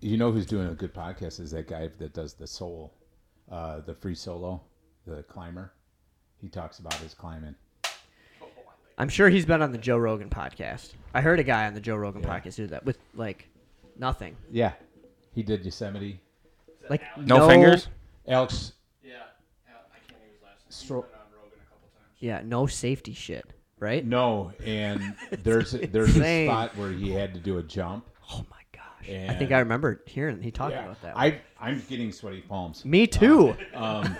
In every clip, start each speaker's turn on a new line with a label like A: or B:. A: you know who's doing a good podcast is that guy that does the soul, uh, the free solo, the climber. He talks about his climbing.
B: I'm sure he's been on the Joe Rogan podcast. I heard a guy on the Joe Rogan
A: Yeah.
B: podcast do that with like nothing,
A: Yeah, he did Yosemite.
B: like
C: No, fingers.
A: Alex,
D: Yeah. Al- I can't remember his last name. He's
A: Stro-
D: been on Rogan a couple times.
B: Yeah, no safety shit, right?
A: no, and there's there's a
B: insane.
A: spot where he had to do a jump.
B: Oh my gosh! I
A: And-
B: think I remember hearing he talking about that.
A: I I'm getting sweaty palms.
B: Me too.
A: Um,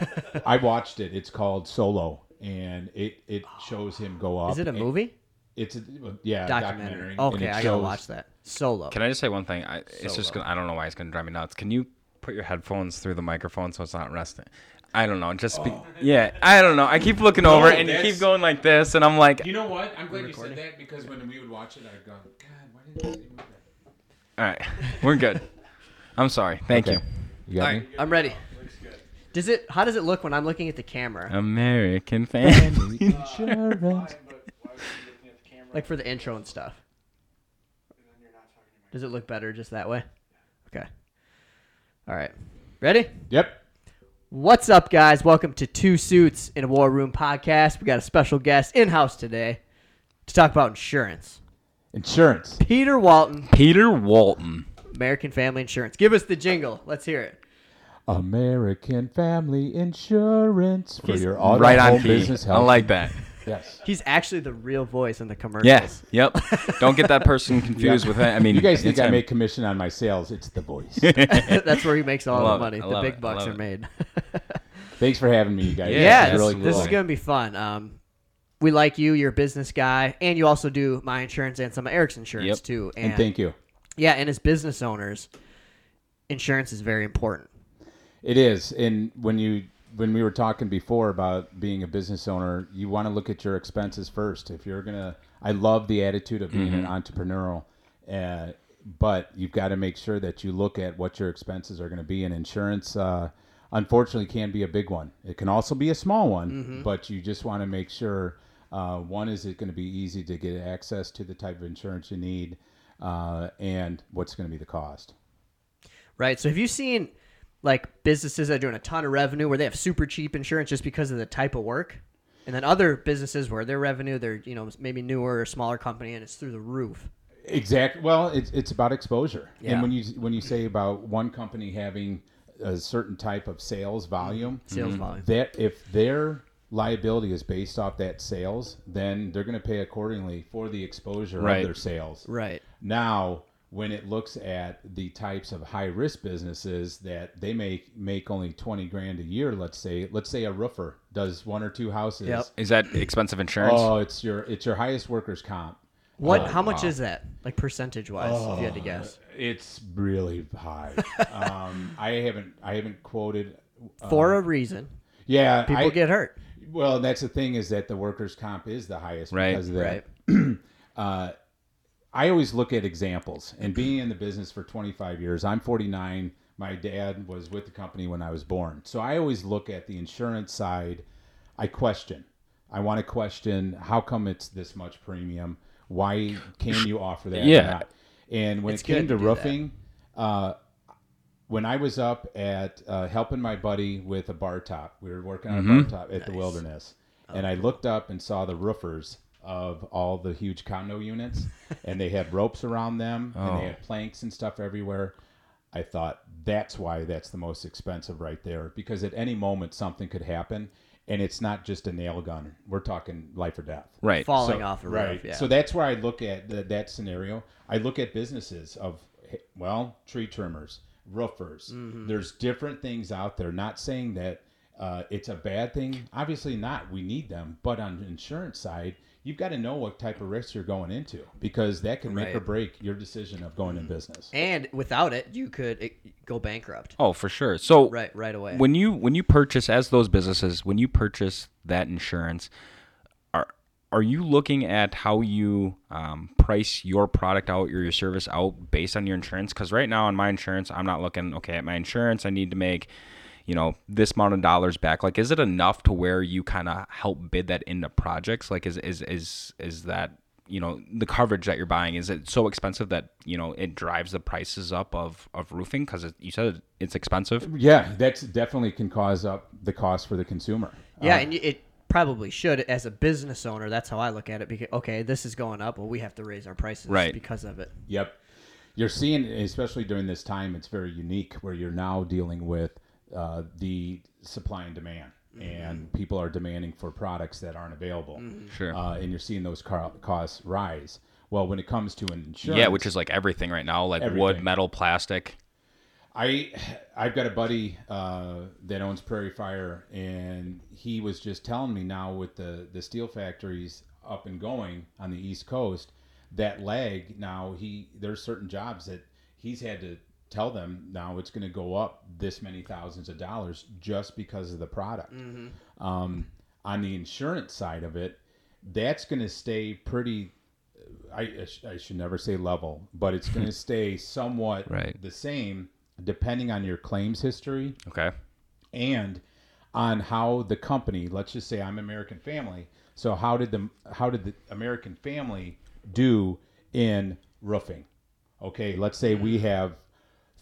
A: I watched it. It's called Solo, and it it shows him go up.
B: Is it a
A: and-
B: movie?
A: It's a yeah
B: documentary.
A: documentary.
B: Okay,
A: and it
B: I gotta
A: shows-
B: watch that. Solo.
C: Can I just say one thing? I, it's just
B: Solo.
C: gonna, I don't know why it's gonna drive me nuts. Can you put your headphones through the microphone so it's not resting? I don't know. Just be, yeah. I don't know. I keep looking over and you
A: Oh. that's-
C: keep going like this, and I'm like,
A: You know what? I'm glad you
B: recording?
A: said that because when we would watch it, I'd go, God, why did they move that?
C: all right, we're good. I'm sorry. Thank you.
A: You got me?
B: I'm ready.
A: Oh,
D: Looks good.
B: Does it? How does it look when I'm looking at the camera?
C: American family.
A: Insurance.
D: Fine, but why would you be looking at the camera
B: Like for the intro and stuff.
D: and then you're not talking to me?
B: Does it look better just that way? Okay. All right. Ready?
A: Yep.
B: What's up, guys? Welcome to Two Suits in a War Room podcast. We got a special guest in house today to talk about insurance.
A: Insurance.
B: Peter Walton,
C: Peter Walton.
B: American Family Insurance. Give us the jingle. Let's hear it.
A: American Family Insurance for
B: He's
A: your auto
C: right on
A: home
C: key.
A: business
C: I
A: health.
C: like that.
A: Yes.
B: He's actually the real voice in the commercials.
C: Yes. Yep. Don't get that person confused with that. I mean,
A: You guys think
C: it's
A: I
C: him.
A: make commission on my sales? It's the voice.
B: That's where he makes all
C: love
B: the
C: it.
B: money.
C: I
B: The
C: love
B: big
C: it. I
B: bucks
C: love
B: are
C: it.
B: made.
A: Thanks for having me, you guys.
C: Yeah,
B: yeah,
C: it's
A: It's really
C: absolutely.
B: this
A: cool.
B: is gonna be fun. Um, we like you. You're a business guy, and you also do my insurance and some of Eric's insurance
C: Yep.
B: too. And,
A: And thank you.
B: yeah, and as business owners, insurance is very important.
A: It is, and when you when we were talking before about being a business owner, you want to look at your expenses first. If you're gonna, I love the attitude of being an entrepreneurial, uh, but you've got to make sure that you look at what your expenses are going to be. And insurance, uh, unfortunately, can be a big one. It can also be a small one, but you just want to make sure. Uh, one is it going to be easy to get access to the type of insurance you need, uh, and what's going to be the cost.
B: right? So have you seen like businesses that are doing a ton of revenue where they have super cheap insurance just because of the type of work? And then other businesses where their revenue, they're you know maybe newer or smaller company, and it's through the roof.
A: Exactly. Well, it's it's about exposure,
B: Yeah.
A: and when you when you say about one company having a certain type of sales volume,
B: Sales volume.
A: that if their liability is based off that sales, then they're going to pay accordingly for the exposure
C: Right.
A: of their sales.
B: Right.
A: Now, when it looks at the types of high risk businesses that they make make only twenty grand a year, let's say, let's say a roofer does one or two houses.
B: Yep.
C: Is that expensive insurance?
A: Oh, it's your it's your highest workers comp.
B: What?
A: Oh,
B: how much
A: wow. Oh.
B: is that? Like percentage wise, if you had to guess.
A: It's really high. um, I haven't I haven't quoted. uh,
B: For a reason,
A: yeah,
B: people
A: I-
B: get hurt.
A: well. That's the thing is that the workers' comp is the highest
C: Right.
A: because of that.
B: Right.
A: Uh, I always look at examples and being in the business for 25 years. I'm 49. My dad was with the company when I was born, so I always look at the insurance side. I question. I want to question how come it's this much premium? Why can you offer that? or
C: Yeah.
A: not? And when
B: It's
A: it came
B: good to
A: to
B: do that.
A: roofing, uh, when I was up at uh, helping my buddy with a bar top, we were working on a bar top at the Wilderness, and I looked up and saw the roofers of all the huge condo units, and they had ropes around them, and they had planks and stuff everywhere. I thought that's why that's the most expensive right there because at any moment something could happen, and it's not just a nail gun. We're talking life or death.
C: right.
B: Falling
A: So-
B: off a roof.
A: right.
B: Yeah.
A: So that's where I look at the, that scenario. I look at businesses of well, tree trimmers, roofers.
B: Mm-hmm.
A: There's different things out there. Not saying that uh, it's a bad thing. Obviously not. We need them, but on the insurance side, you've got to know what type of risks you're going into because that can make or
B: Right. Mm-hmm.
A: break your decision of going in business.
B: and without it, you could eh, go bankrupt.
C: Oh, for sure. So
B: Right. Right away.
C: when you when you purchase as those businesses when you purchase that insurance are are you looking at how you um, price your product out or your service out based on your insurance because right now on my insurance i'm not looking okay at my insurance i need to make you know this amount of dollars back like is it enough to where you kind of help bid that into projects like is is is is that you know the coverage that you're buying is it so expensive that you know it drives the prices up of of roofing because you said it's expensive
A: Yeah, that's definitely can cause up the cost for the consumer.
B: Yeah,
C: Uh-huh.
B: and it probably should as a business owner. That's how I look at it. Because okay, this is going up. Well, we have to raise our prices
C: Right.
B: because of it.
A: Yep. You're seeing, especially during this time, it's very unique where you're now dealing with uh, the supply and demand, and people are demanding for products that aren't available.
C: Sure.
A: Uh, and you're seeing those car- costs rise. Well, when it comes to insurance,
C: yeah which is like everything right now like wood
A: Everything.
C: metal plastic
A: I I've got a buddy uh, that owns Prairie Fire, and he was just telling me now with the the steel factories up and going on the East Coast, that lag now he there's certain jobs that he's had to tell them now it's going to go up this many thousands of dollars just because of the product. Um, on the insurance side of it, that's going to stay pretty I, I sh- I should never say level, but it's going to stay somewhat
C: Right.
A: the same depending on your claims history
C: okay
A: and on how the company. Let's just say I'm American Family. So how did the how did the American Family do in roofing? Okay, let's say we
C: Mm.
A: have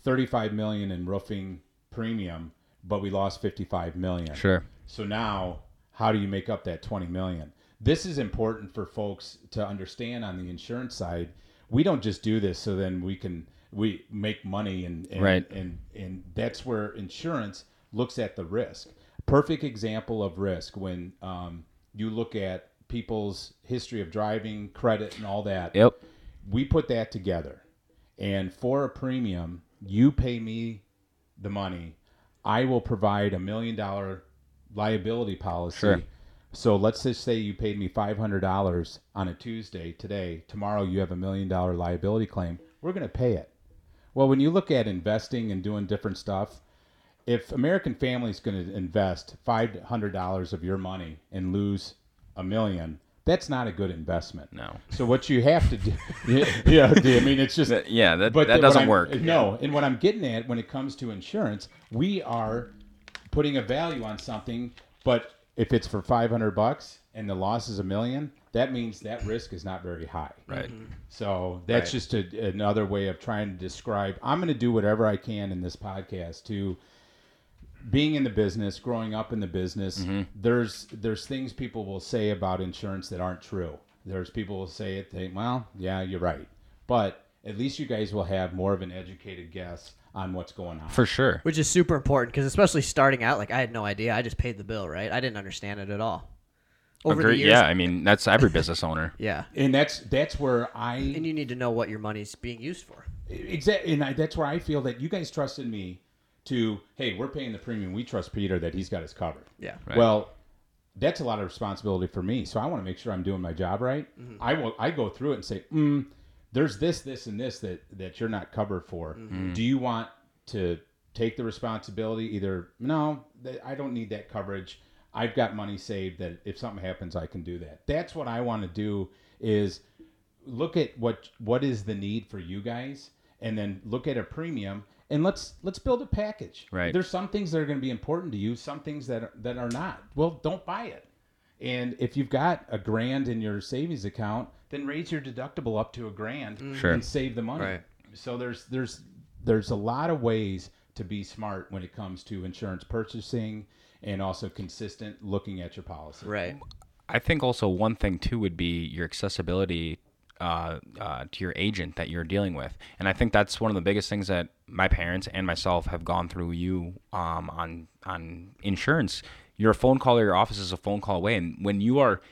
A: 35 million in roofing premium, but we lost 55 million.
C: sure
A: So now, how do you make up that 20 million? This is important for folks to understand on the insurance side. We don't just do this so then we can we make money and and
C: Right.
A: and, and that's where insurance looks at the risk. Perfect example of risk when um, you look at people's history of driving, credit, and all that
C: yep
A: we put that together and for a premium you pay me the money i will provide a million dollar liability policy
C: Sure.
A: so let's just say you paid me $500 on a tuesday today tomorrow you have a million dollar liability claim we're going to pay it well when you look at investing and doing different stuff if american family's going to invest $500 of your money and lose a million that's not a good investment
C: no
A: so what you have to do, yeah, yeah, I mean, it's just,
C: That- yeah that,
A: but
C: that
A: what
C: doesn't
A: I'm- uh,
C: work
A: No, and what I'm getting at when it comes to insurance, we are putting a value on something, but if it's for 500 bucks and the loss is a million, that means that risk is not very high.
C: right
A: So that's
C: Right.
A: just a, another way of trying to describe. I'm going to do whatever I can in this podcast to being in the business, growing up in the business. There's there's things people will say about insurance that aren't true. There's people will say it think, well, yeah, you're right, but at least you guys will have more of an educated guess on what's going on.
C: for sure
B: Which is super important because especially starting out, like I had no idea. I just paid the bill, right? I didn't understand it at all. Over
C: Agree-
B: the years,
C: yeah i mean that's every business owner
B: yeah.
A: and that's that's where I
B: And you need to know what your money's being used for.
A: Exactly, and I, that's where I feel that you guys trusted me to. Hey, we're paying the premium. We trust Peter that he's got us covered.
B: Yeah.
C: Right.
A: Well, that's a lot of responsibility for me. So I want to make sure I'm doing my job right. I will. I go through it and say, mm, "There's this, this, and this that that you're not covered for. Do you want to take the responsibility? Either no, th- I don't need that coverage. I've got money saved that if something happens, I can do that. That's what I want to do. Is look at what what is the need for you guys and then look at a premium and let's let's build a package
C: Right.
A: there's some things that are going to be important to you some things that are, that are not well don't buy it and if you've got a grand in your savings account then raise your deductible up to a grand
C: Sure.
A: and save the money
B: Right.
A: so there's there's there's a lot of ways to be smart when it comes to insurance purchasing and also consistent looking at your policy
B: Right.
C: I think also one thing too would be your accessibility uh, uh, to your agent that you're dealing with, and I think that's one of the biggest things that my parents and myself have gone through. You um, on on insurance, your phone call or your office is a phone call away, and when you are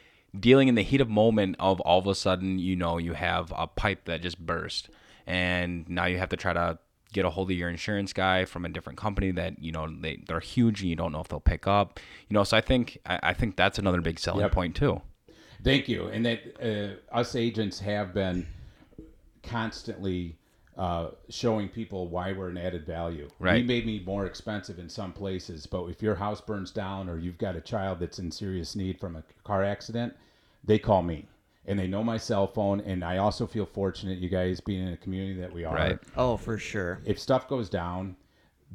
C: dealing in the heat of moment of all of a sudden, you know, you have a pipe that just burst, and now you have to try to get a hold of your insurance guy from a different company that you know they, they're huge and you don't know if they'll pick up you know so i think i, I think that's another big selling
A: Yep.
C: point too
A: Thank you. And that uh, us agents have been constantly uh, showing people why we're an added value.
C: Right.
A: We may be more expensive in some places, but if your house burns down or you've got a child that's in serious need from a car accident, they call me. And they know my cell phone, and I also feel fortunate, you guys, being in a community that we are
C: Right.
B: Oh, for sure.
A: if stuff goes down,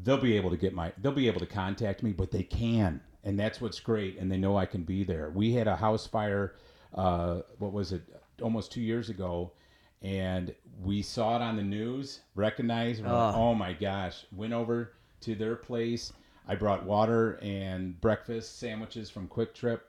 A: they'll be able to get my they'll be able to contact me, but they can, and that's what's great, and they know I can be there. We had a house fire, uh, what was it, almost two years ago, and we saw it on the news. Recognized, we're like,
C: Ah.
B: Oh.
A: oh my gosh! Went over to their place. I brought water and breakfast sandwiches from Quick Trip.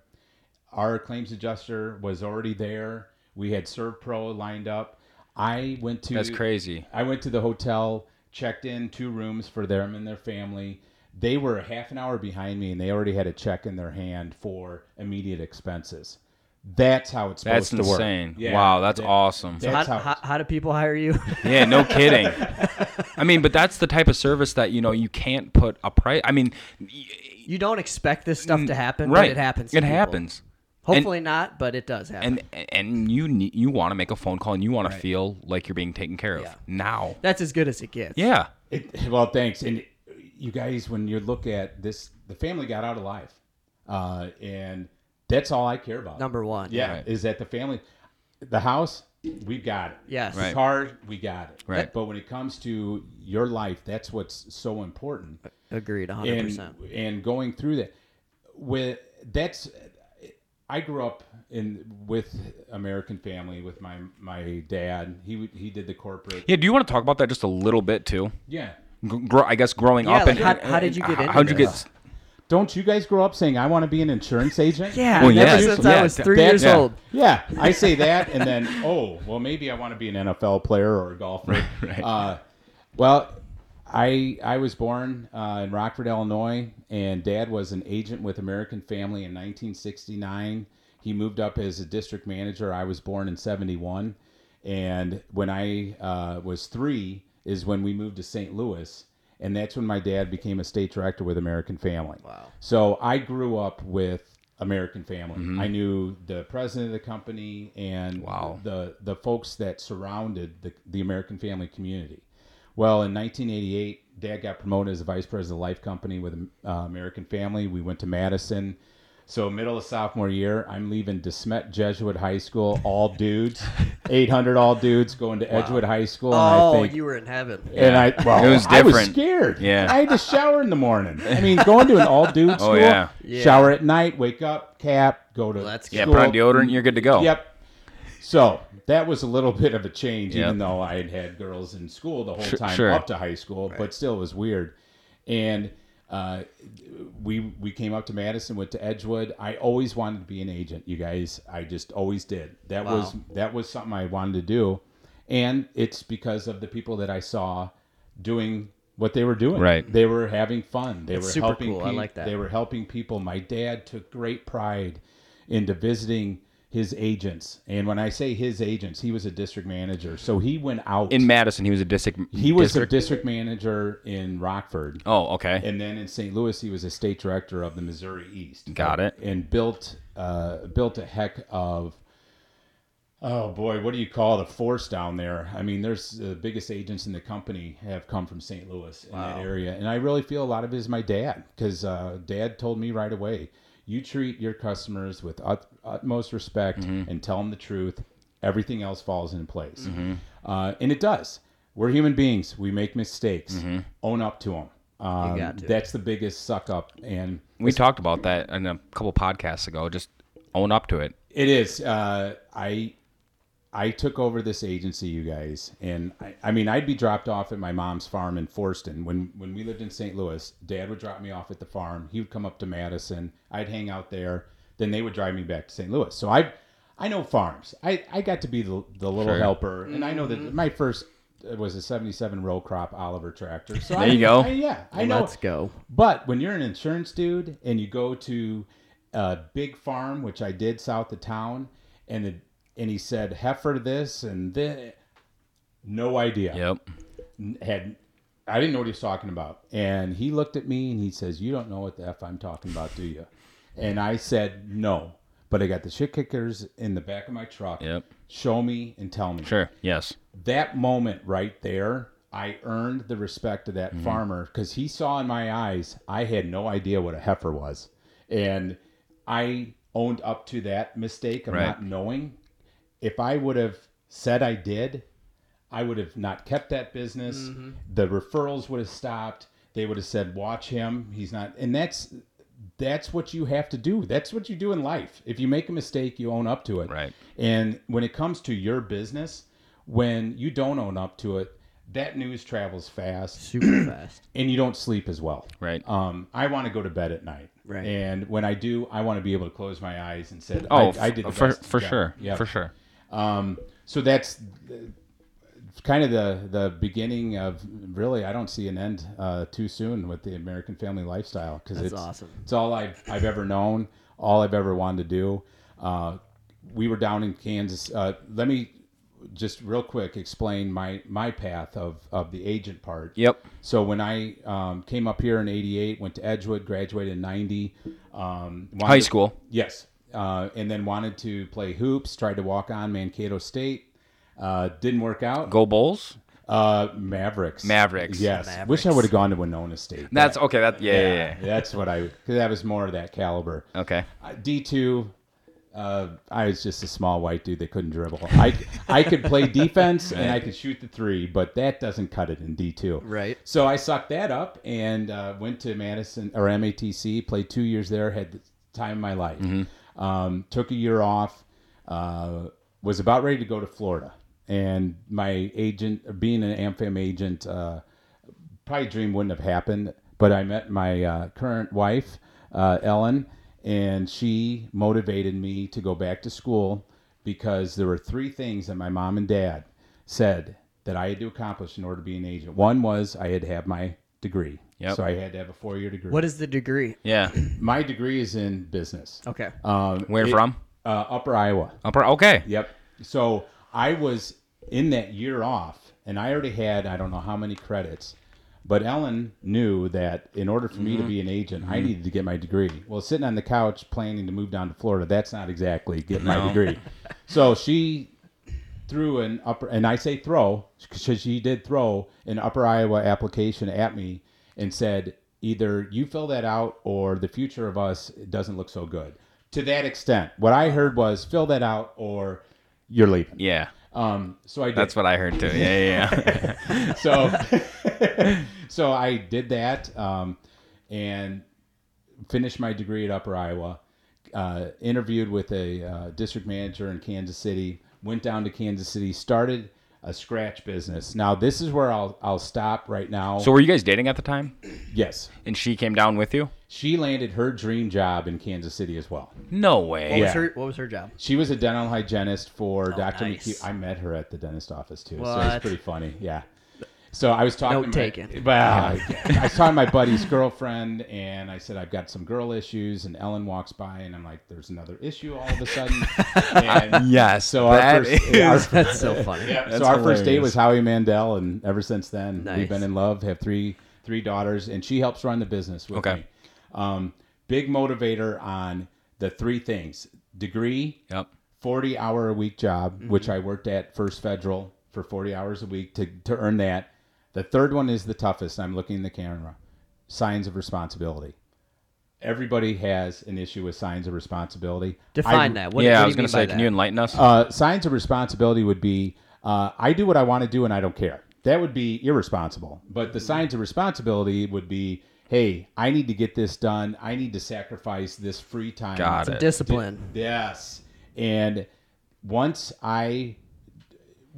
A: Our claims adjuster was already there. We had Serve Pro lined up. I went to
C: That's crazy.
A: I went to the hotel, checked in two rooms for them and their family. They were half an hour behind me, and they already had a check in their hand for immediate expenses. That's how it's supposed
C: That's
A: to work.
C: insane.
A: Yeah.
C: wow, that's
A: That-
C: awesome.
A: that-
B: How,
A: That's how-
B: how, how do people hire you?
C: Yeah, no kidding. I mean, but that's the type of service that you know you can't put a price. I mean, y-
B: you don't expect this stuff to happen,
C: Mm, right?
B: but it happens. to
C: It
B: people.
C: happens. And-
B: Hopefully not, but it does happen.
C: and and you need, you want to make a phone call and you want to feel like you're being taken care of
B: Yeah.
C: now.
B: That's as good as it gets.
C: Yeah,
A: It, well, thanks. And you guys, when you look at this, the family got out alive, uh, and that's all I care about.
B: Number one.
A: yeah,
C: Right.
A: is that the family, the house, we've got it.
B: Yes.
A: The
C: Right.
A: car, we got it.
C: Right.
A: But when it comes to your life, that's what's so important.
B: Agreed. 100%.
A: and and going through that with that's I grew up in with American family with my my dad he would- he did the corporate
C: yeah. Do you want to talk about that just a little bit too?
A: yeah
C: Gr- Grow, I guess growing
B: Yeah,
C: up
B: like,
C: and
B: how- how did you get
C: and
B: into
C: how'd you
B: this?
C: get
A: don't you guys grow up saying I want to be an insurance agent
B: yeah.
C: Well,
B: Well,
C: yeah.
B: Since
C: Yeah,
B: I was
C: that-
B: three
A: that-
B: years
C: yeah.
B: old.
A: yeah I say that and then oh well maybe I want to be an NFL player or a golfer
C: right?
A: Uh, well, I I was born uh, in Rockford, Illinois, and Dad was an agent with American Family in 1969. He moved up as a district manager. I was born in '71, and when I uh, was three is when we moved to St. Louis, and that's when my dad became a state director with American Family.
B: Wow.
A: So I grew up with American Family. I knew the president of the company and
C: Wow.
A: the the folks that surrounded the, the American family community. Well, in 1988, Dad got promoted as the vice president of Life Company with uh, American Family. We went to Madison. So middle of sophomore year, I'm leaving DeSmet Jesuit High School, all dudes, 800 all dudes, going to Edgewood High School.
B: Oh,
A: and I think,
B: you were in heaven.
A: and I,
C: Yeah.
A: well,
C: It was
A: I was
C: different.
A: scared.
C: Yeah. Oh,
A: I had to shower in the morning. I mean, going to an all dude school,
C: yeah.
B: Yeah.
A: shower at night, wake up, cap, go to
B: Let's go.
C: Yeah,
A: school.
C: put on deodorant, you're good to go.
A: Yep. So that was a little bit of a change,
C: Yep.
A: even though I had had girls in school the whole
C: Sure-
A: time
C: sure.
A: up to high school, but still it was weird. And uh, we we came up to Madison, went to Edgewood. I always wanted to be an agent, you guys. I just always did. That
B: Wow.
A: was that was something I wanted to do, and it's because of the people that I saw doing what they were doing.
C: Right.
A: They were having fun. They were
B: super
A: helping.
B: cool. I
A: peo-
B: like that.
A: They were helping people. My dad took great pride into visiting his agents, and when I say his agents, he was a district manager, so he went out.
C: In Madison, he was a district.
A: he was
C: district.
A: a district manager in Rockford.
C: Oh, okay.
A: And then in St. Louis, he was a state director of the Missouri East.
C: Got it.
A: And built uh, built a heck of oh boy, what do you call it? A force down there. I mean, there's the biggest agents in the company have come from St. Louis in that area, and I really feel a lot of it is my dad because uh, Dad told me right away, you treat your customers with ut- utmost respect
B: Mm-hmm.
A: and tell them the truth. Everything else falls into place,
B: Mm-hmm.
A: uh, and it does. We're human beings. We make mistakes. Own up to them. Um,
B: Mm-hmm. got to.
A: That's the biggest suck up, and
C: we talked about that in a couple podcasts ago. Just own up to it.
A: It is. Uh, I I took over this agency, you guys, and I, I mean I'd be dropped off at my mom's farm in Forston when when we lived in St. Louis. Dad would drop me off at the farm. He would come up to Madison. I'd hang out there. Then they would drive me back to St. Louis. So I I know farms. I I got to be the, the little
C: Sure.
A: helper, and I know that my first uh, was a 77 row crop Oliver tractor. So
C: There you
A: I,
C: go.
A: I- yeah, I know.
B: Let's go.
A: But when you're an insurance dude and you go to a big farm, which I did south of town, and the, and he said heifer this and then no idea.
C: Yep.
A: Had I didn't know what he was talking about. And he looked at me and he says, "You don't know what the f I'm talking about, do you?" And I said, "No." But I got the shit kickers in the back of my truck.
C: Yep.
A: Show me and tell me
C: Sure. Yes.
A: that moment right there, I earned the respect of that farmer because he saw in my eyes I had no idea what a heifer was, and I owned up to that mistake of
C: Right.
A: not knowing. If I would have said I did, I would have not kept that business. The referrals would have stopped. They would have said, "Watch him. He's not." And that's that's what you have to do. That's what you do in life. If you make a mistake, you own up to it.
C: Right.
A: And when it comes to your business, when you don't own up to it, that news travels fast
B: Super fast.
A: and you don't sleep as well.
C: Right.
A: Um, I want to go to bed at night.
B: Right.
A: And when I do, I want to be able to close my eyes and say,
C: Oh,
A: I, I did the
C: for
A: best
C: for
A: job.
C: sure.
A: Yeah.
C: For sure.
A: Um, so that's uh, kind of the the beginning of really. I don't see an end uh, too soon with the American family lifestyle because
B: That's
A: it's
B: awesome.
A: It's all I've I've ever known. All I've ever wanted to do. Uh, we were down in Kansas. Uh, let me just real quick explain my my path of of the agent part.
C: Yep.
A: So when I um, came up here in '88, went to Edgewood, graduated in '90. Um, wanted
C: High
A: to-
C: school.
A: Yes. Uh, and then wanted to play hoops, tried to walk on Mankato State. Uh, didn't work out.
C: Go Bulls.
A: Uh, Mavericks.
C: Mavericks.
A: Yes.
B: Mavericks.
A: Wish I would have gone to Winona State.
C: That's okay. That yeah yeah. yeah.
A: That's what I, because that was more of that caliber.
C: Okay.
A: Uh, D2, uh, I was just a small white dude that couldn't dribble. I, I could play defense and I could shoot the three, but that doesn't cut it in D2.
B: Right.
A: So I sucked that up and uh, went to Madison or MATC, played two years there, had the time of my life. Um, took a year off, uh, was about ready to go to Florida. And my agent, being an AmFam agent, uh, probably dream wouldn't have happened. But I met my uh, current wife, uh, Ellen, and she motivated me to go back to school because there were three things that my mom and dad said that I had to accomplish in order to be an agent. One was I had to have my degree.
C: Yep.
A: So I had to have a four year degree.
B: What is the degree?
C: Yeah.
A: my degree is in business.
B: Okay.
A: Um,
C: Where
A: it-
C: from?
A: Uh, Upper Iowa.
C: Upper. Okay.
A: Yep. So I was in that year off, and I already had I don't know how many credits, but Ellen knew that in order for
C: Mm-hmm.
A: me to be an agent, I needed to get my degree. Well, sitting on the couch planning to move down to Florida, that's not exactly getting my
C: No.
A: degree. So she threw an upper, and I say throw because she did throw an Upper Iowa application at me and said either you fill that out or the future of us doesn't look so good. To that extent, what I heard was fill that out or you're leaving.
C: Yeah.
A: Um, so I did.
C: That's what I heard too. Yeah yeah. yeah.
A: so so I did that um, and finished my degree at Upper Iowa. Uh, interviewed with a uh, district manager in Kansas City. Went down to Kansas City. Started a scratch business. Now this is where I'll I'll stop right now.
C: so were you guys dating at the time?
A: yes,
C: And she came down with you?
A: she landed her dream job in Kansas City as well.
C: No way.
B: What
A: Yeah.
B: was her What was her job?
A: She was a dental hygienist for Dr.
B: Oh, nice.
A: McHugh. I met her at the dentist office too, so
B: What?
A: it's pretty funny. Yeah. So I was talking.
B: Note
A: to my-
B: taken.
A: Well, I was talking to my buddy's girlfriend, and I said I've got some girl issues, and Ellen walks by, and I'm like, "There's another issue all of a sudden." And
C: Yes.
A: So our
C: that
A: first, yeah, our,
C: is-
B: That's so funny.
A: yeah,
C: That's
A: so our first date
C: hilarious.
A: was Howie Mandel, and ever since then
B: Nice.
A: we've been in love. Have three three daughters, and she helps run the business with
C: Okay.
A: me. Um, big motivator on the three things: degree,
C: Yep.
A: 40 hour a week job,
B: Mm-hmm.
A: which I worked at First Federal for 40 hours a week to, to earn that. The third one is the toughest. I'm looking in the camera signs of responsibility. Everybody has an issue with signs of responsibility.
B: Define
A: I-
B: that. What, what
C: yeah, I was
B: do you
C: gonna
B: mean
C: say,
B: by
C: can
B: that?
C: you enlighten us?
A: Uh, signs of responsibility would be uh, I do what I want to do and I don't care. That would be irresponsible. But
B: Mm-hmm.
A: the signs of responsibility would be hey, I need to get this done. I need to sacrifice this free time.
C: Got
A: to
C: it.
B: Discipline.
A: Yes. And once I,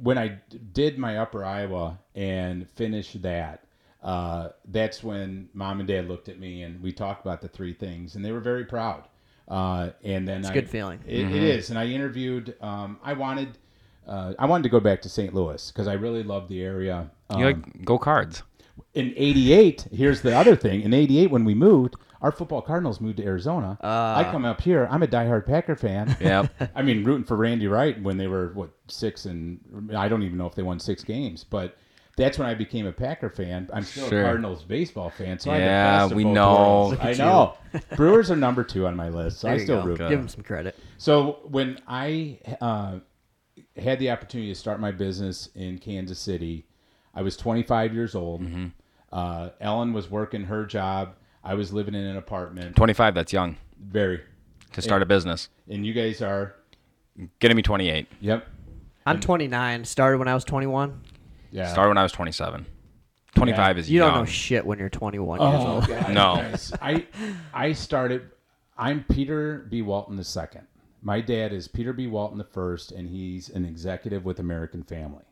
A: when I d- did my Upper Iowa and finished that, uh, that's when mom and dad looked at me and we talked about the three things and they were very proud. Uh, and then it's
B: a good feeling.
A: It, it is. And I interviewed, um, I wanted, uh, I wanted to go back to St. Louis cause I really love the area. Um,
C: you like go cards.
A: in 88 here's the other thing in 88 when we moved our football cardinals moved to arizona
B: Uh.
A: i come up here i'm a diehard packer fan
C: Yep.
A: i mean rooting for randy wright when they were what six and i don't even know if they won six games but that's when i became a packer fan i'm still
C: Sure.
A: a cardinals baseball fan so I have the
C: Yeah,
A: best of
C: we
A: both
C: know.
A: worlds.
C: Look
A: i
B: at
A: know brewers are number two on my list so
B: There
A: i
B: you
A: still
B: go.
A: root
B: Give him some credit.
A: so when I uh, had the opportunity to start my business in Kansas City, I was 25 years old. Uh, Ellen was working her job. I was living in an apartment.
C: Twenty five, that's young
A: Very.
C: to start a business.
A: And you guys are.
C: Gonna be twenty eight.
A: Yep.
B: I'm 29. Started when I was 21.
A: Yeah.
C: Started when I was twenty seven. 25 is
B: You
C: young.
B: don't know shit when you're 21 years
A: Oh,
B: old.
A: God,
C: No.
A: guys. I I started. I'm Peter B. Walton the second. My dad is Peter B. Walton the first, and he's an executive with American Family.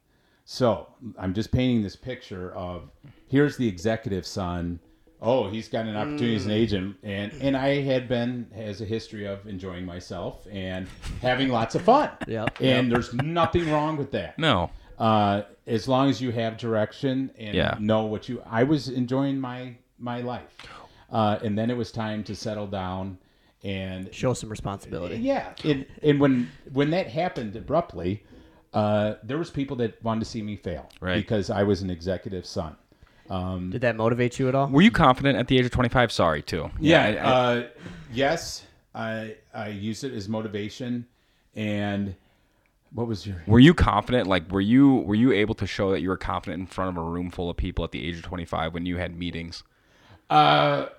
A: So I'm just painting this picture of here's the executive son. Oh, he's got an opportunity as an
B: Mm.
A: agent, and and I had been has a history of enjoying myself and having lots of fun.
B: Yep,
A: And there's nothing wrong with that
C: no.
A: uh, as long as you have direction and
C: Yeah.
A: know what you. I was enjoying my my life, uh, and then it was time to settle down, and
B: Show some responsibility.
A: yeah, and, and when when that happened abruptly, uh, there was people that wanted to see me fail
C: Right.
A: because I was an executive son.
B: Did that motivate you at all?
C: Were you confident at the age of 25? Sorry, too.
A: Yeah.
C: I- I-
A: uh, yes, I I use it as motivation, and what was your
C: were you confident? Like, were you were you able to show that you were confident in front of a room full of people at the age of 25 when you had meetings?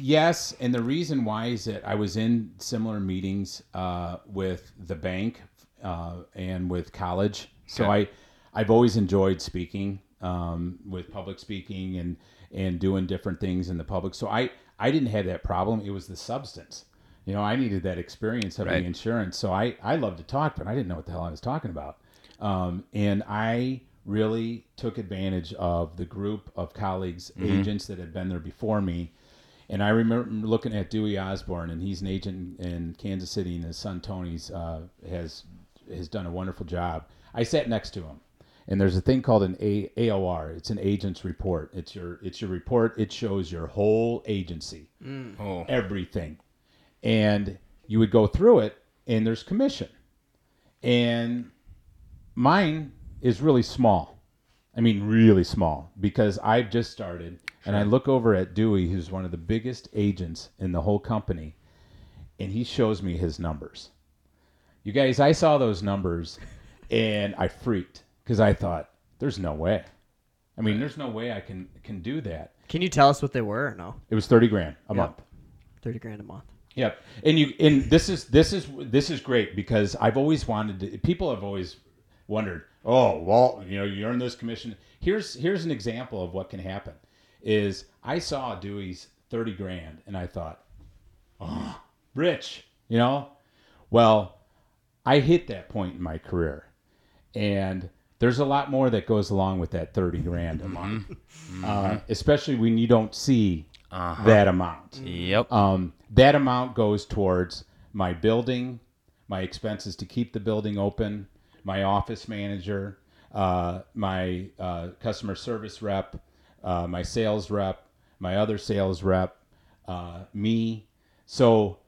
A: Yes, and the reason why is that I was in similar meetings uh, with the bank uh, and with college. So
C: Okay.
A: I, I've always enjoyed speaking um, with public speaking and and doing different things in the public. So I I didn't have that problem. It was the substance. You know, I needed that experience of
C: Right.
A: the insurance. So I I loved to talk, but I didn't know what the hell I was talking about. Um, and I really took advantage of the group of colleagues,
C: Mm-hmm.
A: agents that had been there before me. And I remember looking at Dewey Osborne, and he's an agent in, in Kansas City, and his son Tony's uh, has has done a wonderful job. I sat next to him, and there's a thing called an a- AOR. It's an agent's report. It's your it's your report. It shows your whole agency,
C: Oh,
A: everything, and you would go through it, and there's commission, and mine is really small. I mean, really small because I've just started and I look over at Dewey, who's one of the biggest agents in the whole company, and he shows me his numbers. You guys, I saw those numbers and I freaked because I thought, there's no way. I mean, there's no way I can, can do that.
B: Can you tell us what they were or no?
A: It was 30 grand a month.
B: 30 grand a month.
A: Yep. And you and this is this is this is great because I've always wanted to, people have always wondered, "Oh, well, you know, you earn this commission." Here's here's an example of what can happen. Is I saw Dewey's 30 grand and I thought, "Oh, rich." You know? Well, I hit that point in my career. And there's a lot more that goes along with that 30 grand a month. Uh, especially when you don't see that amount.
C: yep.
A: Um, that amount goes towards my building, my expenses to keep the building open, my office manager, uh, my uh, customer service rep, uh, my sales rep, my other sales rep, uh, me. So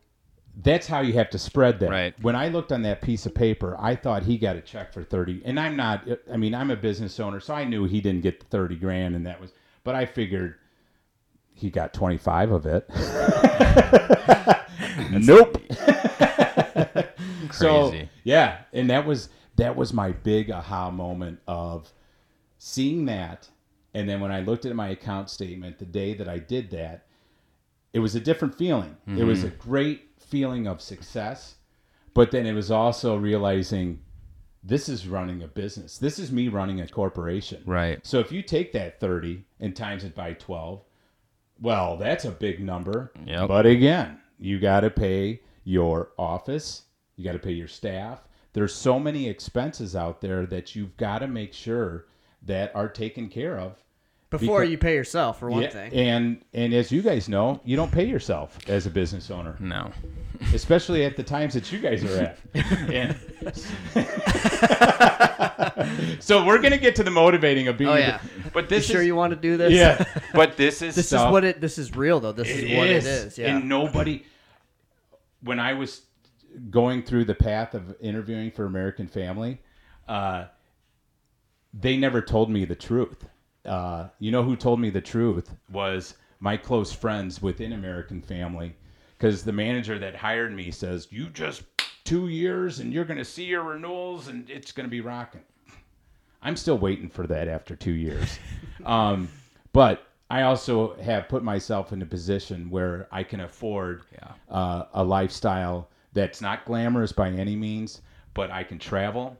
A: that's how you have to spread that.
C: Right.
A: When I looked on that piece of paper, I thought he got a check for 30. And I'm not, I mean, I'm a business owner, so I knew he didn't get the 30 grand, and that was, but I figured he got 25 of it. nope. so
C: Crazy.
A: yeah, and that was that was my big aha moment of seeing that, and then when I looked at my account statement the day that I did that, it was a different feeling. It was a great feeling of success, but then it was also realizing this is running a business. This is me running a corporation.
C: Right.
A: So if you take that 30 and times it by 12, well, that's a big number.
C: Yep.
A: But again, you got to pay your office, you got to pay your staff. There's so many expenses out there that you've got to make sure that are taken care of.
B: Before
A: Because-
B: you pay yourself, for one
A: Yeah,
B: thing.
A: and and as you guys know, you don't pay yourself as a business owner,
B: Hmm.
C: No.
A: especially at the times that you guys are at. And- so we're gonna get to the motivating of being.
B: Oh,
A: a-
B: yeah.
A: but
B: You
A: this
B: sure
A: is
B: you want to do this?
A: yeah. But this is
B: This
A: stuff-
B: is what it. This is real though. This is
A: It
B: what
A: is.
B: it is. Yeah.
A: And nobody, when I was going through the path of interviewing for American Family, uh, they never told me the truth. Uh, you know who told me the truth was my close friends within American Family, because the manager that hired me says, "You just two years, and you're going to see your renewals, and it's going to be rocking." I'm still waiting for that after two years. um, but I also have put myself in a position where I can afford uh, a lifestyle that's not glamorous by any means, but I can travel.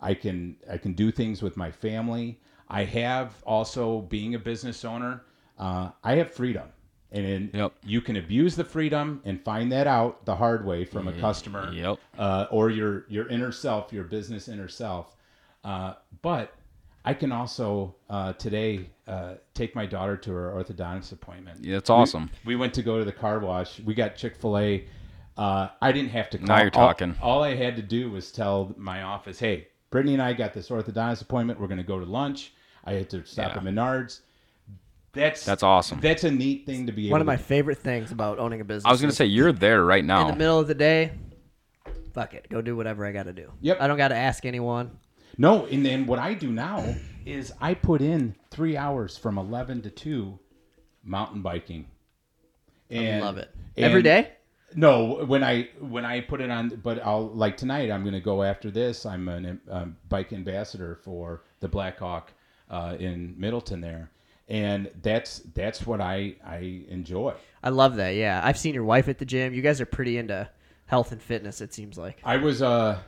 A: I can I can do things with my family. I have also being a business owner, uh, I have freedom, and in,
C: Yep.
A: you can abuse the freedom and find that out the hard way from a customer,
C: Mm-hmm. Yep.
A: uh, or your your inner self, your business inner self. Uh, but I can also uh, today uh, take my daughter to her orthodontist appointment.
C: Yeah, that's awesome.
A: We, we went to go to the car wash. We got Chick Fil A. Uh, I didn't have to. Call.
C: Now you're
A: All-
C: talking.
A: All, I had to do was tell my office, "Hey, Brittany and I got this orthodontist appointment. We're going to go to lunch. I had to stop
C: Yeah.
A: at Menards." That's
C: That's awesome.
A: That's a neat thing to be.
B: One of
A: able
B: my
A: to,
B: favorite things about owning a business.
C: I was gonna
B: is
C: say you're there right
B: in the
C: now.
B: middle of the day. Fuck it, go do whatever I got to do.
A: Yep.
B: I don't got to ask anyone.
A: no, and then what I do now is I put in three hours from eleven to two, mountain biking. And,
B: Love it
A: and-
B: every day.
A: No, when I when I put it on, but I'll like tonight. I'm going to go after this. I'm an um, bike ambassador for the Blackhawk uh, in Middleton there, and that's that's what I I enjoy.
B: I love that. Yeah, I've seen your wife at the gym. You guys are pretty into health and fitness. It seems like.
A: I was uh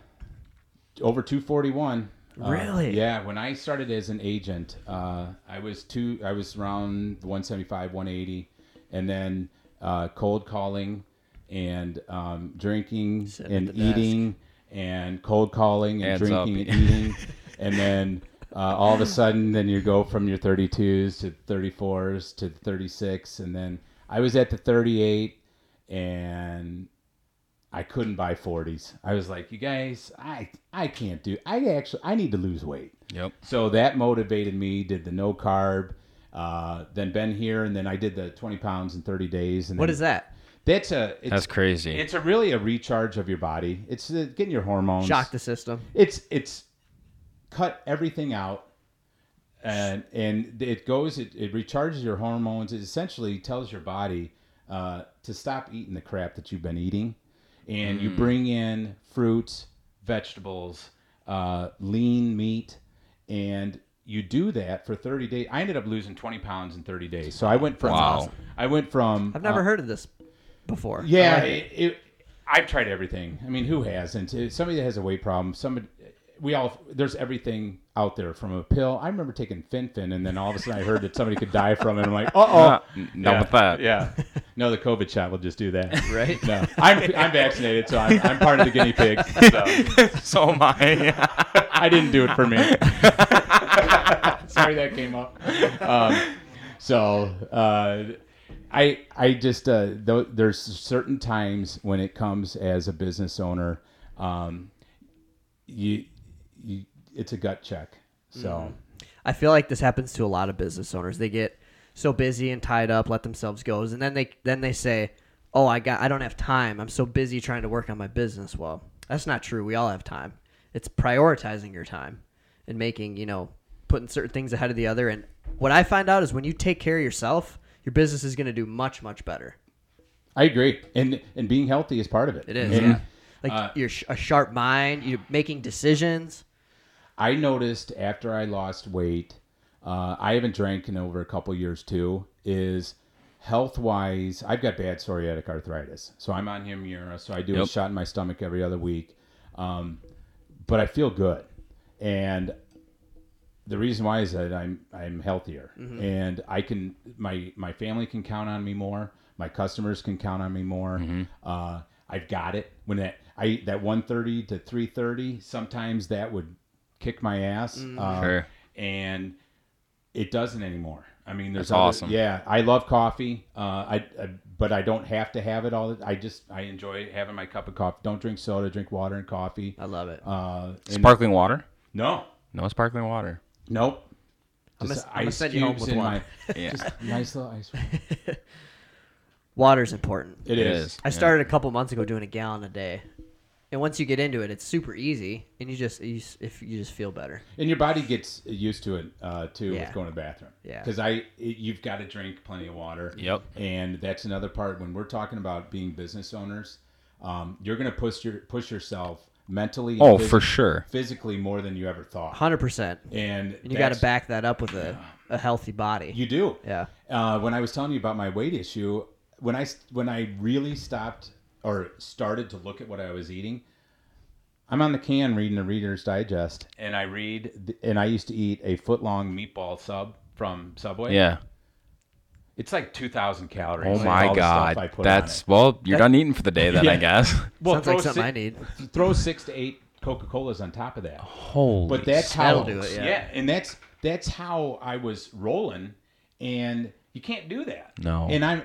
A: over 241. Uh,
B: Really?
A: yeah. When I started as an agent, uh, I was two. I was around 175, 180, and then uh, cold calling and um, drinking
B: Sitting at
A: and
B: the desk.
A: eating and cold calling and
C: Adds up.
A: drinking and eating, and then. Uh, all of a sudden, then you go from your 32s to 34s to 36, and then I was at the 38, and I couldn't buy 40s. I was like, you guys, I I can't do. I actually I need to lose weight.
C: Yep.
A: So that motivated me. Did the no carb, uh, then been here, and then I did the 20 pounds in 30 days. And
B: What
A: then-
B: is that?
A: That's a it's,
C: That's crazy.
A: It's a really a recharge of your body. It's uh, getting your hormones.
B: Shock the system.
A: It's it's cut everything out. And, and it goes it, it recharges your hormones it essentially tells your body uh, to stop eating the crap that you've been eating and
B: Mm.
A: you bring in fruits vegetables uh, lean meat and you do that for 30 days i ended up losing 20 pounds in 30 days so i went from
C: Wow.
A: i went from
B: I've never heard of this before. I
A: Uh, yeah,
B: like it.
A: it, it, I've tried everything. I mean, who hasn't? Uh, Somebody that has a weight problem, somebody. We all there's everything out there from a pill. I remember taking FinFin, and then all of a sudden I heard that somebody could die from it. I'm like, uh oh,
C: Not with that.
A: Yeah, no, the COVID shot will just do that,
B: Right?
A: No, I'm, I'm vaccinated, so I'm, I'm part of the guinea pigs. So
C: so am I.
A: I didn't do it for me. Sorry that came up. Um, so uh, I I just uh, th- there's certain times when it comes as a business owner, um, you, you it's a gut check. So
B: Mm-hmm. I feel like this happens to a lot of business owners. They get so busy and tied up, let themselves go, and then they then they say, "Oh, I got I don't have time. I'm so busy trying to work on my business." Well, that's not true. We all have time. It's prioritizing your time and making, you know, putting certain things ahead of the other. And what I find out is when you take care of yourself, your business is going to do much much better.
A: I agree, and and being healthy is part of it.
B: It is.
A: And
B: Yeah. Like you're sh- a sharp mind, you're making decisions.
A: I noticed after I lost weight, uh, I haven't drank in over a couple years too. Is health wise, I've got bad psoriatic arthritis, so I'm on Humira. So I do a
C: Yep.
A: shot in my stomach every other week, um, but I feel good, and the reason why is that I'm I'm healthier
C: Mm-hmm.
A: and I can my my family can count on me more. My customers can count on me more.
C: Mm-hmm.
A: Uh, I've got it. When that I that one thirty to three thirty, sometimes that would kick my ass. Uh,
C: Mm-hmm. Sure.
A: And it doesn't anymore. I mean, there's
C: That's
A: other-
C: awesome.
A: Yeah, I love coffee. Uh, I, I but I don't have to have it all. the- I just I enjoy having my cup of coffee. Don't drink soda. Drink water and coffee.
B: I love it.
A: Uh, and-
C: Sparkling water?
A: no,
C: No sparkling water.
A: Nope.
B: I'm
A: Just
B: gonna- I'm gonna
A: ice
B: send you home
A: cubes
B: with
A: in
B: one.
A: my-
C: Yeah.
A: just nice little ice. It,
B: Water's important.
A: it is.
B: I started a couple months ago doing a gallon a day, and once you get into it, it's super easy, and you just you, s- if you just feel better.
A: and your body gets used to it uh, too
B: Yeah.
A: with going to the bathroom.
B: Yeah.
A: because I it, you've got to drink plenty of water.
C: Yep.
A: and that's another part when we're talking about being business owners. Um, you're gonna push your push yourself mentally. and
C: Oh,
A: physi-
C: for sure.
A: Physically more than you ever thought,
B: Hundred percent.
A: and,
B: And you got to
A: that's-
B: back that up with a, a healthy body.
A: You do.
B: yeah.
A: uh, when I was telling you about my weight issue, when I when I really stopped or started to look at what I was eating, I'm on the can reading the Reader's Digest, and I read, th- and I used to eat a foot long meatball sub from Subway.
C: Yeah.
A: It's like 2,000 calories.
C: Oh
A: like
C: my
A: all the stuff I
C: God.
A: put on
C: That's
A: it.
C: well, you're
B: That-
C: done eating for the day then, I
A: Yeah.
C: guess.
A: well,
B: Sounds like
A: throw
B: something
A: si-
B: I need.
A: Throw six to eight Coca Colas on top of that.
C: Holy.
A: but that's how
B: that'll do it, yeah.
A: and that's that's how I was rolling, and you can't do that.
C: No.
A: and I'm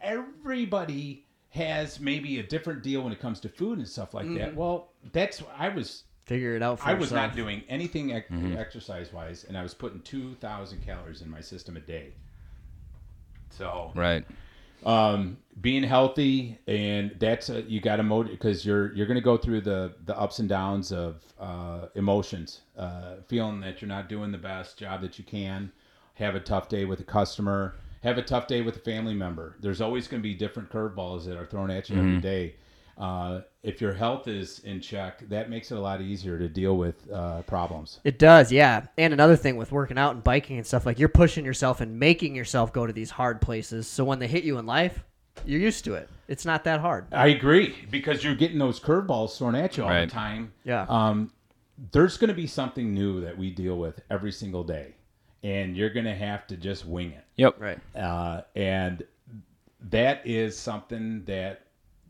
A: everybody has maybe a different deal when it comes to food and stuff like
B: Mm-hmm.
A: that. Well, that's I was
B: Figure it out for
A: I was
B: yourself.
A: not doing anything exercise wise, and I was putting two thousand calories in my system a day. So
C: right.
A: um, being healthy and that's a, you got to motivate because you're you're going to go through the the ups and downs of uh, emotions uh, feeling that you're not doing the best job that you can have a tough day with a customer have a tough day with a family member there's always going to be different curveballs that are thrown at you every day uh, if your health is in check that makes it a lot easier to deal with uh, problems
B: It does, yeah. And another thing with working out and biking and stuff, like you're pushing yourself and making yourself go to these hard places. So when they hit you in life, you're used to it. It's not that hard.
A: I agree because you're getting those curveballs thrown at you all
C: Right.
A: the time.
B: Yeah.
A: Um, there's going to be something new that we deal with every single day, and you're going to have to just wing it.
C: Yep.
B: Right.
A: Uh, and that is something that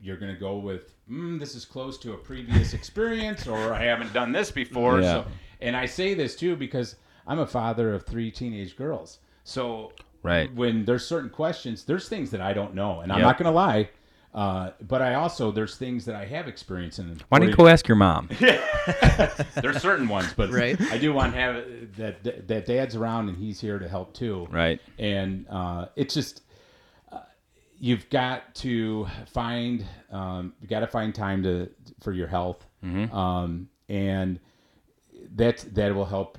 A: you're going to go with. Mm, this is close to a previous experience, or I haven't done this before.
C: Yeah.
A: So, and I say this too because I'm a father of three teenage girls. So
C: Right.
A: when there's certain questions, there's things that I don't know, and I'm
C: Yep.
A: not going to lie. Uh, but I also there's things that I have experienced in.
C: Why don't you go ask your mom?
A: There's certain ones, but
B: Right.
A: I do want to have it- that that that dad's around and he's here to help too.
C: Right.
A: And uh, it's just uh, you've got to find um, you got to find time to for your health, um, and that that will help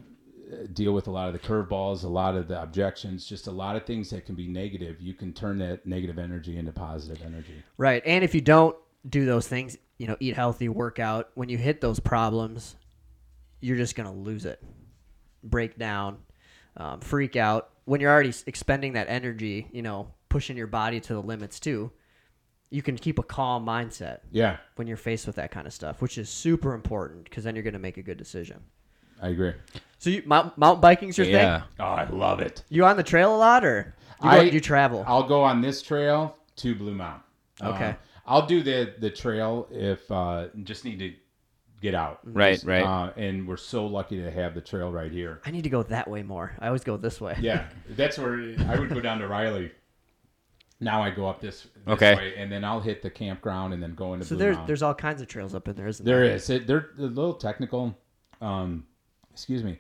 A: uh, deal with a lot of the curveballs, a lot of the objections, just a lot of things that can be negative. You can turn that negative energy into positive energy.
B: Right. And if you don't do those things, you know, eat healthy, work out, when you hit those problems, you're just going to lose it, break down, um, freak out. When you're already s- expending that energy, you know, pushing your body to the limits too, you can keep a calm mindset
A: Yeah,
B: when you're faced with that kind of stuff, which is super important because then you're going to make a good decision.
A: I agree.
B: So you mount, mountain biking's your
C: Yeah.
B: thing.
A: Oh, I love it.
B: You on the trail a lot, or you, go-
A: I-
B: you travel?
A: I'll go on this trail to Blue Mountain.
B: Okay.
A: Uh, I'll do the the trail if uh, just need to get out.
C: Right,
A: Just,
C: right.
A: Uh, and we're so lucky to have the trail right here.
B: I need to go that way more. I always go this way.
A: Yeah, that's where I would go down to Riley. Now I go up this, this
C: Okay.
A: way, and then I'll hit the campground and then go into
B: So
A: Blue
B: there's
A: Mountain.
B: there's all kinds of trails up in there, isn't
A: There is. It, they're a little technical. Um, excuse me,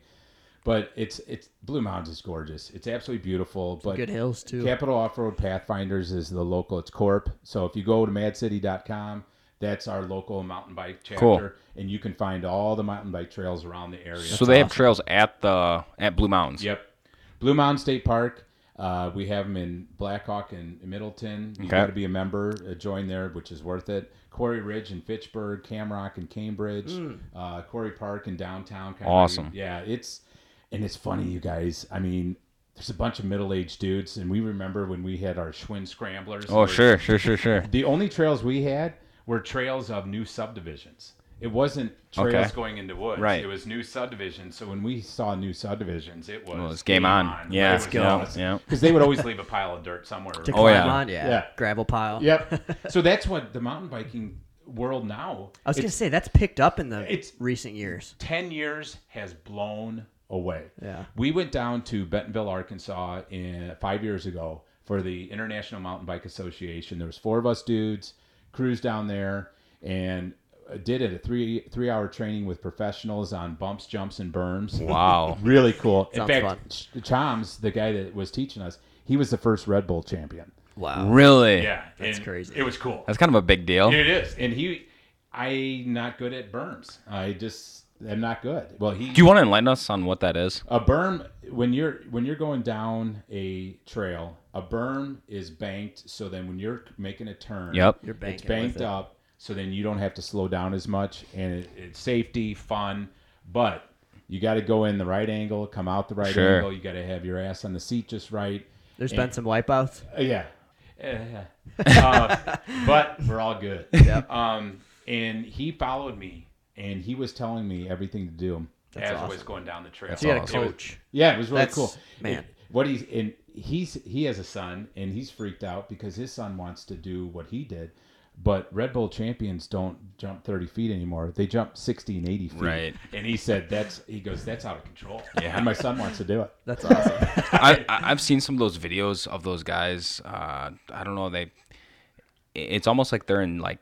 A: but it's it's Blue Mountains is gorgeous. It's absolutely beautiful. But
B: good hills, too.
A: Capital Off Road Pathfinders is the local. It's Corp. So if you go to MadCity.com, that's our local mountain bike chapter,
C: Cool.
A: and you can find all the mountain bike trails around the area.
C: So they have trails at the at Blue Mountains.
A: Yep. Blue Mountain State Park. Uh, we have them in Blackhawk and Middleton. You
C: Okay.
A: got to be a member, uh, join there, which is worth it. Quarry Ridge and Fitchburg, Camrock and Cambridge, uh, Quarry Park and downtown. Kind
C: Awesome.
A: yeah, it's and it's funny, you guys. I mean, there's a bunch of middle-aged dudes, and we remember when we had our Schwinn scramblers.
C: Oh
A: where-
C: sure, sure, sure, sure.
A: the only trails we had were trails of new subdivisions. It wasn't trails
C: Okay.
A: going into woods.
C: Right.
A: It was new subdivisions. So when we saw new subdivisions, it was,
C: Well, it's game on. Yeah,
A: It was
C: yeah, yeah.
A: Because they would always leave a pile of dirt somewhere.
B: To
C: Oh,
B: climb
C: yeah.
B: on, yeah.
A: Yeah.
B: Gravel pile.
A: Yep. so that's what the mountain biking world now.
B: I was
A: it's-
B: gonna say that's picked up in the
A: It's-
B: recent years.
A: 10 years has blown away.
B: Yeah.
A: We went down to Bentonville, Arkansas in 5 years ago for the International Mountain Bike Association. There was four of us dudes cruised down there and uh, did it a 3 3 hour training with professionals on bumps, jumps and berms.
C: Wow.
A: Really cool. in
B: Sounds
A: fact, Ch- Choms, the guy that was teaching us, he was the first Red Bull champion.
B: Wow.
C: Really?
B: That's
A: and
B: crazy.
A: It was cool.
C: That's kind of a big deal.
A: It is. And he I not good at berms. I just am not good. Well, he
C: Do you want to enlighten us on what that is?
A: a berm when you're when you're going down a trail, a berm is banked so then when you're making a turn,
C: Yep.
B: You're
A: it's
B: banking
A: banked
B: with it.
A: up so then you don't have to slow down as much and it, it's safety, fun, but you got to go in the right angle, come out the right
C: Sure.
A: angle. You got to have your ass on the seat just right.
B: There's been some wipeouts.
A: Uh, yeah. Uh, uh, but we're all good. Um, and he followed me and he was telling me everything to do.
B: That's
A: as I
B: awesome.
A: was going down the trail.
B: So you had a
C: awesome.
B: coach.
A: Yeah, it was really
B: That's-
A: cool.
B: man.
A: It- what he's and he's he has a son and he's freaked out because his son wants to do what he did, but Red Bull champions don't jump thirty feet anymore. They jump sixty and eighty feet.
C: Right.
A: And he said that's he goes that's out of control.
C: Yeah.
A: And my son wants to do it.
B: That's awesome.
C: I, I- I've seen some of those videos of those guys. Uh, I don't know. They, it's almost like they're in like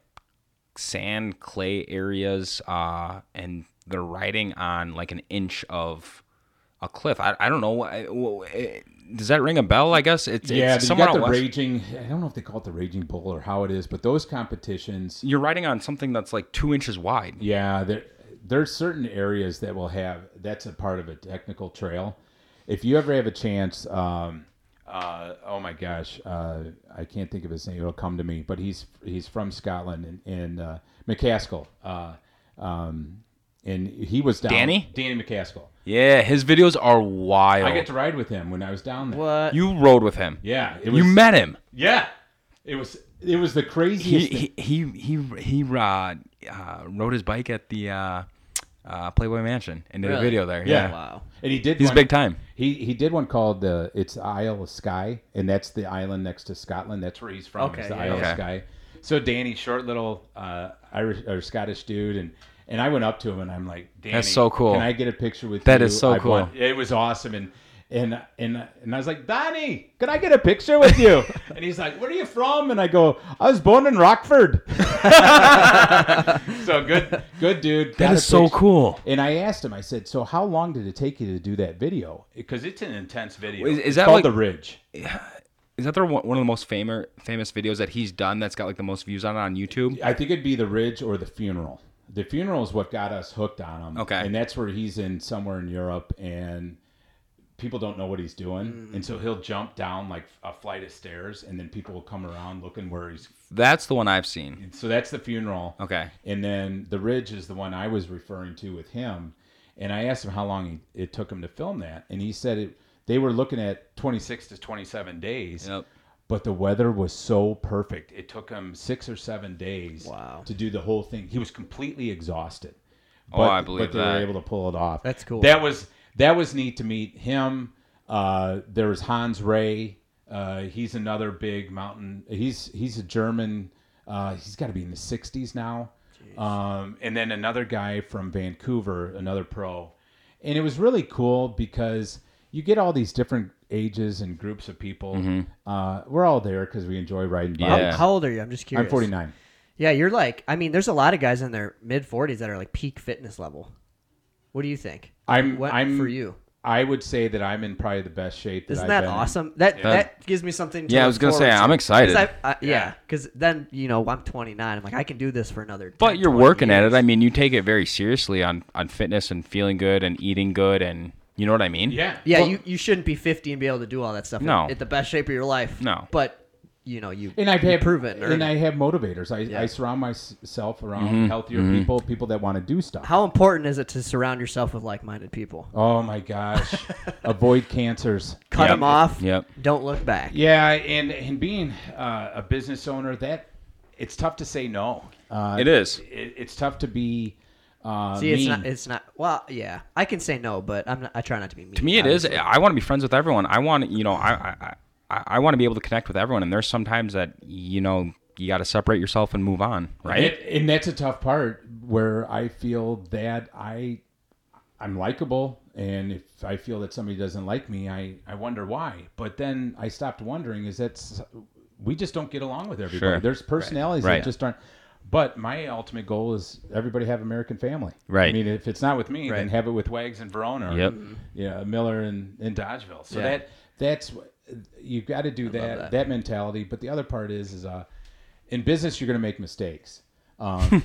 C: sand clay areas, uh, and they're riding on like an inch of a cliff. I, I don't know. I, w- eh, does that ring a bell? I guess it's,
A: yeah, but
C: it's
A: you
C: somewhere
A: got the
C: on West-
A: raging. I don't know if they call it the raging bull or how it is, but those competitions.
C: You're riding on something that's like two inches wide.
A: Yeah, there there's certain areas that will have that's a part of a technical trail. If you ever have a chance, um, uh, oh my gosh, uh, I can't think of his name. It'll come to me, but he's he's from Scotland and, and uh, McCaskill, uh, um, and he was down.
C: Danny?
A: Danny McCaskill.
C: Yeah, his videos are wild.
A: I got to ride with him when I was down there.
B: What?
C: you rode with him.
A: Yeah, it was.
C: you met him.
A: yeah, it was it was the
C: he
A: craziest. thing.
C: he he he, he uh, uh, rode his bike at the uh, uh, Playboy Mansion and did a
B: Really?
C: video there.
A: Yeah.
C: Yeah,
B: Wow.
A: And he did.
C: he's
A: one-
C: big time.
A: He he did one called the it's the Isle of Skye, and that's the island next to Scotland. That's where he's from.
B: Okay,
A: is the
B: yeah,
A: Isle
C: yeah.
A: of Skye. So Danny, short little uh, Irish or Scottish dude, and and I went up to him and I'm like, Danny,
C: so cool.
A: Can I get a picture with
C: That
A: you?
C: is so
A: I
C: cool."
A: want-" It was awesome, and. And, and and I was like, Danny, can I get a picture with you? and he's like, Where are you from? And I go, I was born in Rockford. so good, good dude.
C: That
A: Got a
C: is so
A: picture.
C: cool.
A: And I asked him, I said, "So how long did it take you to do that video? Because it's an intense video.
C: Is- is
A: It's
C: that
A: called
C: like-
A: the Ridge?
C: Is that the one one of the most famous famous videos that he's done that's got like the most views on it on YouTube?
A: I think it'd be the Ridge or the funeral. The funeral is what got us hooked on him.
C: Okay.
A: and that's where he's in somewhere in Europe, and people don't know what he's doing,
C: Mm.
A: and so he'll jump down like a flight of stairs, and then people will come around looking where he's.
C: That's the one I've seen.
A: So that's the funeral.
C: Okay.
A: And then the ridge is the one I was referring to with him. And I asked him how long he, it took him to film that. And he said it, they were looking at 26 to 27 days.
C: Yep.
A: But the weather was so perfect. It took him six or seven days
B: Wow.
A: to do the whole thing. He was completely exhausted.
C: Oh,
A: But,
C: I believe
A: but they
C: that.
A: were able to pull it off.
B: That's cool.
A: That was that was neat to meet him. Uh, there was Hans Ray. Uh, he's another big mountain. He's he's a German. Uh, he's got to be in the 60s now. Um, and then another guy from Vancouver, another pro. And it was really cool because you get all these different ages and groups of people. Uh, we're all there because we enjoy riding bikes.
C: Yeah.
B: How old are you? I'm just curious.
A: I'm 49.
B: Yeah, you're like, I mean, there's a lot of guys in their mid 40s that are like peak fitness level. What do you think?
A: I'm-
B: what
A: I'm-
B: for you.
A: I would say that I'm in probably the best shape. That
B: Isn't
A: I've
B: that
A: been in.
B: awesome? That
C: That-
B: that gives me something. To
C: Yeah, I
B: look
C: was gonna say,
B: forward
C: I'm excited.
B: 'Cause I, I, yeah,
A: Yeah.
B: because then you know I'm 29. I'm like, I can do this for another.
C: But
B: 10,
C: you're
B: 20
C: working at
B: years.
C: it. I mean, you take it very seriously on on fitness and feeling good and eating good and you know what I mean?
A: Yeah.
B: yeah,
A: Well-
B: you, you shouldn't be 50 and be able to do all that stuff.
C: No.
B: at, at the best shape of your life.
C: No.
B: but you know you
A: and I've had
B: proven.
A: and I have motivators. I, I surround myself around healthier people, people that want to do stuff.
B: How important is it to surround yourself with like-minded people?
A: oh my gosh, avoid cancers.
B: Cut
C: Yep.
B: them off.
C: Yep.
B: Don't look back.
A: Yeah, and and being uh, a business owner, that it's tough to say no. Uh,
C: It is.
A: It, it's tough to be. Uh,
B: See, it's
A: mean.
B: not. It's not. Well, yeah, I can say no, but I'm. Not, I try not to be mean.
C: to me it is i want to be friends with everyone i want you know i i, I, I want to be able to connect with everyone and there's sometimes that you know you got to separate yourself and move on right
A: And- and that's a tough part where I feel that I I'm likable and if I feel that somebody doesn't like me, I I wonder why. But then I stopped wondering is that's we just don't get along with everybody.
C: Sure.
A: There's personalities
C: Right.
A: that just aren't but my ultimate goal is everybody have American family.
C: Right.
A: I mean, if it's not with me, then
B: Right.
A: have it with Wags and Verona. Or,
C: Yep.
A: Yeah, Miller and, and Dodgeville. So
B: Yeah.
A: that that's what- you've got to do that,
B: that.
A: that mentality. But the other part is is uh in business you're going to make mistakes um,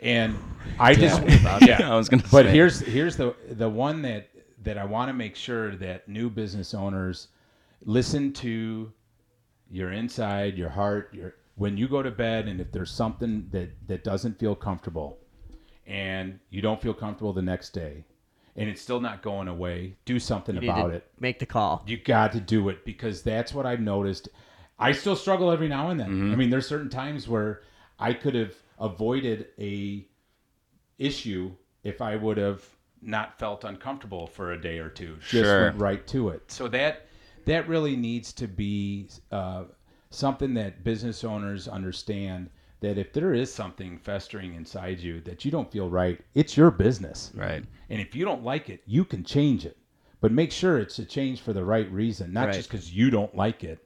A: and i just yeah
C: I was gonna
A: but
C: say.
A: here's here's the the one that that i want to make sure that new business owners listen to your inside your heart your when you go to bed and if there's something that that doesn't feel comfortable and you don't feel comfortable the next day and it's still not going away do something
B: You need to
A: about it
B: Make the call.
A: you got to do it because that's what I've noticed. I still struggle every now and then. I mean, there's certain times where I could have avoided a issue if I would have not felt uncomfortable for a day or two. Just
C: Sure.
A: went right to it. So that that really needs to be uh, something that business owners understand that if there is something festering inside you that you don't feel right, it's your business.
C: Right.
A: And if you don't like it, you can change it. But make sure it's a change for the right reason, not
B: Right.
A: just because you don't like it.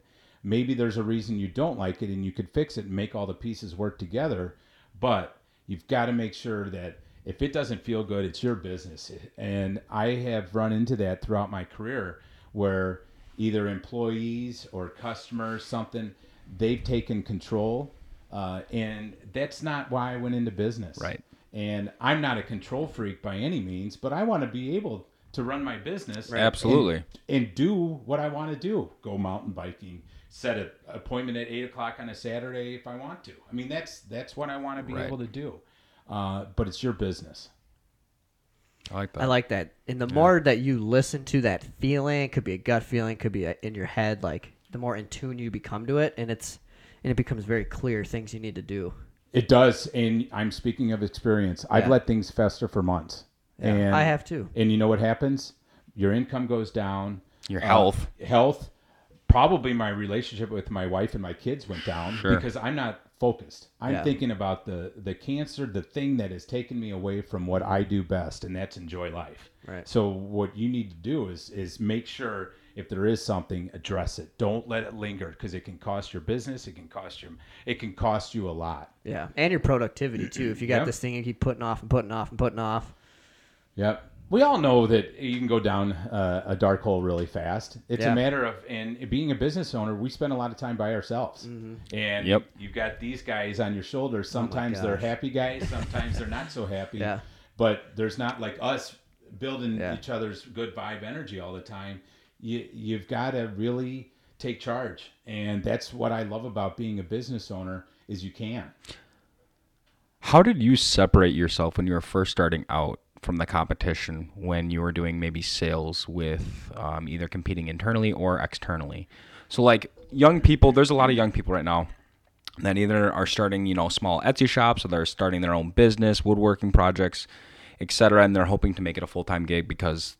A: Maybe there's a reason you don't like it and you could fix it and make all the pieces work together. But you've got to make sure that if it doesn't feel good, it's your business. And I have run into that throughout my career where either employees or customers, something, they've taken control. Uh, and that's not why I went into business.
C: Right.
A: And I'm not a control freak by any means, but I want to be able to run my business
C: Absolutely.
A: and, and do what I want to do. Go mountain biking, set an appointment at eight o'clock on a Saturday if I want to. I mean, that's that's what I want to be
C: Right.
A: able to do. Uh, but it's your business.
C: I like that.
B: I like that. And the more that you listen to that feeling, it could be a gut feeling, it could be a, in your head, like the more in tune you become to it, and it's and it becomes very clear things you need to do.
A: It does, and I'm speaking of experience. I've
B: Yeah.
A: let things fester for months, and
B: I have too.
A: And you know what happens? Your income goes down. Uh,
C: Your health.
A: health. Probably my relationship with my wife and my kids went down
C: Sure.
A: because I'm not focused. I'm
B: Yeah.
A: thinking about the the cancer, the thing that has taken me away from what I do best, and that's enjoy life.
B: Right.
A: So what you need to do is is make sure if there is something, address it. Don't let it linger because it can cost your business. It can cost your it can cost you a lot.
B: Yeah. And your productivity too. If you got
A: Yeah.
B: this thing you keep putting off and putting off and putting off.
A: Yep. We all know that you can go down uh, a dark hole really fast. It's
B: Yeah.
A: a matter of, and being a business owner, we spend a lot of time by ourselves.
B: Mm-hmm.
A: And
C: Yep.
A: you've got these guys on your shoulders. Sometimes they're
B: Oh gosh.
A: happy guys, sometimes they're not so happy.
B: Yeah.
A: But there's not like us building
B: Yeah.
A: each other's good vibe energy all the time. You, you've got to really take charge. And that's what I love about being a business owner is you can.
C: How did you separate yourself when you were first starting out from the competition when you were doing maybe sales with um, either competing internally or externally? So, like young people, there's a lot of young people right now that either are starting, you know, small Etsy shops or they're starting their own business, woodworking projects, etc., and they're hoping to make it a full time gig because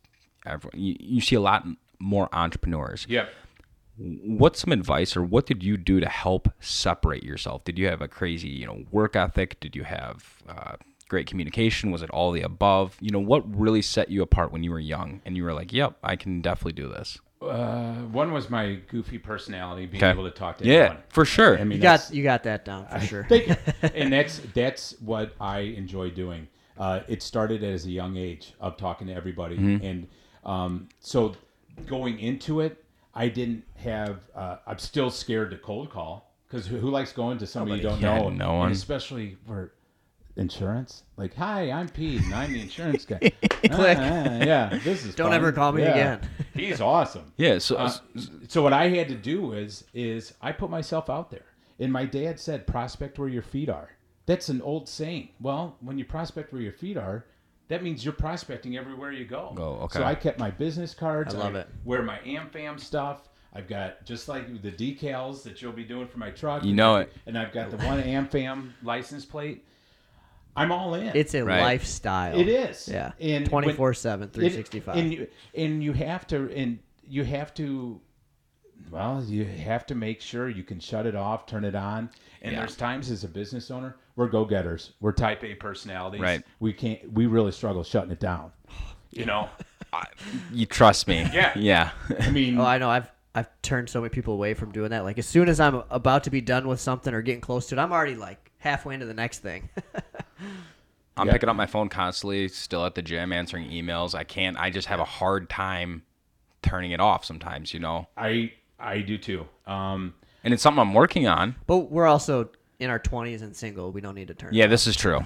C: every- you, you see a lot more entrepreneurs.
A: Yep.
C: What's some advice or what did you do to help separate yourself? Did you have a crazy, you know, work ethic? Did you have uh, great communication? Was it all the above? You know, what really set you apart when you were young and you were like, "Yep, I can definitely do this."
A: Uh, one was my goofy personality, being
C: Okay.
A: able to talk to
C: yeah,
A: anyone.
C: for sure.
A: I mean,
B: You
A: that's-
B: got you got that down for sure.
A: Thank you. and that's that's what I enjoy doing. Uh, it started as a young age of talking to everybody,
C: Mm-hmm.
A: and um, so going into it, I didn't have. Uh, I'm still scared to cold call because who, who likes going to somebody you don't
C: Yeah,
A: know?
C: no
A: And
C: one.
A: especially for insurance. Like, hi, I'm Pete, and I'm the insurance guy. Ah, yeah, this is.
B: Don't
A: fun.
B: ever call me
A: Yeah.
B: again.
A: He's awesome.
C: yeah, so
A: Uh, so what I had to do is is I put myself out there. And my dad said, prospect where your feet are. That's an old saying. Well, when you prospect where your feet are, that means you're prospecting everywhere you go.
C: Oh, okay.
A: So I kept my business cards.
B: I love it.
A: Wear my AmFam stuff. I've got just like the decals that you'll be doing for my truck.
C: You know it.
A: And I've got the one AmFam license plate. I'm all in.
B: It's a
C: Right.
B: lifestyle.
A: It is.
B: Yeah.
A: And when-
B: 24/7,
A: It-
B: 365.
A: And you, and you have to and you have to well, you have to make sure you can shut it off, turn it on. And
C: Yeah.
A: there's times as a business owner, we're go-getters. We're type A personalities.
C: Right.
A: We can't we really struggle shutting it down. You know.
C: you trust me.
A: Yeah.
C: Yeah.
A: I mean,
B: Oh, I know. I've I've turned so many people away from doing that. Like as soon as I'm about to be done with something or getting close to it, I'm already like halfway into the next thing.
C: I'm
A: Yeah.
C: picking up my phone constantly, still at the gym answering emails. I can't I just have a hard time turning it off sometimes, you know.
A: I I do too. Um
C: And it's something I'm working on.
B: but we're also in our 20s and single. We don't need to turn.
C: Yeah, this is true.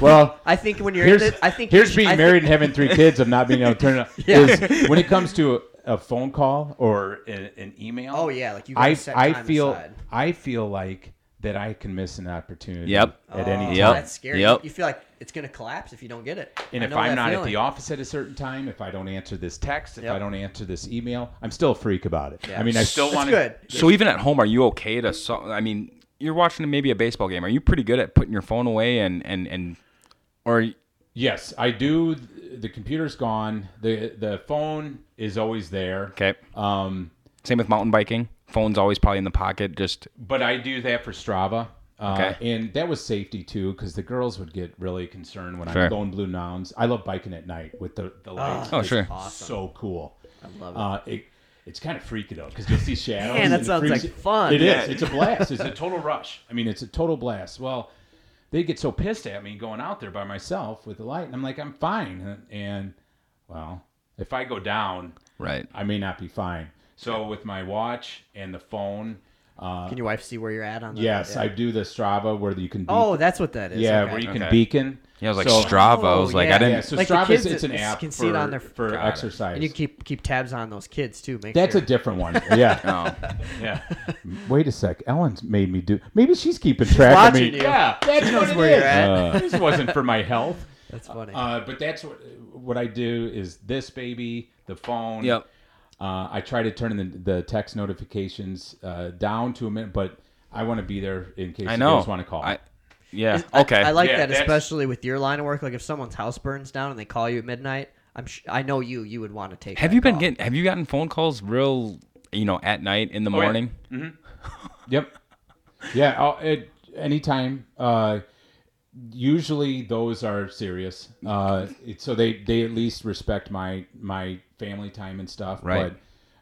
A: well,
B: I think when you're in
A: here's,
B: it, I think
A: here's
B: you-
A: being
B: I think-
A: married and having three kids of not being able to turn it off. Is when it comes to a, a phone call or a, an email.
B: Oh yeah, like you. Gotta
A: I
B: set
A: I
B: time
A: feel
B: aside.
A: I feel like that I can miss an opportunity.
C: Yep.
A: At
B: Oh,
A: any
C: Yep.
A: time.
B: That's scary.
C: Yep.
B: You feel like it's gonna collapse if you don't get it.
A: And
B: I
A: if
B: know that
A: I'm not at
B: feeling.
A: the office at a certain time, if I don't answer this text, if
B: Yep.
A: I don't answer this email, I'm still a freak about it.
B: Yeah.
A: I mean, I still
B: That's
A: want
B: good.
C: So even at home, are you okay to? So, I mean, you're watching maybe a baseball game. Are you pretty good at putting your phone away and and and Or
A: Yes, I do. th- The computer's gone. the The phone is always there.
C: okay,
A: Um,
C: same with mountain biking. Phone's always probably in the pocket. Just
A: but I do that for Strava. Uh,
C: Okay.
A: And that was safety too, because the girls would get really concerned when
C: Sure.
A: I'm going blue nouns. I love biking at night with the, the lights.
C: Oh,
A: It's
C: sure.
B: Ah, Awesome.
A: So cool. I
B: love it.
A: Uh, it it's kind of freaky though, because you'll see shadows.
B: Man,
A: and
B: that
A: it
B: sounds
A: freaks
B: like
A: you-
B: fun.
A: It is.
B: Yeah.
A: It's a blast. It's a total rush. I mean, it's a total blast. Well, they get so pissed at me going out there by myself with the light, and I'm like, I'm fine. And, and well, if I go down,
C: right.
A: I may not be fine. So with my watch and the phone, uh,
B: Can your wife see where you're at on that?
A: yes,
B: Yeah.
A: I do the Strava where you can. Be-
B: Oh, that's what that is.
A: yeah,
B: okay.
A: where you can
C: Okay.
A: beacon.
C: Yeah, I was like
A: so,
C: Strava. I was
B: Oh,
C: like,
B: yeah.
C: I didn't.
A: Yeah, so
B: Like the
A: Strava
B: kids
A: is it's an
B: that
A: app
B: can
A: for,
B: see it on their-
A: for
C: Got it.
A: exercise.
B: And you keep keep tabs on those kids too. Make
A: That's
B: sure.
A: a different one. Yeah.
C: Oh,
A: Yeah. Wait a sec. Ellen's made me do. Maybe she's keeping track of
B: watching
A: me.
B: you.
A: Yeah, that's
B: knows
A: what it
B: where you're
A: is.
B: at.
A: Uh, this wasn't for my health.
B: That's funny.
A: Uh, but that's what what I do is this baby, the phone.
C: yep.
A: Uh, I try to turn the, the text notifications uh, down to a minute, but I want to be there in case
C: I
A: the
C: know.
A: girls want to call.
C: I, yeah.
B: Is- I-
C: okay.
B: I, like
A: Yeah,
B: that,
A: that's-
B: especially with your line of work. Like if someone's house burns down and they call you at midnight, I'm sh- I know you. You would want to take.
C: Have
B: that
C: you been
B: call.
C: getting? Have you gotten phone calls? Real, you know, at night in the
B: Oh,
A: yeah.
C: morning.
A: Yep. Yeah. I'll, it, anytime. Uh, usually those are serious. Uh, it, so they, they at least respect my my family time and stuff.
C: Right.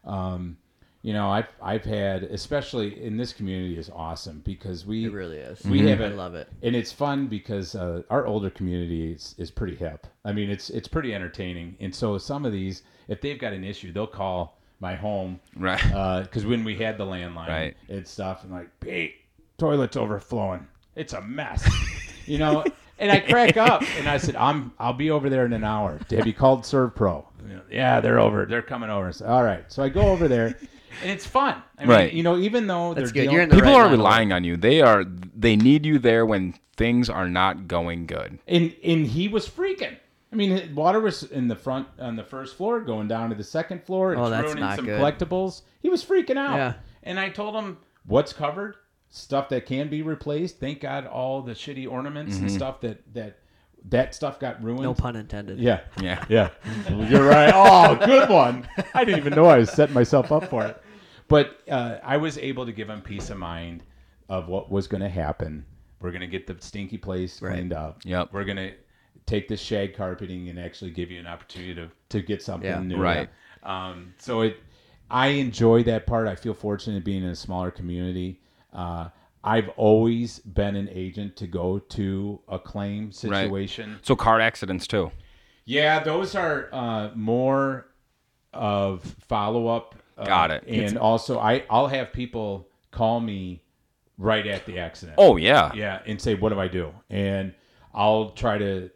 A: But, um, you know, I've I've had especially in this community is awesome because we
B: It really is.
A: we have
B: I
A: a-
B: love it.
A: and it's fun because uh, our older community is, is pretty hip. I mean, it's it's pretty entertaining. And so some of these, if they've got an issue, they'll call my home,
C: Right.
A: Because when we had the landline
C: Right.
A: and stuff, and like, Pete, toilet's overflowing. It's a mess, you know. And I crack up, and I said, "I'm I'll be over there in an hour. Have you called Serve Pro? Yeah, they're over. They're coming over. I said, All right. So I go over there, and it's fun. I mean,
C: Right.
A: You know, even though
B: That's
A: they're
B: good.
A: dealing-
B: You're in the
C: People
B: right
C: are
B: line of work.
C: relying on you. They are. They need you there when things are not going good.
A: and and he was freaking. I mean, it- water was in the front on the first floor, going down to the second floor. It's
B: Oh, that's
A: ruining
B: not
A: some
B: good.
A: collectibles. He was freaking out.
B: Yeah.
A: And I told him what's covered, stuff that can be replaced. Thank God, all the shitty ornaments and stuff that that that stuff got ruined.
B: Mm-hmm. No pun intended.
A: yeah.
C: Yeah.
A: Yeah. You're right. Oh, good one. I didn't even know I was setting myself up for it. But uh, I was able to give him peace of mind of what was going to happen. We're going to get the stinky place cleaned up.
C: Yep.
A: We're going to take this shag carpeting and actually give you an opportunity to, to get something
B: Yeah.
A: new.
C: Right.
A: Um, so it, I enjoy that part. I feel fortunate being in a smaller community. Uh, I've always been an agent to go to a claim situation.
C: So car accidents too.
A: Yeah, those are uh, more of follow up. Uh,
C: Got it.
A: And also, I I'll have people call me right at the accident.
C: Oh yeah.
A: yeah, and say, "What do I do?" And I'll try to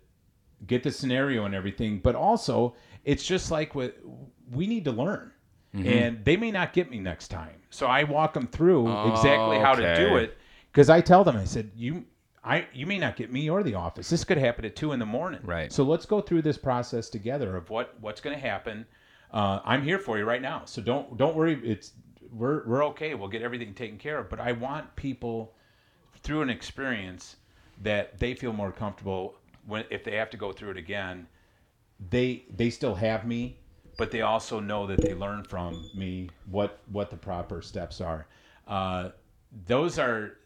A: get the scenario and everything. But also, it's just like with we need to learn,
C: Mm-hmm.
A: and they may not get me next time. So I walk them through exactly how to do
C: Oh, Okay.
A: it because I tell them, I said, "You." I, you may not get me or the office. This could happen at two in the morning.
C: Right.
A: So let's go through this process together of what what's going to happen. Uh, I'm here for you right now, so don't don't worry. It's we're we're okay. We'll get everything taken care of. But I want people through an experience that they feel more comfortable when if they have to go through it again they they still have me but they also know that they learn from me what what the proper steps are uh, those are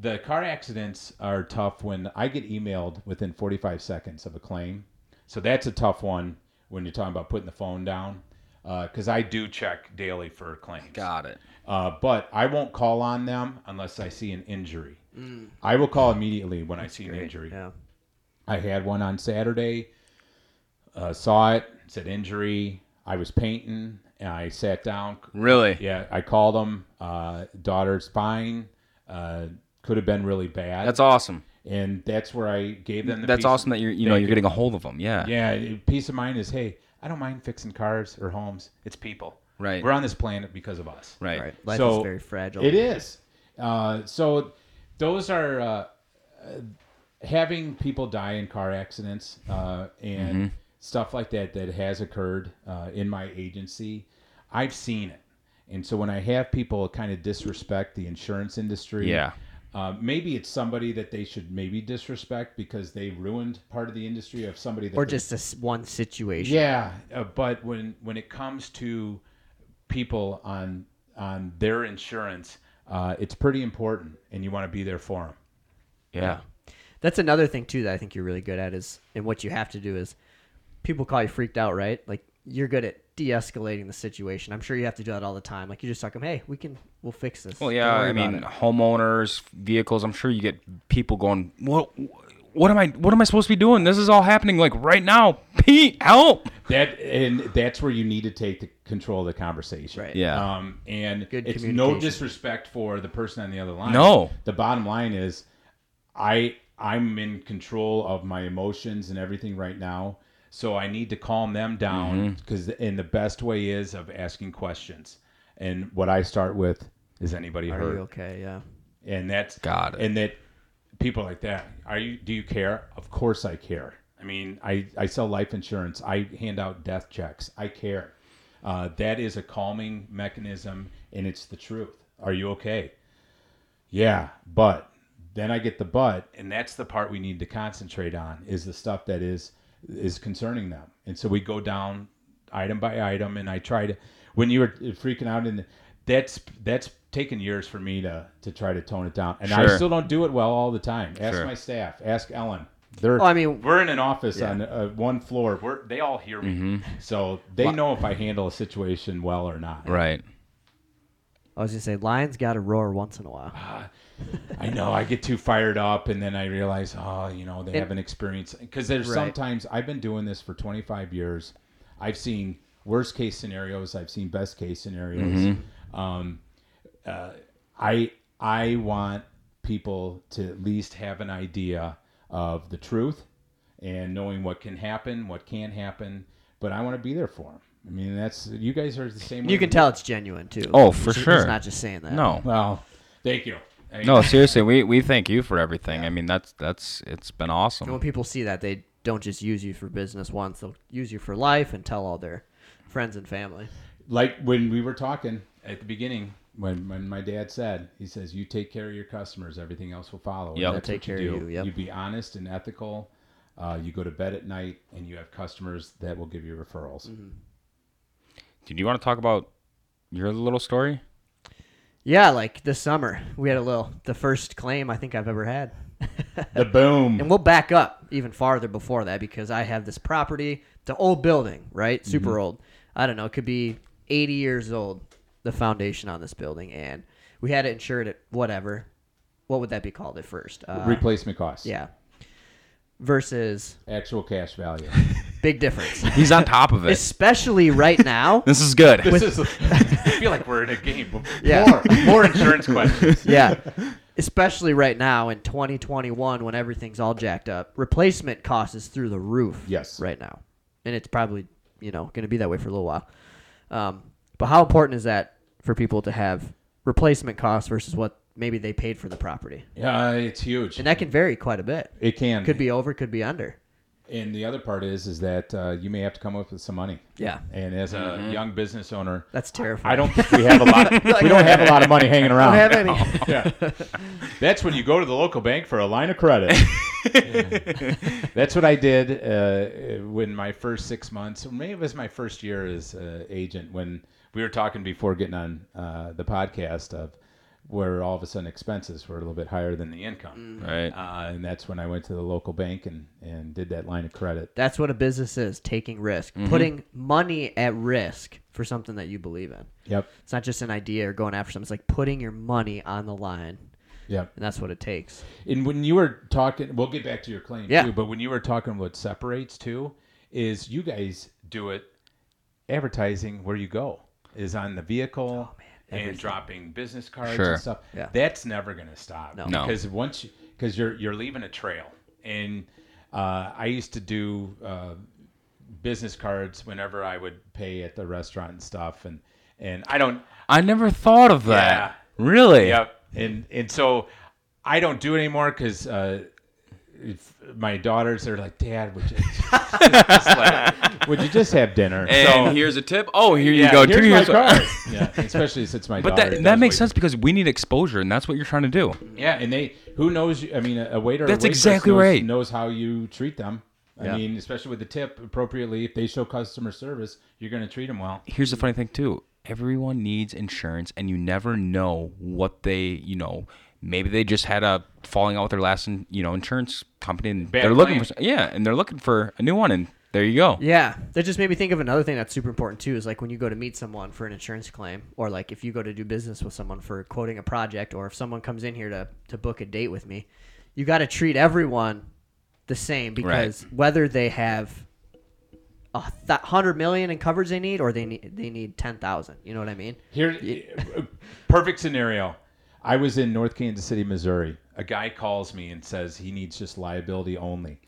A: the car accidents are tough when i get emailed within 45 seconds of a claim so that's a tough one when you're talking about putting the phone down because i do check daily for claims
C: Got it.
A: uh, but I won't call on them unless I see an injury.
C: Mm.
A: I will call immediately when I see an injury.
B: Yeah.
A: I had one on Saturday. Uh, saw it. Said injury. I was painting. And I sat down.
C: Really.
A: Yeah, I called them. Uh, daughter's fine. Uh, could have been really bad.
C: That's awesome.
A: and that's where I gave them. The
C: That's
A: piece-
C: awesome that you're you know
A: Thank
C: you're getting a hold of them. Yeah.
A: yeah, peace of mind is hey, I don't mind fixing cars or homes. It's people.
C: Right.
A: We're on this planet because of us.
C: Right.
B: Right. Life
A: So,
B: is very fragile.
A: It is. Uh, so those are uh, uh, having people die in car accidents uh, and
B: Mm-hmm.
A: stuff like that that has occurred uh, in my agency. I've seen it, and so when I have people kind of disrespect the insurance industry,
C: Yeah.
A: Uh, maybe it's somebody that they should maybe disrespect because they ruined part of the industry of somebody that
B: or
A: they-
B: just this one situation.
A: yeah, uh, but when when it comes to people on on their insurance, uh, it's pretty important, and you want to be there for them.
C: Yeah.
B: That's another thing too that I think you're really good at is and what you have to do is people call you freaked out, right? Like you're good at de-escalating the situation. I'm sure you have to do that all the time. Like you just talk 'em, "Hey, we can we'll fix this."
C: Well,
B: Don't
C: yeah.
B: worry
C: I
B: about
C: mean,
B: it."
C: homeowners, vehicles. I'm sure you get people going, "What? What am I? What am I supposed to be doing? This is all happening like right now. Pete, help!"
A: That and that's where you need to take the control of the conversation.
B: Right.
C: Yeah.
A: Um, and
B: Good
A: it's no
B: communication.
A: disrespect for the person on the other line.
C: No.
A: The bottom line is, I I'm in control of my emotions and everything right now, so I need to calm them down
C: Mm-hmm.
A: because and the best way is of asking questions. And what I start with is anybody
B: Are
A: hurt?
B: you okay? Yeah.
A: and that's
C: Got it.
A: And that people like that are you? Do you care? Of course I care. I mean, I I sell life insurance. I hand out death checks. I care. Uh, that is a calming mechanism, and it's the truth. Are you okay? Yeah, but then I get the but, and that's the part we need to concentrate on is the stuff that is is concerning them. And so we go down item by item, and I try to. When you were freaking out, and that's that's taken years for me to to try to tone it down, and I
C: Sure.
A: still don't do it well all the time. Ask
C: Sure.
A: my staff. Ask Ellen. They're.
B: Well, I mean-
A: we're in an office on uh, one floor. We're, they all hear me,
C: Mm-hmm.
A: so they know if I handle a situation well or not.
C: Right.
B: I was going to say lions got to roar once in a while.
A: I know I get too fired up, and then I realize, oh, you know, they
B: And-
A: haven't experienced because there's
B: Right.
A: sometimes I've been doing this for 25 years. I've seen worst case scenarios. I've seen best case scenarios.
B: Mm-hmm.
A: Um, uh, I I want people to at least have an idea of the truth and knowing what can happen, what can happen. But I want to be there for them. I mean, that's you guys are the same. way
B: You can tell it's genuine too.
C: Oh, for
B: It's-
C: sure.
B: It's not just saying that.
C: No.
A: Well, thank you. I-
C: No, seriously, we, we thank you for everything. I mean, that's that's it's been
B: And
C: awesome.
B: when people see that, they don't just use you for business once; they'll use you for life and tell all their friends and family.
A: like when we were talking at the beginning when, when my dad said he says you take care of your customers everything else will follow And
C: Yep.
A: that's
B: They'll
A: what
B: take care
A: you
B: of
A: do
B: you, yep.
A: be honest and ethical uh, you go to bed at night and you have customers that will give you referrals
C: Did you want to talk about your little story?
B: Yeah, like this summer, we had a little the first claim I think I've ever had.
A: the boom
B: And we'll back up even farther before that because I have this property, the old building, right? Super old. I don't know, it could be 80 years old, the foundation on this building. And we had it insured at whatever. What would that be called at first? Uh,
A: replacement costs
B: yeah. Versus
A: actual cash value
B: big difference.
C: He's on top of it.
B: Especially right now.
C: This is good.
A: this is i feel like we're in a game
B: Yeah.
A: more, more insurance questions
B: yeah. Especially right now in 2021 when everything's all jacked up. Replacement cost is through the roof.
A: Yes.
B: Right now. And it's probably, you know, going to be that way for a little while. Um, but how important is that for people to have replacement costs versus what maybe they paid for the property?
A: yeah it's huge
B: And that can vary quite a bit.
A: it can
B: Could be over, could be under.
A: and the other part is is that uh, you may have to come up with some money
B: Yeah.
A: and as a young business owner
B: That's terrifying.
A: I don't think we have a lot. we don't have a lot of money hanging around.
B: have any.
A: Yeah. That's when you go to the local bank for a line of credit. That's what I did uh, when my first six months, or maybe it was my first year as uh, agent. When we were talking before getting on uh, the podcast of where all of a sudden expenses were a little bit higher than the income.
C: Right.
A: Uh, and that's when I went to the local bank and, and did that line of credit.
B: That's what a business is taking risk,
A: Mm-hmm.
B: putting money at risk for something that you believe in.
A: Yep.
B: It's not just an idea or going after something. It's like putting your money on the line,
A: Yep.
B: and that's what it takes.
A: And when you were talking, we'll get back to your claim
B: Yeah.
A: too. But when you were talking, what separates too is you guys do it. Advertising where you go is on the vehicle
B: Oh,
A: and dropping business cards
C: Sure.
A: and stuff.
B: Yeah.
A: That's never going to stop.
B: No.
C: No.
A: because once you because you're you're leaving a trail. And uh, I used to do uh, business cards whenever I would pay at the restaurant and stuff. And and I don't
C: I never thought of that. Really?
A: Yep. And and so I don't do it anymore because uh, if my daughters are like, Dad, would you just, just let, Would you just have dinner?
C: And
A: So-
C: here's a tip. Oh, here you
A: Yeah,
C: go.
A: here's
C: Two
A: my
C: years.
A: card. yeah, especially since my
C: But
A: daughter
C: that, that
A: does
C: makes
A: wait.
C: sense because we need exposure, and that's what you're trying to do.
A: Yeah, and they who knows? you- I mean, a a waiter. or
C: That's
A: waitress
C: exactly
A: knows,
C: right.
A: Knows how you treat them. I
C: Yeah.
A: mean, especially with the tip appropriately. If they show customer service, you're going to treat them well.
C: Here's the funny thing too. Everyone needs insurance, and you never know what they, you know, maybe they just had a falling out with their last, in- you know, insurance company, and
A: Bad
C: they're looking
A: claim.
C: for, yeah, and they're looking for a new one, and there you go.
B: Yeah, that just made me think of another thing that's super important too. Is like when you go to meet someone for an insurance claim, or like if you go to do business with someone for quoting a project, or if someone comes in here to to book a date with me, you got to treat everyone the same because whether they have a th- hundred million in coverage they need, or they need they need ten thousand. You know what I mean?
A: Here, eh, perfect scenario. I was in North Kansas City, Missouri. A guy calls me and says he needs just liability only.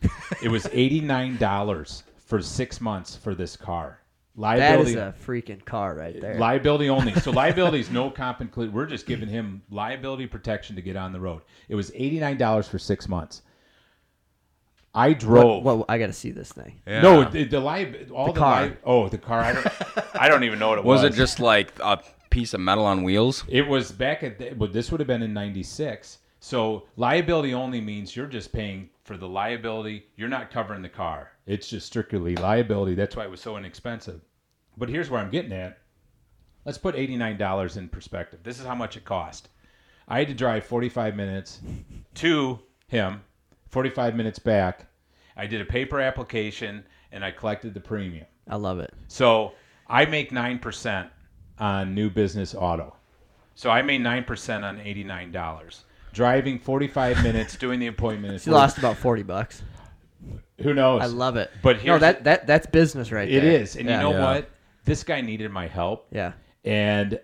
A: it was eighty nine dollars for six months for this car.
B: That
A: Liability.
B: is a freaking car right there.
A: Liability only. So liability is no comp included. We're just giving him liability protection to get on the road. It was eighty nine dollars for six months. I drove.
B: Well, I got to see this thing.
A: No, the, the li- all the,
B: car.
A: li- oh, the car. I don't, I don't even know what it was.
C: Was it just like a piece of metal on wheels?
A: It was back at. The, but this would have been in '96. So liability only means you're just paying for the liability. You're not covering the car. It's just strictly liability. That's why it was so inexpensive. But here's where I'm getting at. Let's put $89 in perspective. This is how much it cost. I had to drive 45 minutes to him, 45 minutes back. I did a paper application and I collected the premium.
B: I love it.
A: So I make nine percent on new business auto. So I made nine percent on eighty nine dollars. Driving forty five minutes, doing the appointment.
B: She lost about forty bucks.
A: Who knows?
B: I love it.
A: But
B: no,
A: here's-
B: that that that's business right
A: It
B: there.
A: is, and
B: Yeah.
A: you know
C: Yeah.
A: what? This guy needed my help,
B: Yeah.
A: and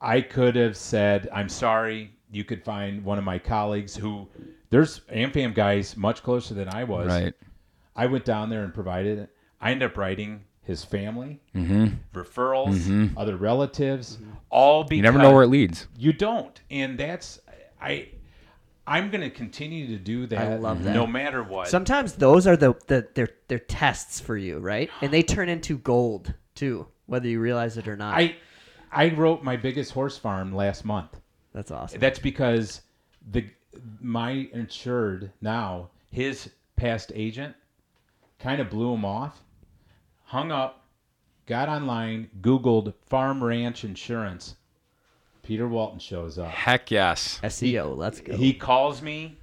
A: I could have said, "I'm sorry." You could find one of my colleagues who there's AmFam guys much closer than I was. I went down there and provided it. I ended up writing his family,
C: Mm-hmm.
A: referrals, other relatives, all because
C: You never know where it leads.
A: you don't and that's i i'm going to continue to do that
B: I love that.
A: no matter what
B: Sometimes those are the, the they're they're tests for you, right? And they turn into gold too, whether you realize it or not.
A: i i wrote my biggest horse farm last month
B: That's awesome.
A: that's because the my insured now his past agent kind of blew him off hung up got online googled farm ranch insurance peter walton shows up
C: Heck yes.
B: SEO. E Let's go.
A: He calls me.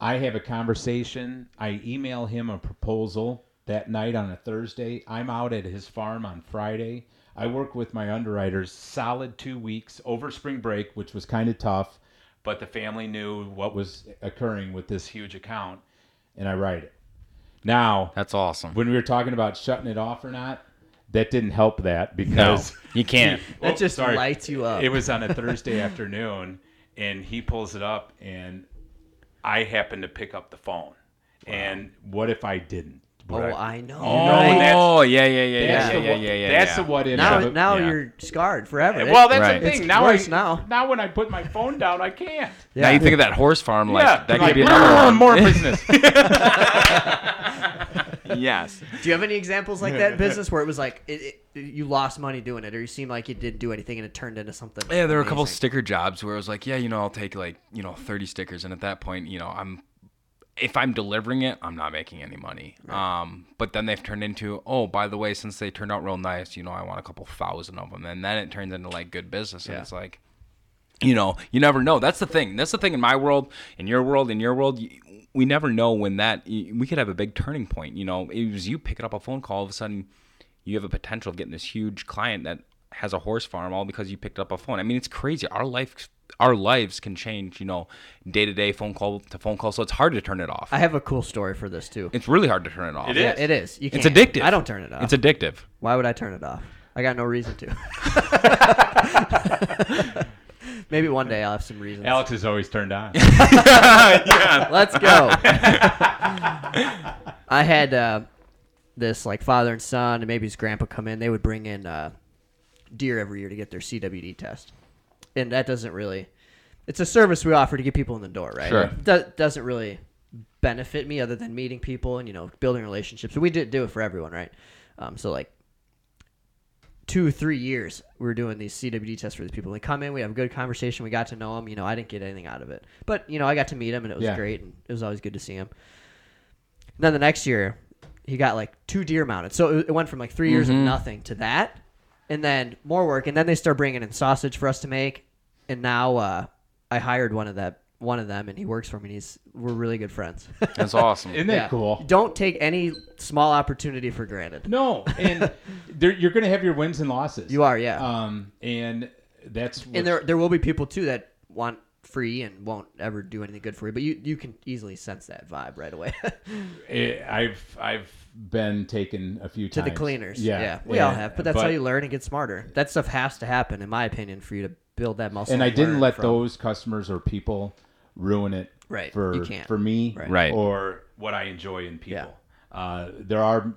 A: I have a conversation. I email him a proposal that night on a Thursday. I'm out at his farm on Friday. I work with my underwriters solid two weeks over spring break, which was kind of tough, but the family knew what was occurring with this huge account, and I write it. Now,
C: That's awesome.
A: when we were talking about shutting it off or not, that didn't help that because
C: you can't.
B: that
A: Oh,
B: just
A: sorry.
B: lights you up.
A: It was on a Thursday afternoon, and he pulls it up, and I happen to pick up the phone. And what if I didn't?
B: oh,
A: Would
B: I know.
A: know,
B: right?
A: that's-
C: oh yeah, yeah, yeah,
A: that's
C: yeah,
A: the
C: yeah,
A: what,
C: yeah, yeah.
A: That's
C: yeah.
A: the what if.
B: now
A: but-
B: now
C: yeah.
B: you're scarred forever. It-
A: well, that's
C: Right.
A: the thing.
B: It's
A: now,
B: worse
A: I,
B: now.
A: now when I put my phone down, I can't.
B: yeah.
C: Now you think of that horse farm like
A: yeah,
C: that could
A: like,
C: be another one.
A: more business.
C: yes.
B: Do you have any examples like that in business where it was like it, it, you lost money doing it, or you seemed like you didn't do anything and it turned into something?
C: Yeah, there were a couple
B: amazing?
C: sticker jobs where I was like, yeah, you know, I'll take like, you know, 30 stickers. And at that point, you know, I'm, if I'm delivering it, I'm not making any money. Um, but then they've turned into, oh, by the way, since they turned out real nice, you know, I want a couple thousand of them. And then it turns into like good business. And it's like, you know, you never know. That's the thing. That's the thing in my world, in your world, in your world. You, we never know when that we could have a big turning point. You know, it was you picking up a phone call. All of a sudden, you have a potential of getting this huge client that has a horse farm, all because you picked up a phone. I mean, it's crazy. Our life, our lives can change. You know, day to day, phone call to phone call. So it's hard to turn it off.
B: I have a cool story for this too.
C: it's really hard to turn it off.
A: It is.
B: It is. You
C: It's
B: can't.
C: addictive.
B: I don't turn it off.
C: It's addictive.
B: Why would I turn it off? I got no reason to. Maybe one day I'll have some reasons.
A: Alex is always turned on.
B: Let's go. I had uh, this like father and son, and maybe his grandpa come in. They would bring in uh, deer every year to get their CWD test, and that doesn't really. It's a service we offer to get people in the door, right?
C: Sure.
B: It do- doesn't really benefit me other than meeting people and you know building relationships. We did do it for everyone, right? Um, so like two, three years, we were doing these CWD tests for these people. We come in, we have a good conversation, we got to know them. You know, I didn't get anything out of it, but you know, I got to meet him, and it was
A: Yeah.
B: great, and it was always good to see him. And then the next year, he got like two deer mounted, so it, it went from like 3 years of
A: Mm-hmm.
B: nothing to that, and then more work, and then they start bringing in sausage for us to make, and now uh, I hired one of that one of them, and he works for me. And he's we're really good friends.
C: That's awesome.
A: Isn't that
B: Yeah.
A: cool?
B: Don't take any small opportunity for granted.
A: No, and there, you're going to have your wins and losses.
B: You are, yeah.
A: Um, and that's what's-
B: and there there will be people too that want free and won't ever do anything good for you, but you you can easily sense that vibe right away.
A: eh, I've I've been taken a few
B: to the
A: times.
B: cleaners. Yeah. We all
A: and-
B: have, but that's how you learn and get smarter. That stuff has to happen in my opinion for you to build that muscle.
A: And I didn't
B: learn
A: let
B: from.
A: those customers or people ruin it.
B: Right,
A: For
B: you can't.
A: for me,
B: Right.
C: Right.
A: Or what I enjoy in people. Uh, there are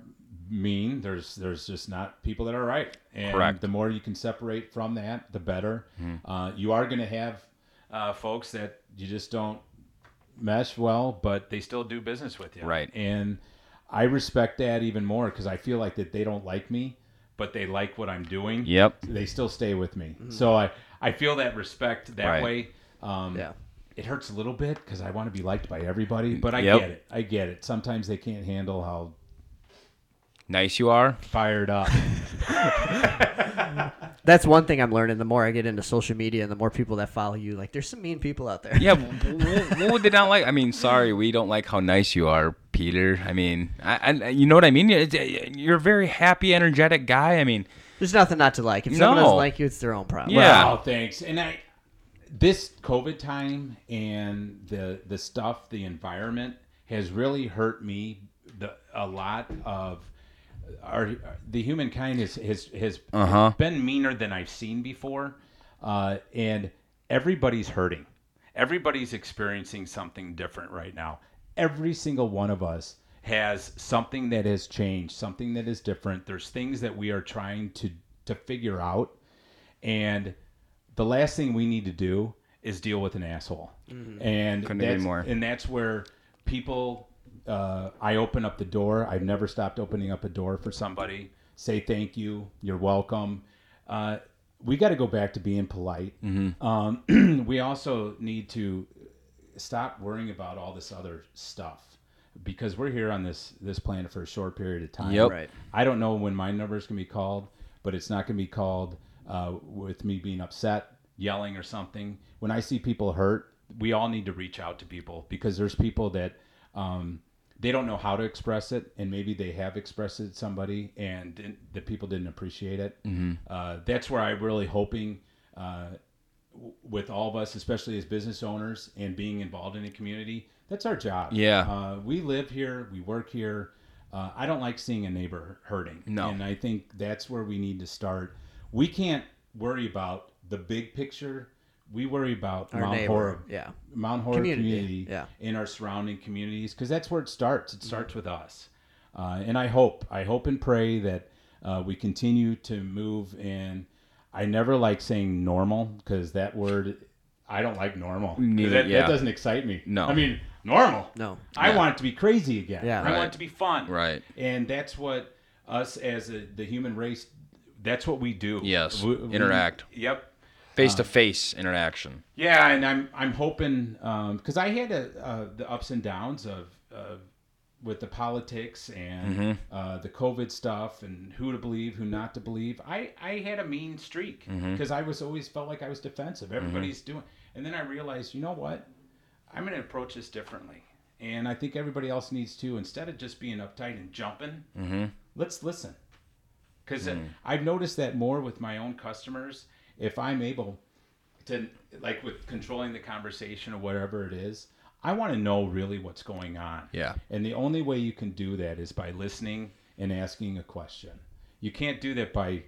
A: mean. There's there's just not people that are right. And
C: Correct. Mm-hmm.
A: the more you can separate from that, the better. Uh, you are going to have uh, folks that you just don't mesh well, but they still do business with you.
C: Right.
A: And I respect that even more because I feel like that they don't like me, but they like what I'm doing.
C: Yep.
A: They still stay with me. So I, I feel that respect that
C: Mm-hmm. Right.
A: way. Um,
B: Yeah.
A: It hurts a little bit because I want to be liked by everybody, but I
C: Yep.
A: get it. I get it. Sometimes they can't handle how
C: Nice you are.
A: fired up.
B: That's one thing I'm learning the more I get into social media and the more people that follow you, like there's some mean people out there.
C: Yeah, w- w- what would they not like? I mean, sorry, we don't like how nice you are, Peter. I mean, I, I you know what I mean? It's- You're a very happy, energetic guy. I mean,
B: There's nothing not to like. If someone
C: No.
B: doesn't like you, it's their own problem.
C: Yeah.
A: Wow, thanks. And I this COVID time and the the stuff, the environment has really hurt me the a lot of our the humankind is has has
C: Uh-huh.
A: been meaner than I've seen before. Uh, and everybody's hurting. Everybody's experiencing something different right now. Every single one of us has something that has changed, something that is different. There's things that we are trying to to figure out and the last thing we need to do is deal with an asshole. And
C: Couldn't agree
A: that's,
C: more.
A: And that's where people. Uh, I open up the door. I've never stopped opening up a door for somebody. Say thank you. You're welcome. Uh, we got to go back to being polite.
C: Mm-hmm.
A: Um, we also need to stop worrying about all this other stuff because we're here on this this planet for a short period of time.
C: Yep.
B: Right.
A: I don't know when my number is going to be called, but it's not going to be called uh, with me being upset, yelling, or something. When I see people hurt, we all need to reach out to people because there's people that um, they don't know how to express it, and maybe they have expressed it to somebody, and didn't- the people didn't appreciate it. Uh, that's where I'm really hoping. Uh, w- with all of us, especially as business owners and being involved in the community, that's our job.
C: Yeah.
A: Uh, we live here, we work here. Uh, I don't like seeing a neighbor hurting.
C: No.
A: And I think that's where we need to start. We can't worry about the big picture. We worry about
B: Our
A: Mount
B: neighbor.
A: Horeb.
B: Yeah.
A: Mount Horeb
B: Community,
A: community,
B: yeah. Mm-hmm.
A: in our surrounding communities because that's where it starts. It starts with us. Uh, and I hope, I hope and pray that uh, we continue to move. And I never like saying normal because that word, I don't like normal. 'Cause
C: Neither-
A: that,
C: yeah.
A: that doesn't excite me.
C: No.
A: I mean, normal.
B: No.
A: I
C: Yeah.
A: want it to be crazy again.
B: Yeah.
A: I
C: Right.
A: want it to be fun.
C: Right.
A: And that's what us as a, the human race, that's what we do.
C: Yes.
A: We- we-
C: Interact.
A: Yep.
C: face to face interaction.
A: Yeah, and I'm I'm hoping because I had a, uh, the ups and downs of uh, with the politics and uh, the COVID stuff and who to believe, who not to believe. I I had a mean streak because I was always felt like I was defensive. Everybody's doing, and then I realized, you know what? I'm going to approach this differently, and I think everybody else needs to. Instead of just being uptight and jumping,
C: Mm-hmm.
A: let's listen because
C: Mm.
A: I've noticed that more with my own customers. If I'm able to, like with controlling the conversation or whatever it is, I want to know really what's going on.
C: Yeah.
A: And the only way you can do that is by listening and asking a question. You can't do that by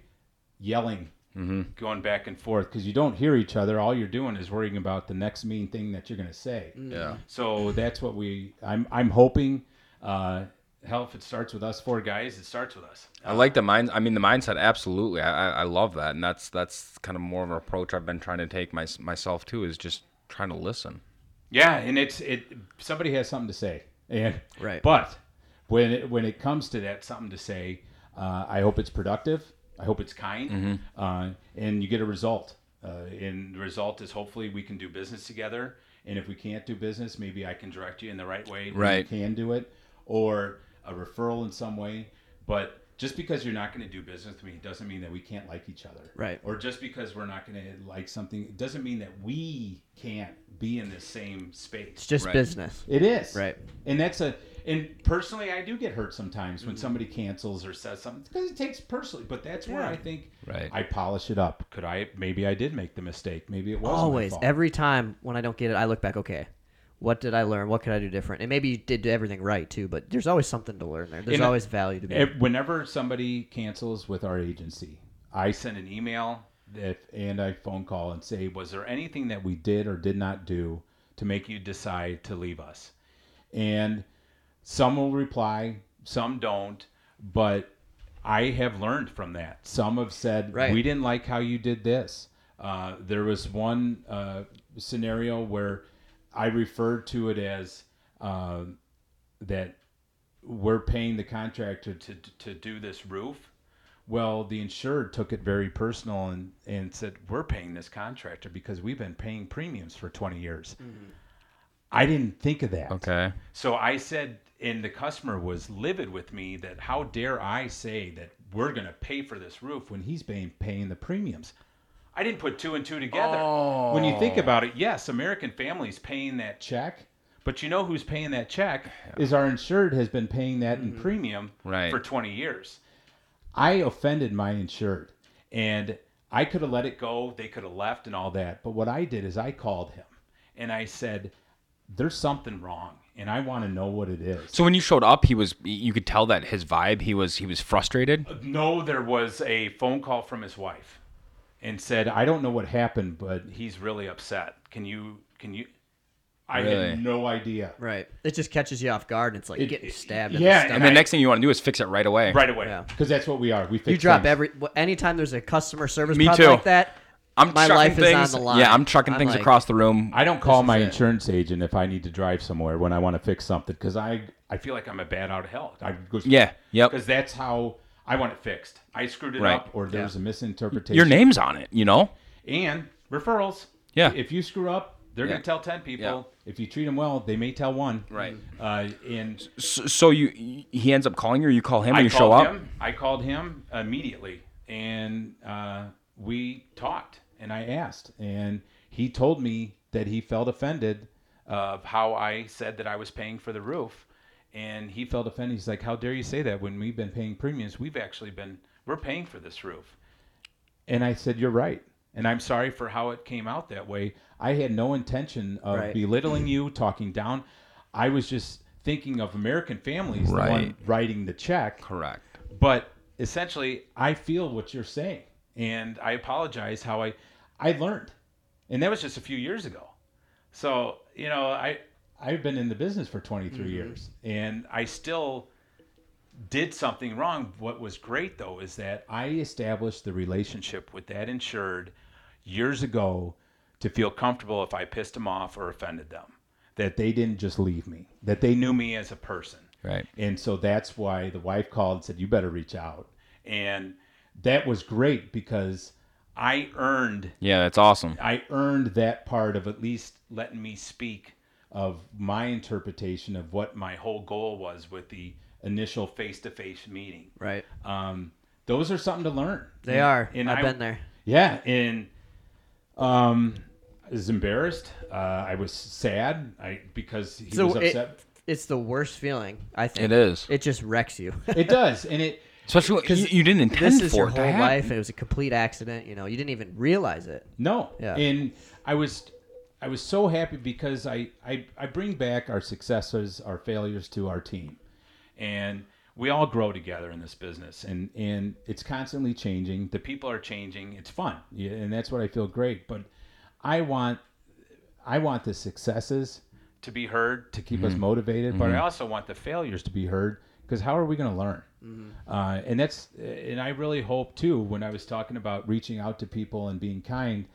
A: yelling,
C: Mm-hmm.
A: going back and forth, because you don't hear each other. All you're doing is worrying about the next mean thing that you're going to say.
C: Yeah.
A: So that's what we. I'm. I'm hoping. Uh, hell, if it starts with us four guys, it starts with us.
C: I like the mind. I mean, the mindset. Absolutely, I, I I love that, and that's that's kind of more of an approach I've been trying to take my, myself too. Is just trying to listen.
A: Yeah, and it's it. Somebody has something to say, and
B: Right.
A: But when it, when it comes to that something to say, Uh, I hope it's productive. I hope it's kind,
B: Mm-hmm.
A: uh, and you get a result. Uh, and the result is hopefully we can do business together. And if we can't do business, maybe I can direct you in the right way. that
C: Right.
A: You can do it, or a referral in some way. But just because you're not going to do business with me doesn't mean that we can't like each other.
B: Right.
A: Or just because we're not going to like something it doesn't mean that we can't be in the same space.
B: It's just
C: Right.
B: business.
A: It is
B: Right.
A: and that's a and personally, I do get hurt sometimes when somebody cancels or says something because it takes personally. But that's where
B: Yeah.
A: I think
C: Right.
A: I polish it up. Could I? Maybe I did make the mistake. Maybe it was
B: Always,
A: My fault.
B: every time when I don't get it, I look back. Okay, what did I learn? What could I do different? And maybe you did everything right too, but there's always something to learn there. There's
A: And I-
B: always value to be.
A: Ev- whenever somebody cancels with our agency, I send an email if, and a phone call and say, "Was there anything that we did or did not do to make you decide to leave us?" And some will reply, some don't, but I have learned from that. Some have said,
B: Right.
A: "We didn't like how you did this." Uh, there was one uh, scenario where I referred to it as uh, that we're paying the contractor to, to, to do this roof. Well, the insured took it very personal and, and said, We're paying this contractor because we've been paying premiums for 20 years. I didn't think of that.
C: Okay.
A: So I said, and the customer was livid with me that how dare I say that we're going to pay for this roof when he's been paying the premiums. I didn't put two and two together. When you think about it, yes, American families paying that check, but you know who's paying that check is our insured has been paying that in premium
C: Right.
A: for 20 years. Mm-hmm. I offended my insured and I could have let it go. They could have left and all that. But what I did is I called him and I said, there's something wrong and I want to know what it is.
C: So when you showed up, he was you could tell that his vibe, he was he was frustrated.
A: No, there was a phone call from his wife and said, I don't know what happened, but he's really upset. Can you, can you? I
C: Really?
A: had no idea.
B: right. It just catches you off guard, and it's like
A: It-
B: getting
A: it-
B: stabbed.
A: yeah,
B: in the stomach.
C: And the next thing you want to do is fix it right away.
A: Right away.
B: Yeah.
A: Because that's what we are. We fix
B: you drop
A: things.
B: every wh- anytime there's a customer service
C: Me
B: problem
C: too.
B: like that.
C: I'm
B: My
C: chucking
B: life is on
C: things,
B: the line.
C: Yeah, I'm chucking
B: I'm
C: things
B: like-
C: across the room.
A: I don't call
B: is
A: my
B: it.
A: insurance agent if I need to drive somewhere when I want to fix something because I I feel like I'm a bat out of hell. I go,
C: Yeah, yep.
A: Because that's how I want it fixed. I screwed it
C: Right.
A: up, or there's a misinterpretation.
C: Your name's on it, you know.
A: and referrals.
C: Yeah.
A: If you screw up, they're
C: Yeah.
A: gonna tell ten people. If you treat them well, they may tell one.
C: Right.
A: Uh, and
C: So, so you he ends up calling you, or you call him, and
A: I
C: you show
A: called
C: up.
A: him. I called him immediately, and uh, we talked, and I asked, and he told me that he felt offended of how I said that I was paying for the roof, and he felt offended. He's like, "How dare you say that? When we've been paying premiums, we've actually been we're paying for this roof." And I said, "You're right." And I'm sorry for how it came out that way. I had no intention of
B: Right.
A: belittling you, talking down. I was just thinking of American families, the one
C: Right.
A: writing the check,
C: Correct.
A: but essentially i feel what you're saying and i apologize how i i learned and that was just a few years ago so you know i i've been in the business for 23 years and i still did something wrong what was great though is that i established the relationship with that insured years ago to feel comfortable if i pissed them off or offended them that they didn't just leave me that they knew me as a person
C: Right.
A: and so that's why the wife called and said, You better reach out. And that was great because I earned
C: Yeah, that's awesome.
A: I earned that part of at least letting me speak of my interpretation of what my whole goal was with the initial face to face meeting.
B: Right.
A: Um, those are something to learn.
B: They
A: And-
B: are.
A: and
B: I've
A: I-
B: been there.
A: yeah, and um, I was embarrassed. Uh, I was sad. I because he
B: So
A: was
B: it-
A: upset.
B: it's the worst feeling. I think
C: It is.
B: It just wrecks you.
A: it does, and it
C: Especially when you,
B: Because
C: you didn't intend
B: this is
C: for
B: your
C: it
B: whole
C: to happen.
B: life. It was a complete accident. You know, you didn't even realize it.
A: No.
B: Yeah.
A: And I was I was so happy because I, I, I bring back our successes, our failures to our team. And we all grow together in this business and, and it's constantly changing. The people are changing. It's fun. Yeah, and that's what I feel great. But I want I want the successes to be heard to keep us motivated, but I also want the failures to be heard because how are we going to learn? Uh, and that's and I really hope too when I was talking about reaching out to people and being kind,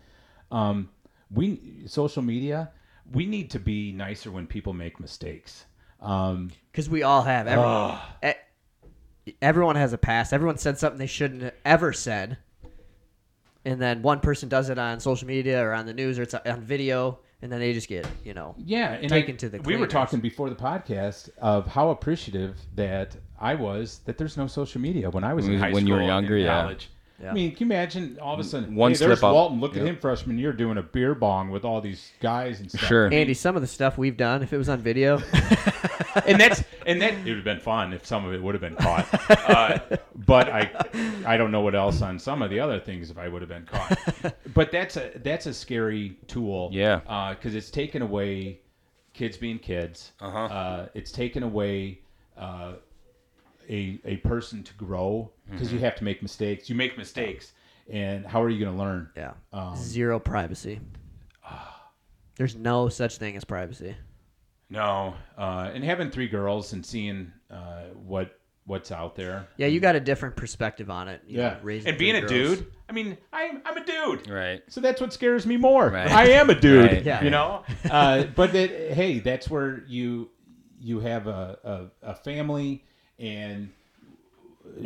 A: um, we social media we need to be nicer when people make mistakes. Um,
B: Because we all have. Every,
A: Ugh.
B: Eh, everyone has a past. Everyone said something they shouldn't have ever said, and then one person does it on social media or on the news or it's on video, and then they just get you know
A: yeah, and
B: taken
A: I-
B: to the
A: we were
B: cleaners.
A: talking before the podcast of how appreciative that I was that there's no social media when I was in
C: When-
A: high
C: when you were
A: school and
C: younger, yeah.
A: college.
B: Yeah.
A: I mean, can you imagine all of a sudden
C: One
A: hey, there's
C: slip up.
A: Walton, look at
C: Yep.
A: him freshman year doing a beer bong with all these guys and stuff.
C: Sure.
B: Andy. Some of the stuff we've done, if it was on video,
A: and that's and that it would have been fun if some of it would have been caught. Uh, but I I don't know what else on some of the other things if I would have been caught. But that's a that's a scary tool.
C: Yeah.
A: because it's taken away kids being kids.
C: Uh-huh.
A: Uh, it's taken away. Uh, a, a person to grow because
C: Mm-hmm.
A: you have to make mistakes. You make mistakes, and how are you going to learn?
B: yeah,
A: Um,
B: zero privacy. There's no such thing as privacy.
A: No, uh, and having three girls and seeing uh, what what's out there.
B: Yeah, you got a different perspective on it. you know, raising
A: and being
B: three
A: a
B: girls.
A: dude. I mean, I'm I'm a dude.
C: Right.
A: So that's what scares me more.
C: Right.
A: I am a dude.
C: Right,
B: Yeah.
A: You know. uh, but that, hey, that's where you you have a, a, a family and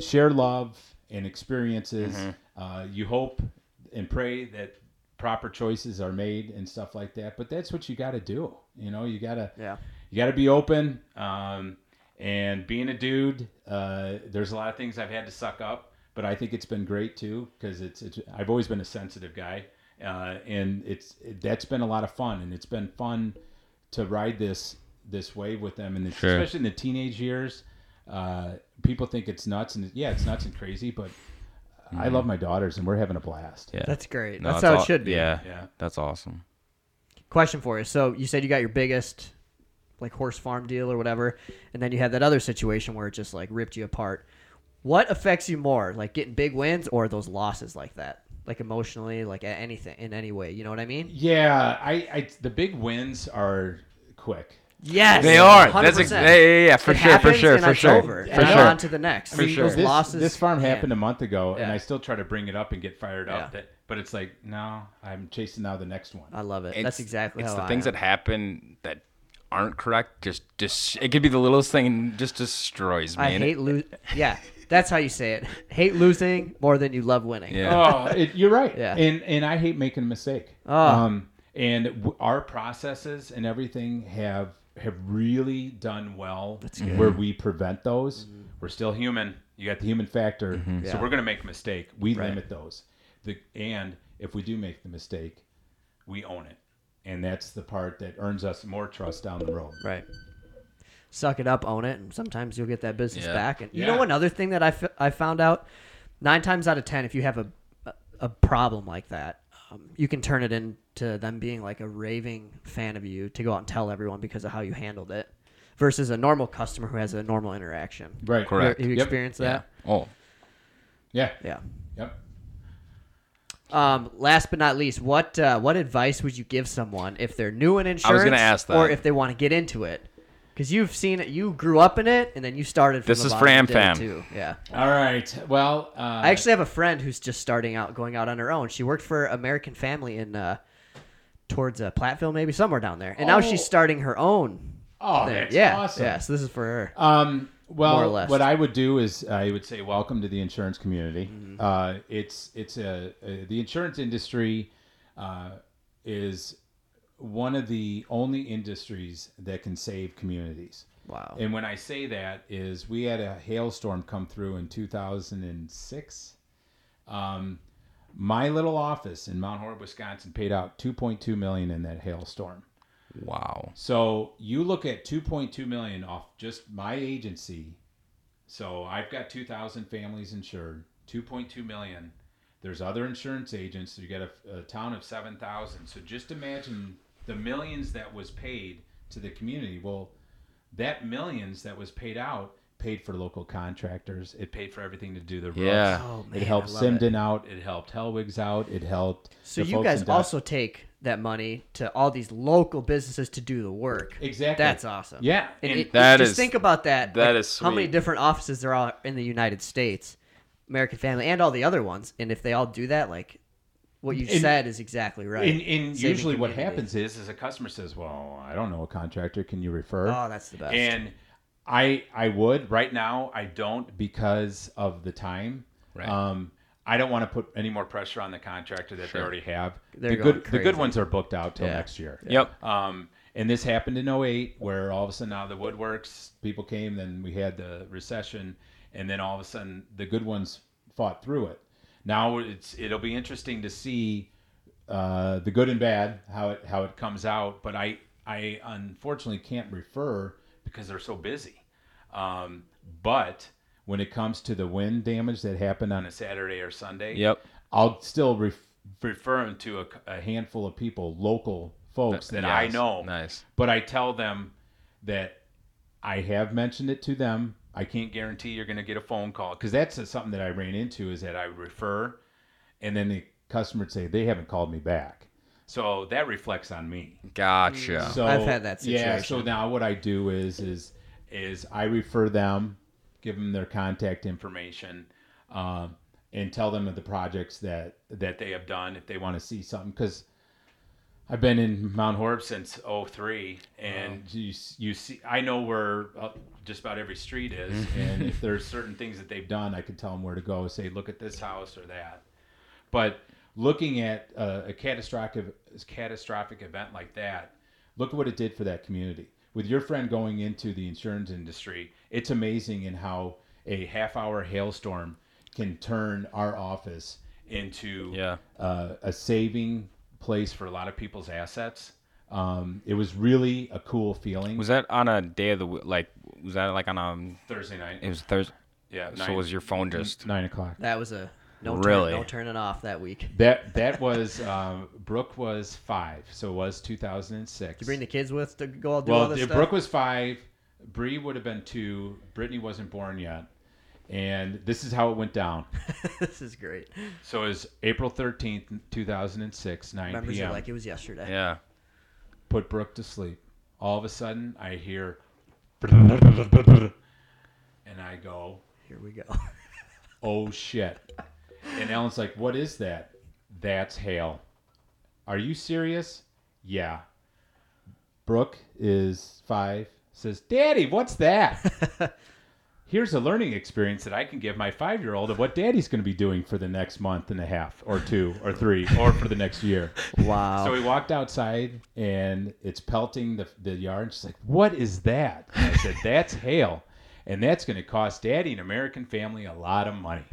A: share love and experiences.
B: Mm-hmm.
A: Uh, you hope and pray that proper choices are made and stuff like that. But that's what you got to do. You know, you got to
B: Yeah.
A: you got to be open. Um, and being a dude, uh, there's a lot of things I've had to suck up, but I think it's been great too because it's, it's I've always been a sensitive guy, uh, and it's it, that's been a lot of fun, and it's been fun to ride this this wave with them, and
C: Sure.
A: especially in the teenage years. Uh, people think it's nuts, and yeah, it's nuts and crazy, but I love my daughters, and we're having a blast.
C: Mm-hmm. Yeah.
B: That's great.
C: No,
B: That's
C: it's
B: how
C: aw-
B: it should be.
C: Yeah.
A: Yeah.
C: That's awesome.
B: Question for you. So you said you got your biggest like horse farm deal or whatever, and then you had that other situation where it just like ripped you apart. What affects you more, like getting big wins or those losses like that, like emotionally, like a- anything in any way? You know what I mean?
A: Yeah, I, I the big wins are quick.
B: Yes,
C: They are. That's a,
B: 100%.
C: yeah, yeah, yeah, for
B: It
C: sure, for
B: happens
C: sure,
B: and
C: for
B: it's
C: sure,
B: over.
C: for
B: and
C: sure.
B: On to the next.
A: I mean,
C: sure.
B: Those
A: this,
B: losses.
A: this farm
B: man.
A: happened a month ago, and
B: Yeah.
A: I still try to bring it up and get fired up.
B: Yeah.
A: That, but it's like, no, I'm chasing now the next one.
B: I love it.
C: It's-
B: That's exactly
C: It's
B: how
C: the
B: I
C: things
B: am.
C: that happen that aren't correct. Just, just it could be the littlest thing and just destroys me.
B: I
C: And it-
B: hate lose. Yeah, that's how you say it. Hate losing more than you love winning.
A: oh,
C: Yeah.
A: it, you're right.
B: Yeah.
A: And and I hate making a mistake.
B: Oh.
A: Um, and w- our processes and everything have have really done well where we prevent those. We're still human. You got the human factor, so
B: Mm-hmm. Yeah.
A: we're gonna make a mistake. We
B: Right.
A: limit those. The and if we do make the mistake, we own it, and that's the part that earns us more trust down the road.
B: Right. Suck it up, own it, and sometimes you'll get that business
C: Yeah.
B: back. And you
A: Yeah.
B: know another thing that I, f- I found out, nine times out of ten, if you have a a problem like that, um, you can turn it into them being like a raving fan of you to go out and tell everyone because of how you handled it, versus a normal customer who has a normal interaction.
A: Right.
C: Correct.
B: You, you
A: Yep.
B: experience that?
C: Oh,
A: Yeah.
B: Yeah.
A: Yep.
B: Um, last but not least, what uh, what advice would you give someone if they're new in insurance?
C: gonna ask that.
B: or if they want to get into it, because you've seen it, you grew up in it, and then you started. From
C: This
B: the
C: is
B: bottom and
C: for
B: did it
C: AmFam.
B: too. Yeah,
A: All right. Well, uh,
B: I actually have a friend who's just starting out, going out on her own. She worked for American Family in uh, towards uh, Platteville, maybe somewhere down there, and now she's
A: Oh.
B: starting her own.
A: oh,
B: thing.
A: that's
B: yeah,
A: awesome.
B: yeah. So this is for her.
A: Um,
B: More or
A: well,
B: less.
A: what I would do is uh, I would say, welcome to the insurance community.
B: Mm-hmm.
A: Uh, it's it's a, a the insurance industry uh, is one of the only industries that can save communities.
B: Wow.
A: And when I say that is we had a hailstorm come through in 2006. Um, my little office in Mount Horeb, Wisconsin, paid out 2.2 million in that hailstorm.
C: wow.
A: So you look at 2.2 million off just my agency. So I've got 2,000 families insured. 2.2 million. There's other insurance agents. You got a, a town of 7,000. So just imagine the millions that was paid to the community. Well, that millions that was paid out paid for local contractors. It paid for everything to do the roofs.
C: Yeah.
B: Oh man,
A: it helped
B: I love it.
A: Simden out. It helped Hellwigs out. It helped.
B: So
A: the
B: you
A: folks
B: guys
A: in Dun-
B: also take that money to all these local businesses to do the work.
A: exactly.
B: That's awesome.
A: Yeah.
B: And
A: And-
B: it,
C: That
B: just
C: is-
B: think about that.
C: that
B: That is
C: is
B: how many
C: sweet.
B: different offices there are in the United States, American Family, and all the other ones. And if they all do that, like what you
A: And-
B: said is exactly right.
A: And, and
B: Saving
A: usually, what
B: community.
A: happens is, is a customer says, "Well, I don't know a contractor. Can you refer?"
B: Oh, that's the best.
A: and I I would right now. I don't because of the time.
C: Right.
A: Um, I don't want to put any more pressure on the contractor that
C: Sure.
A: they already have.
B: They're
A: the
B: going
A: good the good
B: crazy.
A: ones are booked out till
B: Yeah.
A: next year.
C: Yep.
A: Um, and this happened in 08 where all of a sudden now the woodworks people came, then we had the recession, and then all of a sudden the good ones fought through it. Now it's it'll be interesting to see uh, the good and bad how it how it comes out, but I I unfortunately can't refer because they're so busy. Um, but when it comes to the wind damage that happened on a Saturday or Sunday,
C: Yep.
A: I'll still ref- refer 'em to a, a handful of people, local folks that I
C: Yes.
A: know.
C: Nice.
A: But I tell them that I have mentioned it to them. I can't guarantee you're going to get a phone call because that's uh, something that I ran into is that I refer, and then the customer would say they haven't called me back. So that reflects on me.
C: Gotcha.
A: So
B: I've had that
A: Yeah. So
B: situation.
A: now what I do is is is I refer them, give them their contact information, um, and tell them of the projects that that they have done if they want to see something because. I've been in Mount Horeb since 03 and you, s- you see I know where uh, just about every street is and if there's certain things that they've done I could tell them where to go say look at this house or that but looking at uh, a catastrophic catastrophic event like that, look what it did for that community. With your friend going into the insurance industry, it's amazing in how a half hour hailstorm can turn our office into
C: Yeah.
A: uh, a saving place for a lot of people's assets. Um, it was really a cool feeling.
C: Was that on a day of the w- like? Was that like on a?
A: Thursday night?
C: It was Thursday.
A: yeah,
C: So was your phone just?
A: nine o'clock?
B: That was a no
C: Really?
B: turn, no turning off that week. Did
A: That that was um, Brooke was five, so it was two thousand and six.
B: you bring the kids with to go out do all
A: Well,
B: this
A: if
B: stuff?
A: Brooke was five, Bree would have been two. Brittany wasn't born yet, and this is how it went down.
B: this is great.
A: So it was April thirteenth, two thousand and six, nine
B: Remembers it
A: p.m.
B: like it was yesterday.
C: Yeah.
A: Put Brooke to sleep. All of a sudden, I hear, and I go,
B: Here we go.
A: "Oh shit!" And Ellen's like, "What is that?" That's hail. Are you serious? Yeah. Brooke is five. Says, "Daddy, what's that?" here's a learning experience that I can give my five year old of what daddy's going to be doing for the next month and a half, or two, or three, or for the next year.
B: Wow.
A: So we walked outside and it's pelting the, the yard. She's like, What is that? And I said, That's hail. And that's going to cost daddy an American family a lot of money.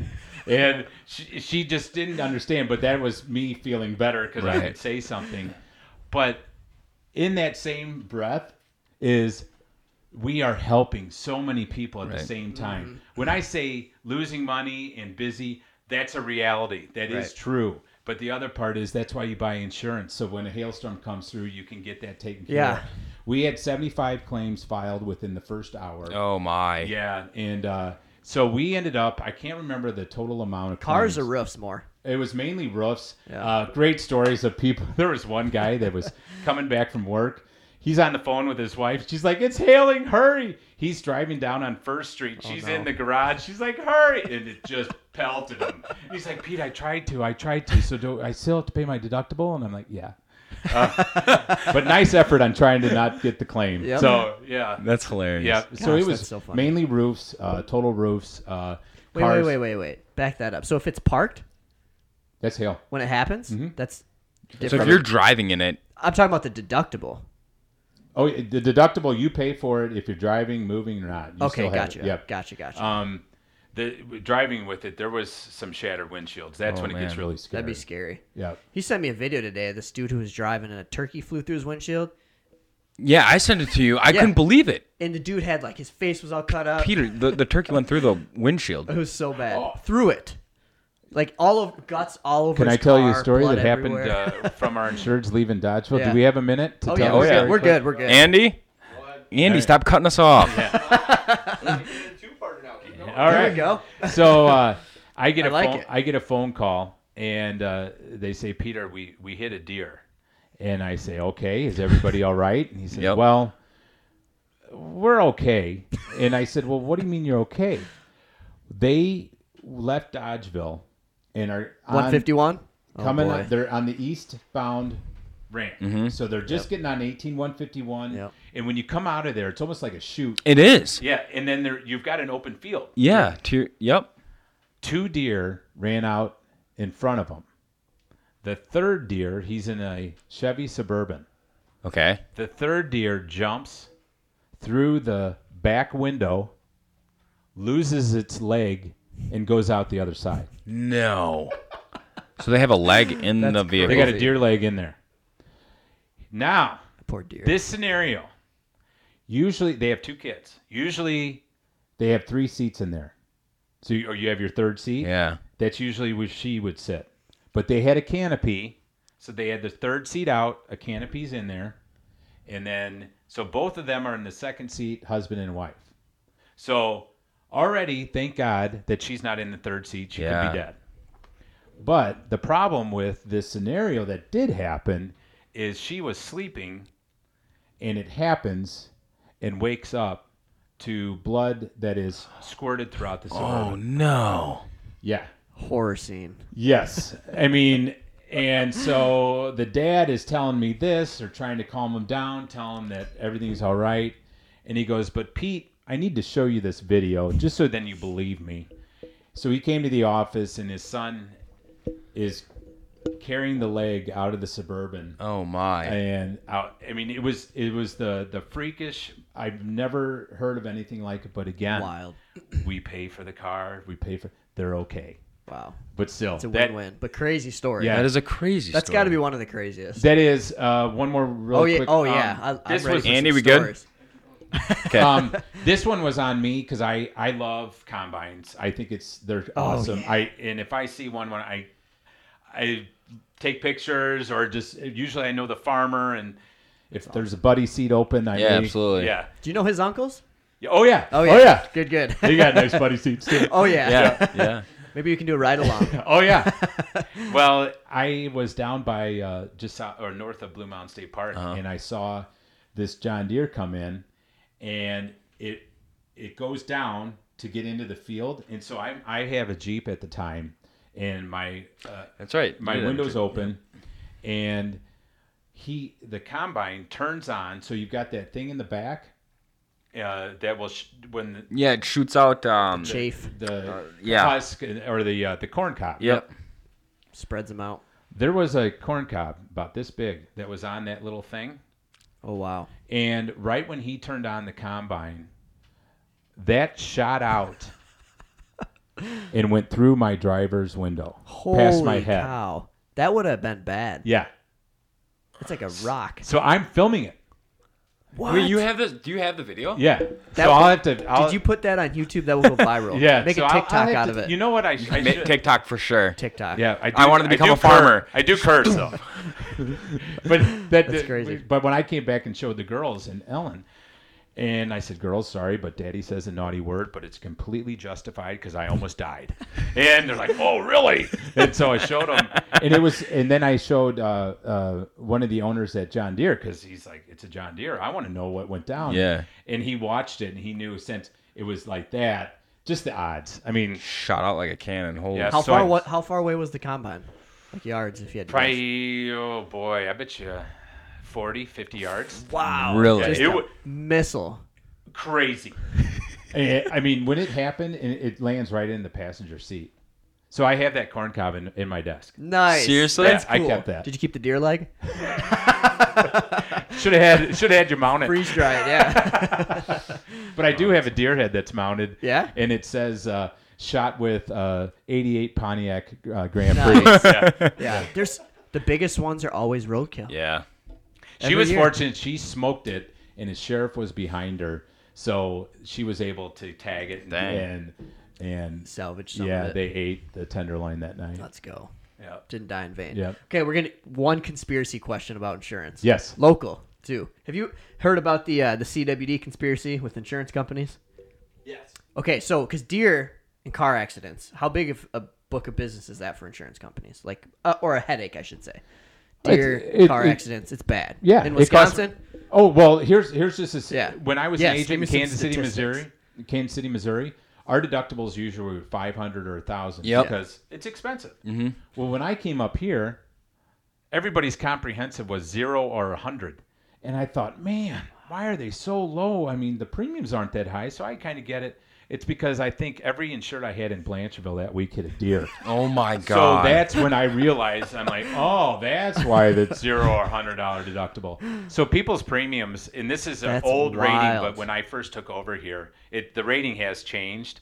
A: And she, she just didn't understand, but that was me feeling better because I
C: Right.
A: could say something. But in that same breath is we are helping so many people at the
C: Right.
A: same time. When I say losing money and busy, that's a reality. That is
B: Right.
A: true. But the other part is that's why you buy insurance. So when a hailstorm comes through, you can get that taken care
B: Yeah.
A: of. We had 75 claims filed within the first hour.
C: Oh my.
A: Yeah. And uh, so we ended up, I can't remember the total amount of
B: Cars
A: claims.
B: or roofs more.
A: It was mainly roofs.
B: Yeah.
A: Uh, great stories of people. There was one guy that was coming back from work. He's on the phone with his wife. She's like, "It's hailing! Hurry!" He's driving down on First Street. She's
B: Oh, no.
A: in the garage. She's like, "Hurry!" And it just pelted him. And he's like, "Pete, I tried to. I tried to. So do I still have to pay my deductible?" And I'm like, "Yeah." Uh, but nice effort on trying to not get the claim.
B: Yep.
A: So yeah,
C: That's hilarious.
A: yeah. so
B: Gosh,
A: it was
B: that's so funny.
A: mainly roofs, uh, total roofs. Uh,
B: Wait,
A: cars.
B: wait, wait, wait, wait. Back that up. So if it's parked
A: That's hail.
B: when it happens,
A: Mm-hmm.
B: that's
C: So
B: different.
C: if you're driving in it,
B: I'm talking about the deductible.
A: Oh, the deductible you pay for it if you're driving, moving, or not. You
B: okay,
A: still have
B: gotcha.
A: It. Yep.
B: Gotcha, gotcha.
A: Um, the driving with it, there was some shattered windshields. That's
C: Oh,
A: when it gets
C: man.
A: really scary.
B: That'd be scary.
A: Yep.
B: He sent me a video today of this dude who was driving and a turkey flew through his windshield.
C: yeah, Uh, I sent it to you. I couldn't believe it.
B: And the dude had like his face was all cut up.
C: Peter, the, the turkey went through the windshield.
B: It was so bad.
A: Oh.
B: Through it. Like all of guts all over
A: Can I
B: his
A: tell you a
B: car,
A: story
B: blood
A: that happened
B: everywhere.
A: uh, from our insureds leaving Dodgeville?
B: Yeah.
A: Do we have a minute to
B: Oh
A: tell
B: yeah,
A: the
B: we're
A: story
B: good. We're
A: quick?
B: good. We're good.
C: Andy,
D: What?
C: Andy,
A: Alright.
C: stop cutting us off.
D: Two parter now. Keep going.
A: All
B: there
A: right.
B: we go.
A: so uh, I get
B: I
A: a
B: like
A: phone,
B: it.
A: I get a phone call, and uh, they say, "Peter, we we hit a deer," and I say, "Okay, is everybody all right?" And he says,
C: Yep.
A: "Well, we're okay." And I said, "Well, what do you mean you're okay?" They left Dodgeville and are on-
B: 151.
A: coming
B: oh boy.
A: up. They're on the eastbound ramp. So they're just getting on eighteen one fifty one,
B: Yep.
A: and when you come out of there, it's almost like a shoot.
C: It is.
A: Yeah, and then there you've got an open field.
C: Yeah. To your, yep.
A: Two deer ran out in front of him. The third deer, he's in a Chevy Suburban.
C: Okay.
A: The third deer jumps through the back window, loses its leg, and goes out the other side.
C: No. So they have a leg in the vehicle.
A: They got a deer leg in there. Now,
B: Poor deer.
A: this scenario, usually they have two kids. Usually they have three seats in there. So you, or you have your third seat.
C: yeah.
A: That's usually where she would sit. But they had a canopy. So they had the third seat out, a canopy's in there. And then, so both of them are in the second seat, husband and wife. So already, thank God that she's not in the third seat. She could
C: Yeah.
A: be dead. But the problem with this scenario that did happen is she was sleeping and it happens and wakes up to blood that is squirted throughout the
C: Oh
A: suburban.
C: no.
A: Yeah.
B: Horror scene.
A: Yes. I mean, and so the dad is telling me this or trying to calm him down, tell him that everything's all right. And he goes, But Pete, I need to show you this video just so then you believe me. So he came to the office and his son is carrying the leg out of the suburban
C: Oh my.
A: and out, I mean it was it was the the freakish I've never heard of anything like it but again
B: Wild.
A: we pay for the car we pay for they're okay
B: Wow.
A: but still
B: It's a
A: that-
B: win-win, but crazy story.
A: Yeah.
C: that is a crazy.
B: That's
C: story.
B: got to be one of the craziest.
A: That is uh, one more. Real
B: oh yeah.
A: Quick,
B: oh
A: um,
B: yeah. I,
A: this
B: I'm ready
A: was
B: for some
C: Andy, we good?
B: stories.
C: Okay.
A: um, this one was on me because I I love combines. I think it's they're
B: Oh,
A: awesome. I and if I see one when I I take pictures or just usually I know the farmer and if there's a buddy seat open, I
C: yeah.
A: may-
C: Absolutely.
A: Yeah.
B: Do you know his uncles?
A: Yeah, Oh yeah.
B: Oh yeah. Good. Good.
A: They got nice buddy seats too.
B: oh yeah.
C: Yeah. yeah.
B: Maybe you can do a ride along.
A: Oh yeah. well, I was down by uh, just south, or north of Blue Mountain State Park, and I saw this John Deere come in, and it it goes down to get into the field, and so I I have a Jeep at the time, and my uh,
C: That's right.
A: my
C: Yeah.
A: windows open, and he the combine turns on, so you've got that thing in the back. Uh, that will sh- when the,
C: Yeah. It shoots out. Um.
B: Chafe
A: the
C: yeah.
A: husk or the uh, the corn cob
C: Yep.
B: spreads them out.
A: There was a corn cob about this big that was on that little thing.
B: Oh wow.
A: And right when he turned on the combine, that shot out and went through my driver's window, past my
B: Holy
A: head.
B: cow. That would have been bad.
A: Yeah.
B: It's like a rock.
A: So I'm filming it.
B: What?
C: have this? Do you have the video?
A: Yeah. so
B: That
A: I'll
B: was-
A: have to. I'll,
B: Did you put that on YouTube? That will go viral.
A: Yeah.
B: Make
A: so
B: a
A: I'll- I'll
B: TikTok
A: have
B: out
A: to-
B: of it.
A: You know what? I, sh- I should.
C: TikTok for sure.
B: TikTok.
A: Yeah, I, do,
C: I wanted to become
A: do
C: a farmer.
A: cur- I do curse though, but that,
B: That's
A: that-
B: crazy.
A: But when I came back and showed the girls and Ellen, and I said, "Girls, sorry, but Daddy says a naughty word, but it's completely justified because I almost died." and they're like, "Oh, really?" And so I showed them, and it was, and then I showed uh, uh, one of the owners at John Deere because he's like, "It's a John Deere. I want to know what went down."
C: Yeah.
A: and he watched it and he knew since it was like that, just the odds. I mean,
C: Shot out like a cannon. Holy.
A: Yeah.
B: How
A: So
B: far?
A: I-
B: What? How far away was the combine? Like yards, if you had to. guess.
A: probably oh boy, I bet you 40, 50 yards.
B: Wow.
C: Really?
B: Just
A: It
B: a
A: wa-
B: missile.
A: crazy. I mean, when it happened, it, it lands right in the passenger seat. So I have that corn cob in, in my desk.
B: Nice.
C: Seriously?
B: That's
A: Yeah, I
B: cool.
A: kept that.
B: Did you keep the deer leg?
A: Should have had should have had you mounted.
B: Freeze dried. Yeah.
A: But I do have a deer head that's mounted.
B: Yeah?
A: and it says uh, shot with uh, 88 Pontiac uh, Grand Prix.
B: nice.
A: Yeah.
B: Yeah. There's the biggest ones are always roadkill.
C: Yeah.
A: She
B: Every
A: was
B: year.
A: fortunate; she smoked it, and the sheriff was behind her, so she was able to tag it
C: Dang.
A: and and
B: Salvage some
A: yeah,
B: of it.
A: they ate the tenderloin that night.
B: Let's go.
A: Yeah.
B: Didn't die in vain.
A: Yeah.
B: Okay, we're gonna one conspiracy question about insurance.
A: Yes.
B: Local too. Have you heard about the uh, the CWD conspiracy with insurance companies?
D: Yes.
B: Okay, so because deer and car accidents, how big of a book of business is that for insurance companies? Like, uh, or a headache, I should say.
A: It's-
B: Deer,
A: it-
B: car
A: it-
B: accidents, it's bad.
A: Yeah,
B: in
A: it costs-
B: Wisconsin,
A: Oh well, here's here's just this.
B: Yeah.
A: When I was
B: Yes,
A: an
B: give
A: agent
B: me
A: in
B: some
A: Kansas City,
B: statistics.
A: Missouri, Kansas City, Missouri, our deductibles usually were five hundred or a thousand
C: Yep.
B: Mm-hmm.
A: because it's expensive. Well, when I came up here, everybody's comprehensive was zero or a hundred, and I thought, man, why are they so low? I mean, the premiums aren't that high, so I kind of get it. It's because I think every insured I had in Blancheville that week hit a deer.
C: Oh my
A: So
C: god.
A: that's when I realized I'm like, oh, that's why that's zero or hundred dollar deductible. So people's premiums, and this is an
B: That's
A: old rating,
B: wild.
A: but when I first took over here, it the rating has changed,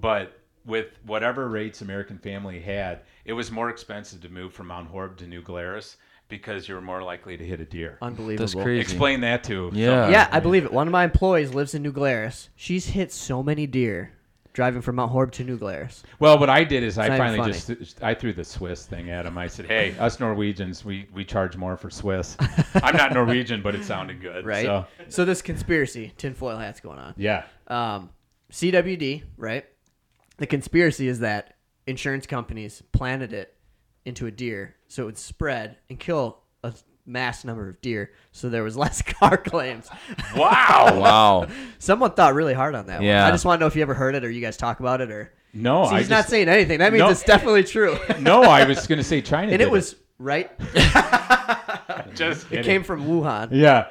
A: but with whatever rates American Family had, it was more expensive to move from Mount Horb to New Glarus because you were more likely to hit a deer.
B: Unbelievable.
C: that's crazy.
A: Explain that to
C: Yeah.
B: Yeah, I believe it. One of my employees lives in New Glarus. She's hit so many deer driving from Mount Horb to New Glarus.
A: Well, what I did is I
B: not even
A: finally
B: funny.
A: just th- I threw the Swiss thing at him. I said, "Hey, us Norwegians, we we charge more for Swiss." I'm not Norwegian, but it sounded good.
B: Right.
A: So,
B: So, this conspiracy tinfoil hats going on.
A: yeah.
B: Um, CWD, right? The conspiracy is that insurance companies planted it into a deer so it would spread and kill a mass number of deer so there was less car claims.
A: Wow.
C: Wow.
B: Someone thought really hard on that one.
C: Yeah.
B: I just want to know if you ever heard it or you guys talk about it or
A: No,
B: See,
A: I
B: he's not
A: just-
B: saying anything. That means
A: No.
B: it's definitely true.
A: no. I was going to say China,
B: and
A: did
B: it was right.
A: just
B: It came from Wuhan.
A: Yeah.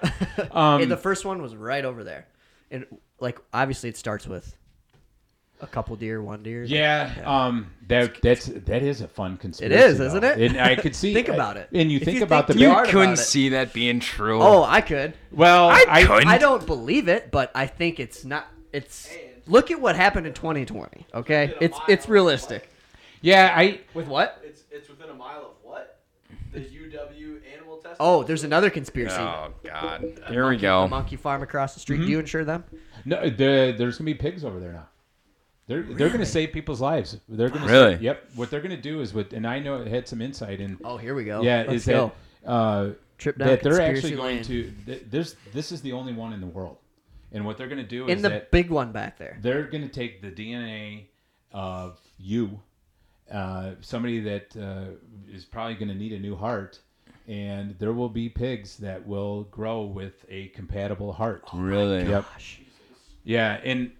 A: Um,
B: And the first one was right over there. And like obviously it starts with a couple deer, one deer.
A: Yeah, um, that that's that is a fun conspiracy.
B: is, isn't
A: though.
B: it?
A: And I could see.
B: Think about it.
A: And you
B: If
A: think
B: you
A: about
B: think
A: the
B: too
A: big-
B: hard- about it.
C: that being true.
B: Oh, I could.
A: well,
C: I
A: I,
C: couldn't.
B: I don't believe it, but I think it's not it's look at what happened in twenty twenty, okay? It's it's realistic.
A: yeah, I
B: With what?
D: It's it's within a mile of what? The UW animal test.
B: Oh, there's another conspiracy.
C: Oh, god. Here we
B: The
C: go.
B: monkey farm across the street.
A: Mm-hmm.
B: Do you insure them?
A: no. The, there's going to be pigs over there now. They're they're going to save people's lives. They're going to
C: Really?
A: yep. What they're going to do is what, and I know it had some insight in.
B: Oh, here we go.
A: yeah,
B: Let's
A: is
B: go.
A: that uh,
B: Trip down
A: that they're
B: conspiracy
A: actually going
B: lane.
A: to? th- There's this is the only one in the world, and what they're going to do
B: in
A: is
B: the
A: that
B: big one back there.
A: they're going to take the DNA of you, uh, somebody that uh, is probably going to need a new heart, and there will be pigs that will grow with a compatible heart.
B: Oh,
C: Really?
A: Yep. Yeah, and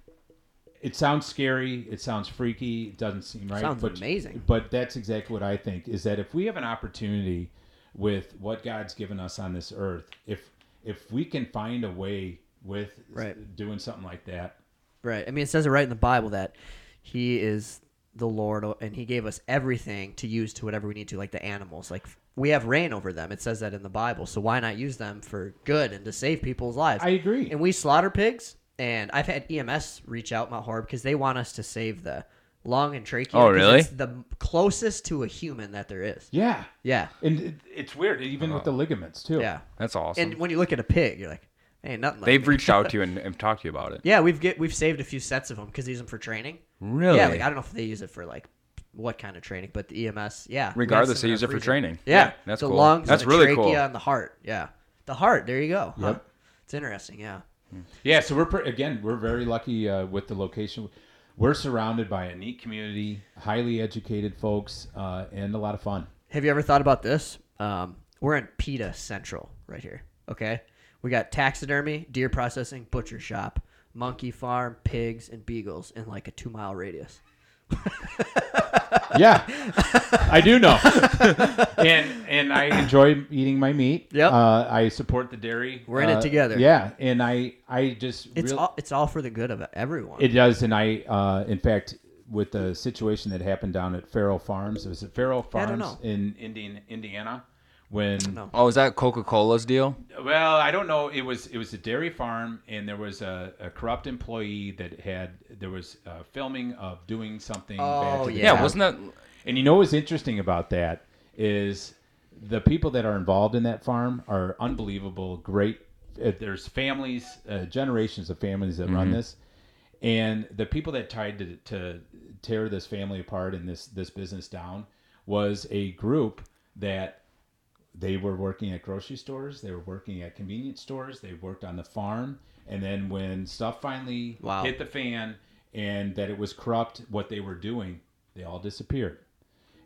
A: it sounds scary. It sounds freaky. It doesn't seem right.
B: Sounds
A: but,
B: amazing.
A: But that's exactly what I think is that if we have an opportunity with what God's given us on this earth, if if we can find a way with
B: Right.
A: doing something like that,
B: Right. I mean, it says it right in the Bible that He is the Lord, and He gave us everything to use to whatever we need to, like the animals. Like we have reign over them. It says that in the Bible. So why not use them for good and to save people's lives?
A: I agree.
B: And we slaughter pigs, and I've had EMS reach out Mount Horb because they want us to save the lung and trachea.
C: Oh,
B: 'cause
C: really?
B: It's the closest to a human that there is.
A: yeah,
B: Yeah.
A: And it, it's weird, even with the ligaments too.
B: Yeah.
C: That's awesome.
B: And when you look at a pig, you're like, ain't nothing. Like
C: They've
B: me."
C: reached out to you and, and talked to you about it.
B: Yeah, we've get we've saved a few sets of them because they use them for training.
C: Really?
B: Yeah, like I don't know if they use it for like what kind of training, but the EMS, yeah.
C: Regardless,
B: medicine
C: they use
B: in our
C: it for
B: freezer.
C: training.
B: Yeah,
C: that's
B: the
C: cool.
B: lungs,
C: that's
B: and the
C: really
B: trachea
C: cool.
B: and the heart. Yeah, the heart. There you go. huh? It's interesting. Yeah,
A: Yeah, so we're pre- again we're very lucky uh, with the location. We're surrounded by a neat community, highly educated folks, uh, and a lot of fun.
B: Have you ever thought about this? Um, we're in PETA Central right here. Okay. We got taxidermy, deer processing, butcher shop, monkey farm, pigs, and beagles in like a two mile radius.
A: Yeah, I do know, and and I enjoy eating my meat.
B: Yep.
A: Uh, I support the dairy.
B: We're in it
A: Uh,
B: together.
A: Yeah, and I I just
B: It's
A: real-
B: all it's all for the good of everyone.
A: It does, and I, uh, in fact, with the situation that happened down at Farrell Farms, it was at Farrell
B: Yeah, I
A: Farms
B: don't know.
A: in Indian, Indiana, when
B: know.
C: Oh, is that Coca Cola's deal?
A: well, I don't know. It was it was a dairy farm, and there was a, a corrupt employee that had there was uh, filming of doing something. bad
B: Oh,
A: to the
C: Yeah,
B: Yeah.
C: wasn't that?
A: and you know what's interesting about that is the people that are involved in that farm are unbelievable. Great. uh, There's families, uh, generations of families that run this, and the people that tried to, to tear this family apart and this this business down was a group that they were working at grocery stores, they were working at convenience stores, they worked on the farm, and then when stuff finally
B: Wow.
A: hit the fan and that it was corrupt what they were doing, they all disappeared.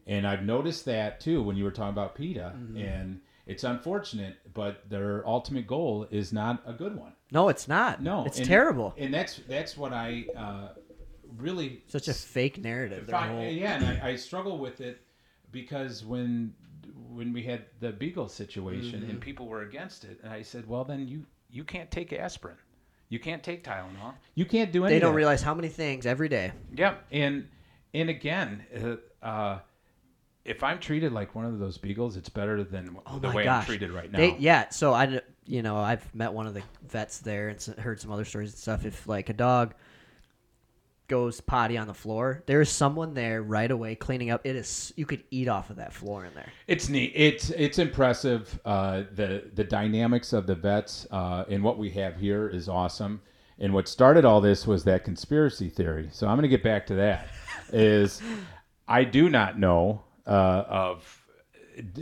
A: And I've noticed that too when you were talking about PETA, and it's unfortunate, but their ultimate goal is not a good one.
B: no, it's not.
A: No,
B: it's
A: and-
B: terrible.
A: And that's that's what I uh, really
B: Such a fake narrative. their
A: Fi-
B: whole-
A: yeah, and I, I struggle with it because when when we had the Beagle situation and people were against it, and I said, well, then you you can't take aspirin, you can't take Tylenol, you can't do anything.
B: They don't realize how many things every day.
A: Yep, and and again, uh, uh, if I'm treated like one of those beagles, it's better than the
B: Oh my
A: way I'm
B: gosh.
A: treated right now.
B: They, yeah, so I, you know, I've met one of the vets there and s- heard some other stories and stuff. If like a dog goes potty on the floor, there is someone there right away cleaning up. It is you could eat off of that floor in there.
A: It's neat. It's it's impressive. Uh, the the dynamics of the vets uh, and what we have here is awesome. And what started all this was that conspiracy theory. So I'm going to get back to that. is I do not know uh, of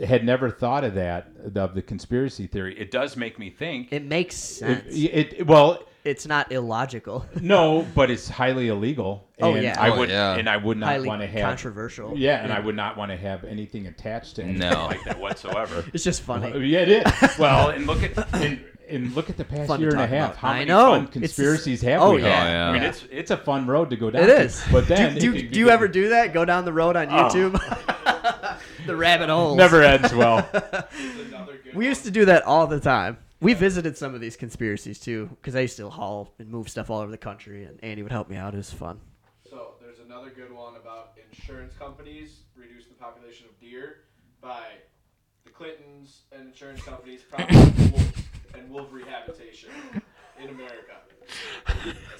A: had never thought of that of the conspiracy theory. It does make me think.
B: It makes sense.
A: it, it well
B: it's not illogical.
A: no, but it's highly illegal.
B: Oh,
A: and
B: yeah.
A: I
B: Oh,
A: would
E: yeah.
A: and I would not
B: Highly
A: want to have
B: controversial.
A: yeah, and I would not want to have anything attached to anything
E: No.
A: like that whatsoever.
B: It's just funny.
A: Oh, Yeah, it is. Well, and look at and, and look at the past
B: Fun to
A: year and a
B: talk
A: half.
B: about.
A: How
B: I
A: many
B: know.
A: fun
B: It's-
A: conspiracies have
B: oh,
A: we had?
B: yeah.
E: Oh, yeah.
A: I mean, it's it's a fun road to go down.
B: It is.
A: But then
B: do,
A: it
B: do,
A: can
B: do you
A: get-
B: ever do that? Go down the road on YouTube, the rabbit holes.
A: Oh. never ends well.
D: Another good
B: We used to do that all the time. We visited some of these conspiracies too, because I used to haul and move stuff all over the country, and Andy would help me out. It was fun.
D: So there's another good one about insurance companies reduce the population of deer by the Clintons and insurance companies promising wolves and wolf rehabilitation in America. I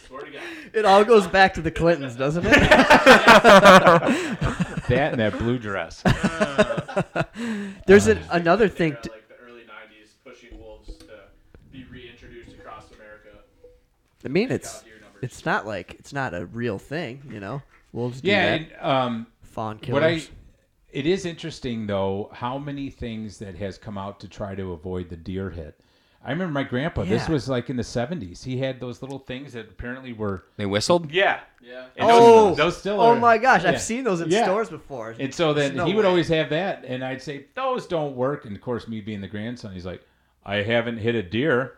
D: swear to God.
B: It all goes back to the Clintons, doesn't it?
A: That and that blue dress.
B: There's an, another thing.
D: They're
B: T-
D: like the early '90s, pushing wolves to be reintroduced across America.
B: I mean,
D: Check
B: it's
D: out deer numbers.
B: it's not like it's not a real thing, you know. Wolves do
A: Yeah,
B: that.
A: and, um,
B: Fawn killers.
A: what I it is interesting though how many things that has come out to try to avoid the deer hit. I remember my grandpa. This
B: Yeah.
A: was like in the '70s. He had those little things that apparently were
C: They whistled.
A: yeah.
D: Yeah.
A: And
B: Oh.
A: those, those still
B: oh
A: are-
B: my gosh,
A: yeah.
B: I've seen those in
A: Yeah.
B: stores before.
A: And so then
B: There's no
A: he would
B: way.
A: always have that, and I'd say those don't work. And of course, me being the grandson, he's like, "I haven't hit a deer."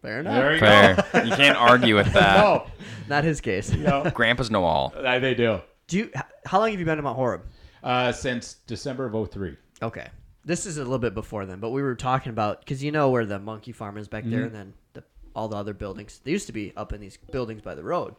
B: Fair enough.
A: There you
C: Fair. you can't argue with
A: go.
C: that.
A: No,
B: Not his case.
C: Grandpas know all.
A: I- they do.
B: Do you? h- How long have you been in Mount Horeb?
A: Uh, since December of 03.
B: Okay. This is a little bit before then, but we were talking about because you know where the monkey farm is back there,
A: Mm-hmm.
B: and then the, all the other buildings. They used to be up in these buildings by the road.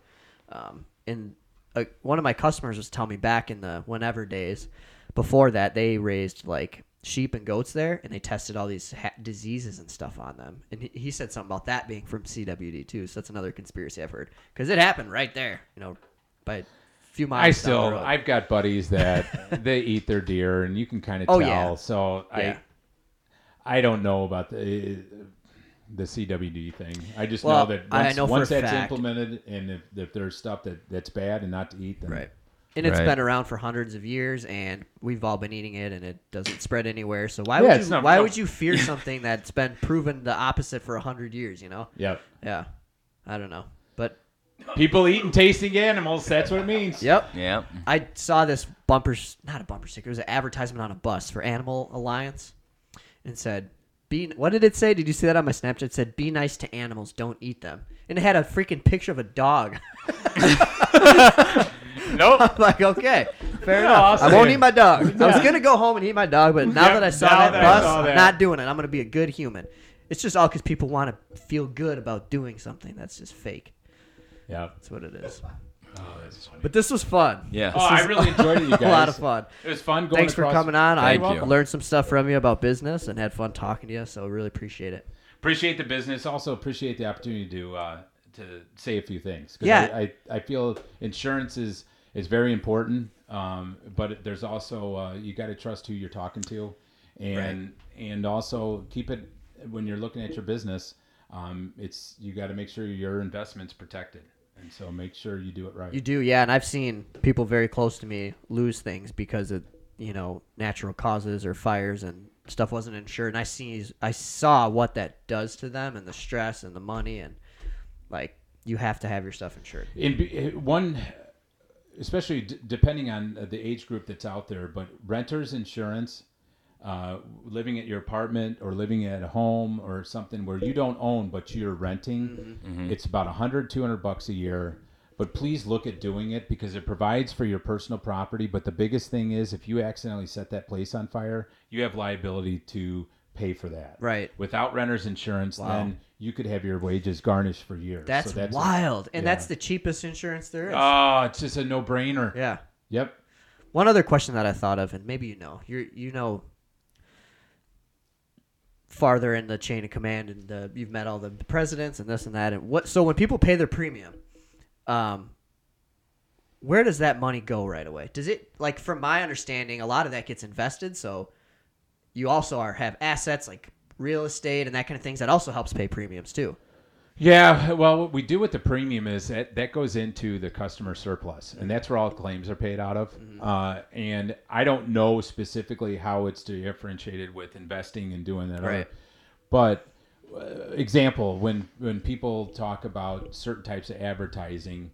B: Um, and uh, one of my customers was telling me back in the whenever days, before that they raised like sheep and goats there, and they tested all these ha- diseases and stuff on them. And he, he said something about that being from CWD too. So that's another conspiracy I've heard because it happened right there, you know, by a few miles.
A: I
B: down the
A: still,
B: road.
A: I've got buddies that they eat their deer, and you can kind of
B: Oh,
A: tell.
B: yeah.
A: So
B: Yeah.
A: I, I don't know about the the CWD thing. I just
B: Well,
A: know that
B: I
A: once,
B: know for
A: once
B: a
A: that's
B: fact-
A: implemented, and if, if there's stuff that that's bad and not to eat, then
B: Right. And it's
C: Right.
B: been around for hundreds of years, and we've all been eating it, and it doesn't spread anywhere. So why
A: Yeah,
B: would
A: it's
B: you
A: not-
B: why
A: no.
B: would you fear something that's been proven the opposite for hundred years? You know?
A: Yep.
B: Yeah. I don't know, but
A: People eating tasting animals. That's what it means.
B: yep.
C: Yeah.
B: I saw this bumper, s- not a bumper sticker. It was an advertisement on a bus for Animal Alliance, and said, "Be what did it say? Did you see that on my Snapchat? It said, "Be nice to animals, don't eat them." And it had a freaking picture of a dog.
A: Nope.
B: I'm like, okay, fair
A: Yeah,
B: enough.
A: I'll
B: I won't
A: say it.
B: eat my dog. I was gonna go home and eat my dog, but now
A: Yep,
B: that I saw
A: now
B: that
A: that I
B: bus,
A: saw that.
B: I'm not doing it. I'm gonna be a good human. It's just all because people want to feel good about doing something that's just fake.
A: Yeah.
B: That's what it is.
A: Oh, that's funny.
B: But this was fun.
C: Yeah.
A: Oh, I really enjoyed it, you guys.
B: a lot of fun.
A: It was fun going
B: Thanks for
A: across.
B: coming on. I
C: Thank you.
B: learned some stuff from you about business and had fun talking to you. So really appreciate it.
A: Appreciate the business. Also appreciate the opportunity to uh, to say a few things. 'Cause
B: Yeah.
A: I, I, I feel insurance is is very important, um, but there's also uh, you got to trust who you're talking to, and and also keep it when you're looking at your business. Um, it's you got to make sure your investment's protected, and so make sure you do it right.
B: You do, yeah. And I've seen people very close to me lose things because of you know natural causes or fires and stuff wasn't insured. And I see, I saw what that does to them and the stress and the money and like you have to have your stuff insured.
A: in be- eh, one especially d- depending on uh, the age group that's out there but renters insurance uh, living at your apartment or living at a home or
B: Mm-hmm.
A: something where you don't own but you're renting it's about 100 200 bucks a year but please look at doing it because it provides for your personal property. But the biggest thing is if you accidentally set that place on fire, you have liability to pay for that.
B: Right.
A: Without renter's insurance, then you could have your wages garnished for years.
B: That's,
A: So a-
B: wild, and
A: yeah.
B: that's the cheapest insurance there is.
A: Oh, it's just a no brainer.
B: yeah.
A: Yep.
B: One other question that I thought of, and maybe you know, you you know, farther in the chain of command, and the, you've met all the presidents and this and that, and what. So when people pay their premium, um, where does that money go right away? Does it like, from my understanding, a lot of that gets invested. So you also are have assets like real estate and that kind of things that also helps pay premiums too.
A: Yeah, well, what we do with the premium is that that goes into the customer surplus, and that's where all claims are paid out of.
B: Mm-hmm.
A: Uh, and I don't know specifically how it's differentiated with investing and doing that. other-
B: Right.
A: But uh, example, when when people talk about certain types of advertising,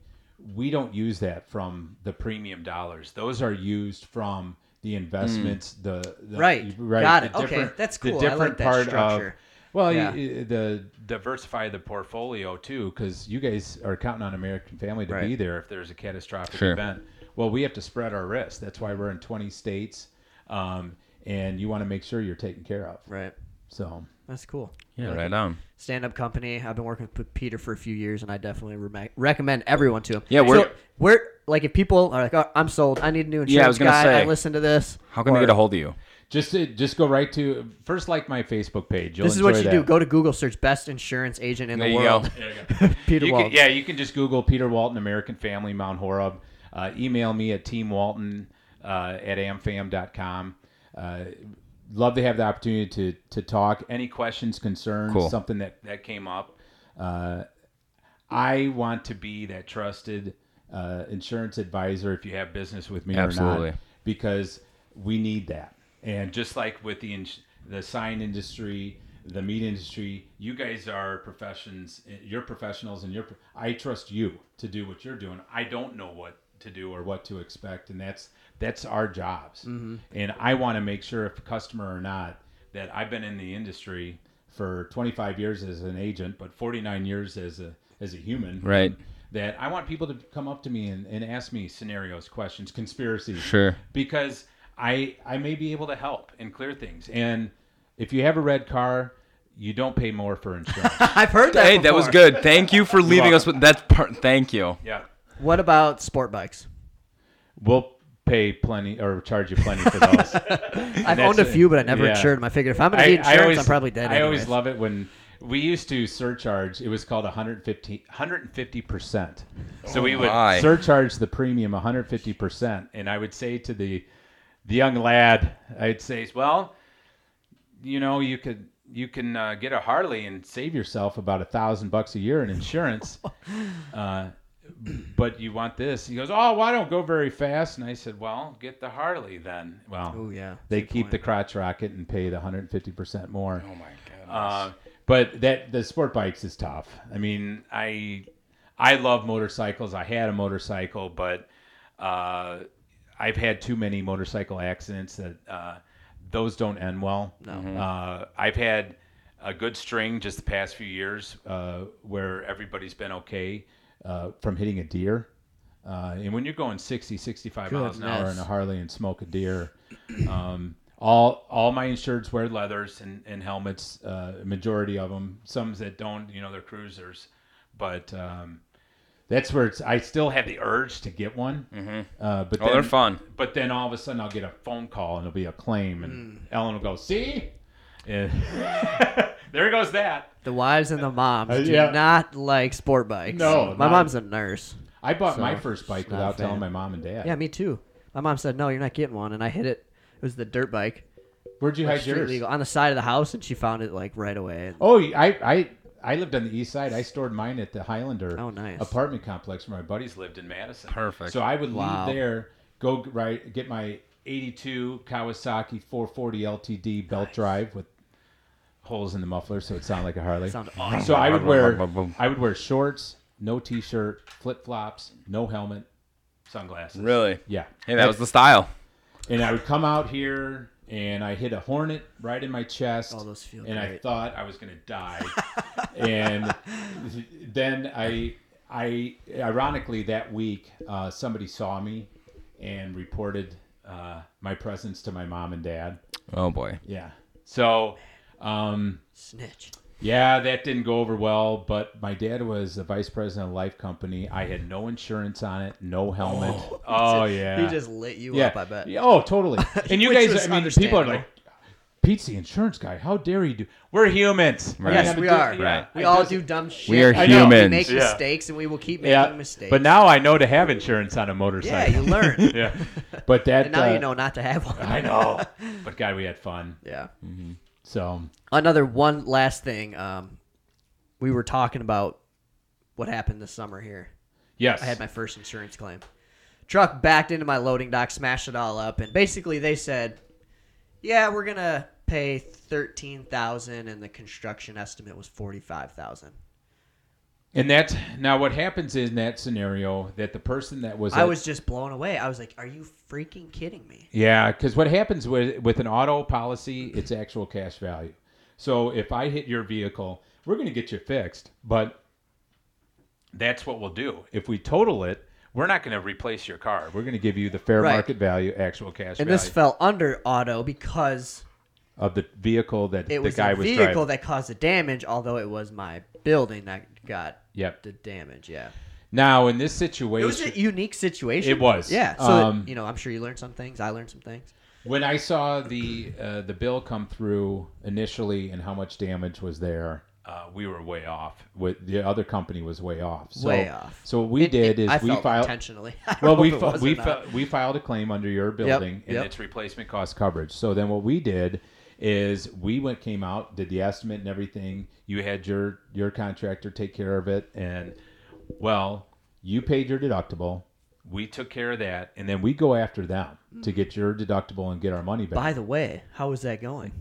A: we don't use that from the premium dollars. Those are used from the investments. The, the
B: Mm. Right.
A: right.
B: Got
A: the
B: it. Okay.
A: different-
B: That's
A: the
B: cool. I like
A: different
B: that
A: part of-
B: structure.
A: well,
B: Yeah.
A: you, you- the diversify the portfolio too, because you guys are counting on American Family to be
B: Right.
A: there if there's a catastrophic
C: Sure.
A: event. Well, we have to spread our risk. That's why we're in 20 states, um, and you want to make sure you're taken care of.
B: Right.
A: So,
B: That's cool.
C: Yeah,
B: Like
C: right on.
B: stand up company. I've been working with Peter for a few years, and I definitely re- recommend everyone to him.
C: Yeah, we're-
B: So, we're like if people are like, oh, I'm sold. I need a new insurance
C: Yeah, I was gonna
B: guy.
C: say.
B: I listen to this.
C: How can they
B: Or,
C: get a hold of you?
A: just to, just go right to first like my Facebook page. You'll
B: This is what you
A: enjoy
B: do.
A: that.
B: Go to Google, search best insurance agent in
C: There
B: the
C: you
B: world.
C: go.
B: Peter
A: You
B: Wald.
A: Can, yeah, you can just Google Peter Walton, American Family, Mount Horeb. Uh, email me at teamwalton uh, at amfam.com. Uh, love to have the opportunity to, to talk. Any questions, concerns,
C: Cool.
A: something that, that came up. Uh, I want to be that trusted uh, insurance advisor if you have business with me or
C: Absolutely.
A: not, because we need that. And just like with the ins- the sign industry, the meat industry, you guys are professions. eh, You're professionals, and you're. pro- I trust you to do what you're doing. I don't know what to do or what to expect, and that's that's our jobs. And I want to make sure, if customer or not, that I've been in the industry for 25 years as an agent, but 49 years as a as a human.
C: Right.
A: That I want people to come up to me and, and ask me scenarios, questions, conspiracies.
C: Sure.
A: Because I I may be able to help and clear things. And if you have a red car, you don't pay more for insurance.
B: I've heard that.
C: Hey, that was
B: before.
C: good. Thank you for leaving us with that part. Thank you.
A: yeah.
B: What about sport bikes?
A: We'll pay plenty or charge you plenty for those.
B: I've
A: that's
B: owned a
A: it.
B: few, but I never
A: Yeah.
B: insured them. I figured if I'm going to need insurance, I'm probably dead.
A: I always
B: anyways.
A: love it when we used to surcharge. It was called 150 percent. So we would
C: my.
A: surcharge the premium 150 percent, and I would say to the the young lad, I'd say, well, you know, you could you can uh, get a Harley and save yourself about a thousand bucks a year in insurance. uh, but you want this? He goes, oh, well, I don't go very fast. And I said, well, get the Harley then. Well,
B: Oh yeah.
A: they
B: Good
A: keep
B: point. Oh,
A: the crotch rocket and pay the 150% more.
C: my goodness.
A: Uh, but that the sport bikes is tough. I mean, I I love motorcycles. I had a motorcycle, but uh, I've had too many motorcycle accidents that uh, those don't end well. No. Uh, I've had a good string just the past few years uh, where everybody's been okay uh, from hitting a deer. Uh, and when you're going 60, 65 miles an hour
B: Goodness.
A: in a Harley and smoke a deer, um, all all my insureds wear leathers and, and helmets. Uh, majority of them. Some that don't, you know, they're cruisers. But um, that's where it's. I still have the urge to get one. Mm-hmm. Uh, but
C: Oh, they're
A: then-
C: fun.
A: But then all of a sudden I'll get a phone call and it'll be a claim and
B: Mm.
A: Ellen will go, "See, and there goes that."
B: The wives and the moms do
A: yeah.
B: not like sport bikes.
A: No,
B: my
A: not-
B: mom's a nurse.
A: I bought my
B: So,
A: first bike
B: not a
A: without telling
B: fan.
A: my mom and dad.
B: Yeah, me too. My mom said, "No, you're not getting one," and I hit it. It was the dirt bike,
A: Where'd you hide
B: street
A: yours?
B: legal, on the side of the house, and she found it like right away.
A: Oh, I, I I lived on the east side. I stored mine at the Highlander
B: Oh, nice.
A: apartment complex where my buddies lived in Madison.
C: Perfect.
A: So I would leave
B: Wow.
A: there, go g- right, get my 82 Kawasaki 440 LTD belt drive with holes in the muffler, so it sounded like a Harley.
B: Sound awesome.
A: So I would wear I would wear shorts, no t-shirt, flip flops, no helmet, sunglasses.
C: Really?
A: Yeah.
C: Hey, that was the style.
A: And I would come out here and I hit a hornet right in my chest.
B: All those feel
A: And I
B: great.
A: thought I was going to die. and then I I ironically that week uh, somebody saw me and reported uh, my presence to my mom and dad.
C: Oh boy.
A: Yeah. So, um,
B: Snitch.
A: yeah, that didn't go over well. But my dad was the vice president of a life company. I had no insurance on it, no helmet. Oh, yeah.
B: He just lit you
A: yeah.
B: up. I bet.
A: Yeah, Oh, totally. And you
B: Which
A: guys,
B: was
A: I mean, people are
B: understandable.
A: like. Pete's the insurance guy. How dare you do? We're humans.
C: Right.
B: Yes,
A: Have a
B: we
A: good-
B: are.
A: yeah.
B: We
A: It
B: all
A: doesn't-
B: do dumb shit.
C: We are
A: I know.
B: We
C: humans.
B: make
A: Yeah.
B: mistakes, and we will keep making mistakes.
A: But now I know to have insurance on a
B: yeah,
A: motorcycle.
B: you learn.
A: yeah. But that
B: and now
A: uh,
B: you know not to have one.
A: I know. But God, we had fun.
B: Yeah.
A: So
B: Another one last thing. Um, we were talking about what happened this summer here.
A: yes,
B: I had my first insurance claim. Truck backed into my loading dock, smashed it all up, and basically they said, "Yeah, we're gonna pay thirteen thousand, and the construction estimate was forty-five thousand.
A: and that now what happens in that scenario that the person that was
B: I
A: at-
B: was just blown away. I was like, "Are you freaking kidding me?"
A: yeah because what happens with with an auto policy it's actual cash value. So if I hit your vehicle, we're going to get you fixed, but that's what we'll do. If we total it, we're not going to replace your car. We're going to give you the fair
B: Right.
A: market value, actual cash
B: And
A: value
B: this fell under auto because
A: of the vehicle that
B: it
A: the
B: was
A: guy
B: the
A: was
B: vehicle
A: driving.
B: that caused the damage, although it was my building that got
A: Yep.
B: the damage. Yeah,
A: Now in this
B: it
A: situation,
B: was a unique situation.
A: It was.
B: Yeah. So that-
A: Um,
B: you know, I'm sure you learned some things. I learned some things.
A: when I saw the uh, the bill come through initially and how much damage was there, uh, we were way off. With the other company was way off. So,
B: Way off.
A: So what we did
B: is
A: is we filed.
B: intentionally. I don't
A: Well,
B: know
A: we
B: if it
A: fi-
B: was
A: we
B: or not.
A: fi- we filed a claim under your building and
B: yep.
A: it's replacement cost coverage. So then what we did is we went came out did the estimate and everything. You had your your contractor take care of it, and well, you paid your deductible. We took care of that, and then we go after them to get your deductible and get our money back.
B: Mm-hmm. By the way, how is that going?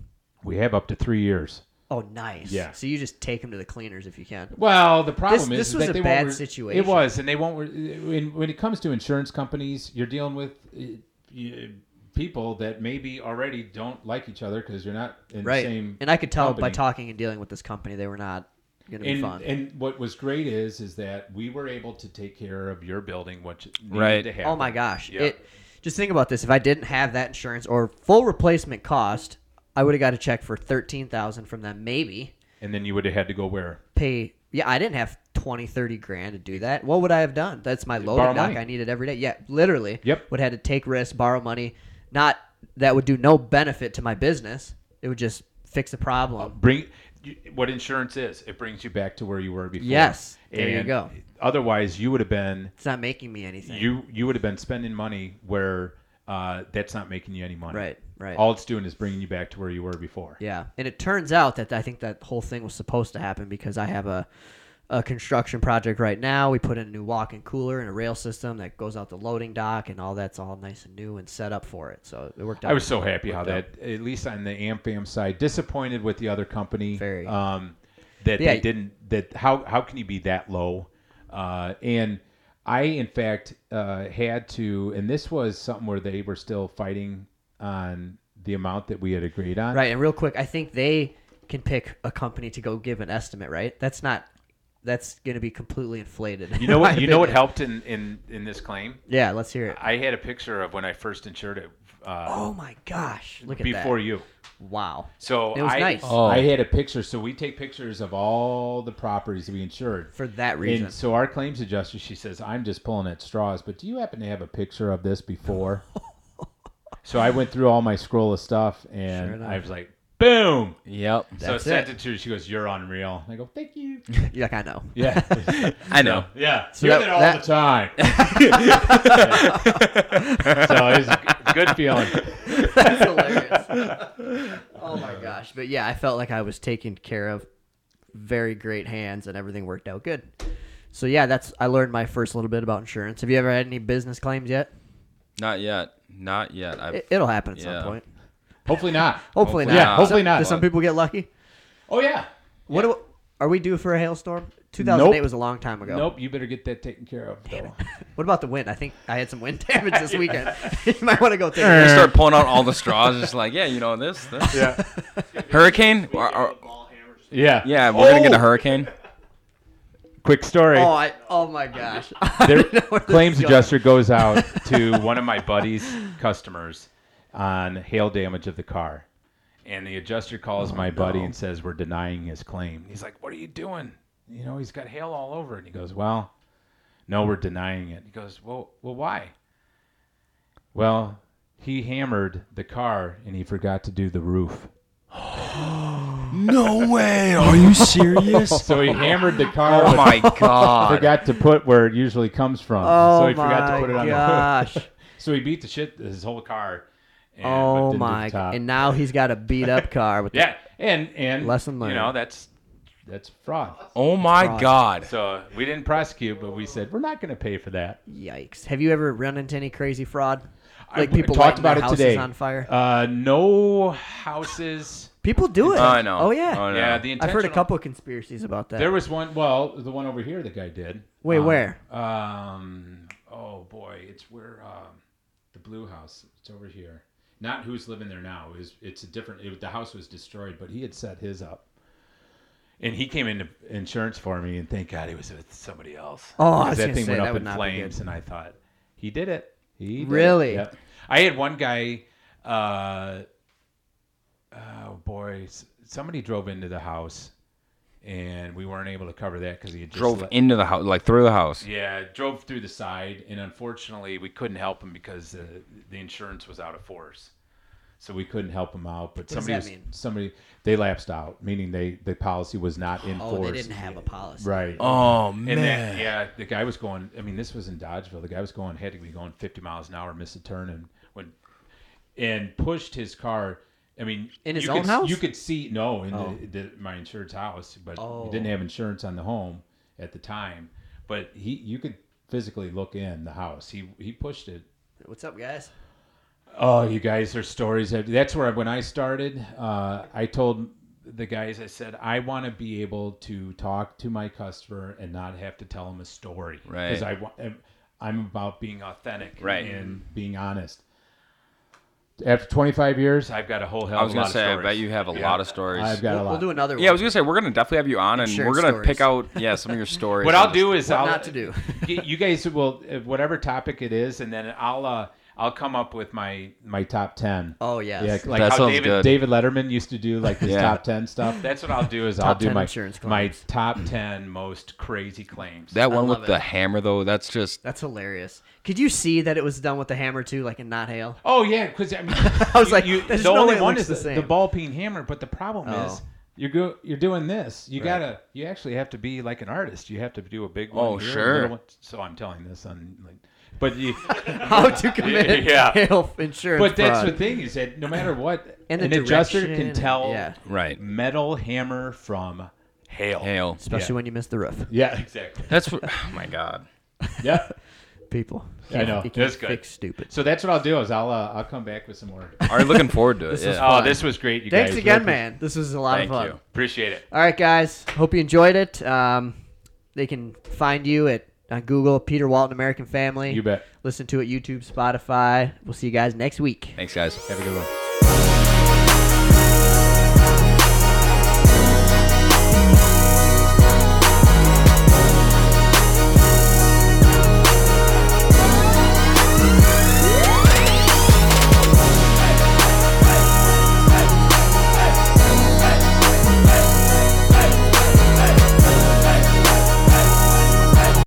A: We have up to three years.
B: Oh, nice.
A: Yeah.
B: So you just take them to the cleaners if you can.
A: Well, the problem
B: This-
A: is
B: this
A: is
B: was
A: that
B: a
A: they
B: bad
A: won't re-
B: situation.
A: It was, and they won't. re- When, when it comes to insurance companies, you're dealing with uh, you- people that maybe already don't like each other because you're not in
B: Right.
A: the same.
B: and I could tell by
A: company.
B: talking and dealing with this company, they were not going to be
A: And,
B: fun.
A: and what was great is is that we were able to take care of your building, which needed
C: Right.
A: to happen.
B: oh my gosh!
A: Yeah.
B: It. Just think about this. If I didn't have that insurance or full replacement cost, I would have got a check for thirteen thousand from them. Maybe
A: And then you would have had to go where?
B: pay. Yeah, I didn't have 20, 30 grand to do that. What would I have done? That's my loading
A: Borrow
B: dock
A: money.
B: I needed every day. Yeah, literally.
A: Yep.
B: Would have had to take risks, borrow money. Not that would do no benefit to my business. It would just fix the problem.
A: Bring you- what insurance is. It brings you back to where you were before.
B: Yes. There you
A: And
B: go.
A: Otherwise, you would have been
B: It's not making me anything.
A: you you would have been spending money where uh, that's not making you any money.
B: Right, right.
A: All it's doing is bringing you back to where you were before.
B: yeah. And it turns out that I think that whole thing was supposed to happen because I have a a construction project right now. We put in a new walk-in cooler and a rail system that goes out the loading dock and all that's all nice and new and set up for it. So it worked out.
A: I was so happy how that, at least on the AmFam side, disappointed with the other company.
B: Very.
A: Um, that
B: Yeah.
A: they didn't. That how how can you be that low? Uh, and I in fact uh, had to, and this was something where they were still fighting on the amount that we had agreed on.
B: Right, and real quick, I think they can pick a company to go give an estimate, right? That's not that's going to be completely inflated.
A: You
B: in
A: know what?
B: my
A: You know what
B: opinion.
A: helped in in in this claim.
B: Yeah, let's hear it.
A: I had a picture of when I first insured it. Uh,
B: Oh my gosh, look at
A: before
B: that.
A: you.
B: Wow.
A: So
B: It was
A: I,
B: nice.
C: Oh.
A: I had a picture. So we take pictures of all the properties we insured.
B: For that reason.
A: And so our claims adjuster, she says, "I'm just pulling at straws, but do you happen to have a picture of this before?" so I went through all my scroll of stuff,
B: Sure
A: and
B: enough.
A: I was like, "Boom!"
C: Yep.
A: so I
B: That's
A: sent
B: it.
A: it. to her. She goes, "You're unreal." And I go, "Thank you."
B: You're like I know.
A: Yeah,
C: I know.
A: yeah.
B: So
A: Hear
B: that-
A: that, all
B: that-
A: the time. so it's a good feeling.
B: That's hilarious. oh my gosh. But yeah, I felt like I was taken care of. Very great hands and everything worked out good. So yeah, that's I learned my first little bit about insurance. Have you ever had any business claims yet?
C: Not yet. Not yet. I've,
B: It, it'll happen at
C: Yeah.
B: some point.
A: Hopefully not.
B: Hopefully,
C: Hopefully
B: not.
C: Yeah,
B: Some-
A: hopefully not.
B: Do some people get lucky?
A: Oh yeah.
B: What do, are we due for a hailstorm? 2008
A: Nope.
B: was a long time ago.
A: Nope. You better get that taken care of. Though.
B: What about the wind? I think I had some wind damage this weekend. you might want to go take
C: I
B: a
C: start pulling out all the straws. Just like, yeah, you know this. this.
A: Yeah.
C: Hurricane.
D: We
C: Or-
D: get
C: or-
D: the ball hammer, just
A: Yeah.
C: Oh. yeah, we're gonna get a
A: Oh!
C: hurricane.
A: Quick story.
B: Oh, I, oh my gosh. I
A: their
B: don't know where this
A: claims
B: is going.
A: adjuster goes out to one of my buddy's customers on hail damage of the car. And the adjuster calls my buddy and says, We're denying his claim. He's like, What are you doing? You know, he's got hail all over. And he goes, Well, no, we're denying it. He goes, Well, well why? Well, he hammered the car and he forgot to do the roof.
C: No way. Are you serious?
A: So he hammered the car.
C: oh
A: but
C: my god.
A: Forgot to put where it usually comes from.
B: Oh
A: so he
B: my
A: forgot to put it on the roof.
B: gosh. Oh
A: So he beat the shit his whole car. And, but
B: oh
A: didn't do the
B: my.
A: top.
B: And now he's got a beat up car with
A: yeah, and and
B: Lesson learned.
A: You know that's that's fraud.
C: Oh my god.
A: So we didn't prosecute, but we said we're not going to pay for that.
B: the yikes. Have you ever run into any crazy fraud?
A: I-
B: Like people
A: I talked
B: lighting their
A: about it
B: houses
A: today.
B: on fire.
A: Uh, no houses.
B: People do it.
C: Oh, I know.
B: Oh yeah.
C: Oh, I know.
A: Yeah, the
B: I've heard a
A: intentional-
B: couple of conspiracies about that.
A: There was one. Well, the one over here, the guy did.
B: Wait,
A: Um,
B: where?
A: Um. Oh boy, it's where um, the blue house. It's over here. Not who's living there now. Is it's a different. It, the house was destroyed, but he had set his up. And he came into insurance for me, and thank God he was with somebody else.
B: Oh, I
A: 'Cause
B: was
A: that
B: gonna
A: thing
B: say,
A: went
B: that
A: up
B: would
A: in
B: not be
A: flames, and I thought he did it. He did it.
B: Really?
A: Yep. I had one guy. Uh, oh boy, s- somebody drove into the house, and we weren't able to cover that because he had just
C: Drove
A: let-
C: into the house, like through the house.
A: yeah, drove through the side, and unfortunately, we couldn't help him because uh, the insurance was out of force, so we couldn't help him out. But
B: does
A: somebody,
B: that
A: was,
B: mean?
A: somebody, they lapsed out, meaning they the policy was not in
B: oh,
A: force.
B: they didn't have a policy.
A: right.
C: Oh
A: and that,
C: man.
A: yeah, the guy was going. I mean, this was in Dodgeville. The guy was going had to be going 50 miles an hour, missed a turn, and when and pushed his car. I mean,
B: In his
A: you
B: own
A: could,
B: house?
A: You could see no in
B: Oh.
A: the, the, my insured's house, but
B: Oh.
A: he didn't have insurance on the home at the time. But he, you could physically look in the house. He he pushed it
B: What's up, guys?
A: Oh, you guys are stories. that- That's where when I started, uh, I told the guys, I said, I want to be able to talk to my customer and not have to tell them a story.
C: Right.
A: Because I want, I'm about being authentic.
C: Right.
A: And being honest. After 25 years, I've got a whole hell.
C: I was
A: of a
C: gonna
A: lot
C: say,
A: of
C: I
A: stories.
C: bet you have a lot of stories.
A: I've got
B: We'll,
A: a
B: we'll
A: lot.
B: do another one.
C: yeah, I was gonna say we're gonna definitely have you on, and
B: Insurance
C: we're gonna
B: stories.
C: pick out yeah some of your stories.
A: what I'll do is I'll
B: not to do.
A: y- you guys will uh, whatever topic it is, and then I'll uh, I'll come up with my my top 10.
B: Oh yes.
A: Yeah, like
C: That
A: how
C: sounds
A: David,
C: good.
A: David Letterman used to do like this
C: Yeah.
A: top ten stuff. That's what I'll do is I'll
B: Top
A: do
B: 10
A: my
B: insurance
A: my
B: claims.
A: top ten most crazy claims.
C: that one
B: love
C: with
B: it.
C: the hammer though. That's just
B: That's hilarious. Could you see that it was done with the hammer too, like in not hail?
A: oh yeah, because I mean,
B: I was
A: you-
B: like,
A: you,
B: there's
A: the
B: no
A: only
B: way it
A: one is
B: looks the
A: the,
B: same.
A: ball peen hammer, but the problem is
B: Oh.
A: you go you're doing this. You gotta you actually have to be like an artist. You have to do a big one.
C: Oh,
A: here, a
C: sure.
A: little one- So I'm telling this on like, but you,
B: How to commit
A: Yeah.
B: hail insurance
A: but that's the
B: fraud.
A: thing is that no matter what,
B: And the
A: an adjuster
B: direction
A: can
B: and-
A: tell
B: yeah.
C: right.
A: metal hammer from hail.
C: Hail.
B: especially
A: yeah.
B: when you miss the roof.
A: Yeah, exactly.
C: That's what, oh my god.
A: Yeah.
B: People.
A: I know.
B: You can't
A: That's good.
B: fix stupid.
A: So that's what I'll do is I'll uh, I'll come back with some more.
C: Are you looking forward to it?
B: This
C: yeah.
B: was
A: Oh,
B: Fine.
A: this was great, you
B: Thanks
A: guys.
B: again,
A: Really
B: man. This was a lot
C: Thank
B: of fun.
C: you.
A: Appreciate it.
B: All right, guys. Hope you enjoyed it. Um, they can find you at on Google, Peter Walton American Family.
A: You bet.
B: Listen to it YouTube, Spotify. We'll see you guys next week.
C: Thanks, guys.
A: Have a good one.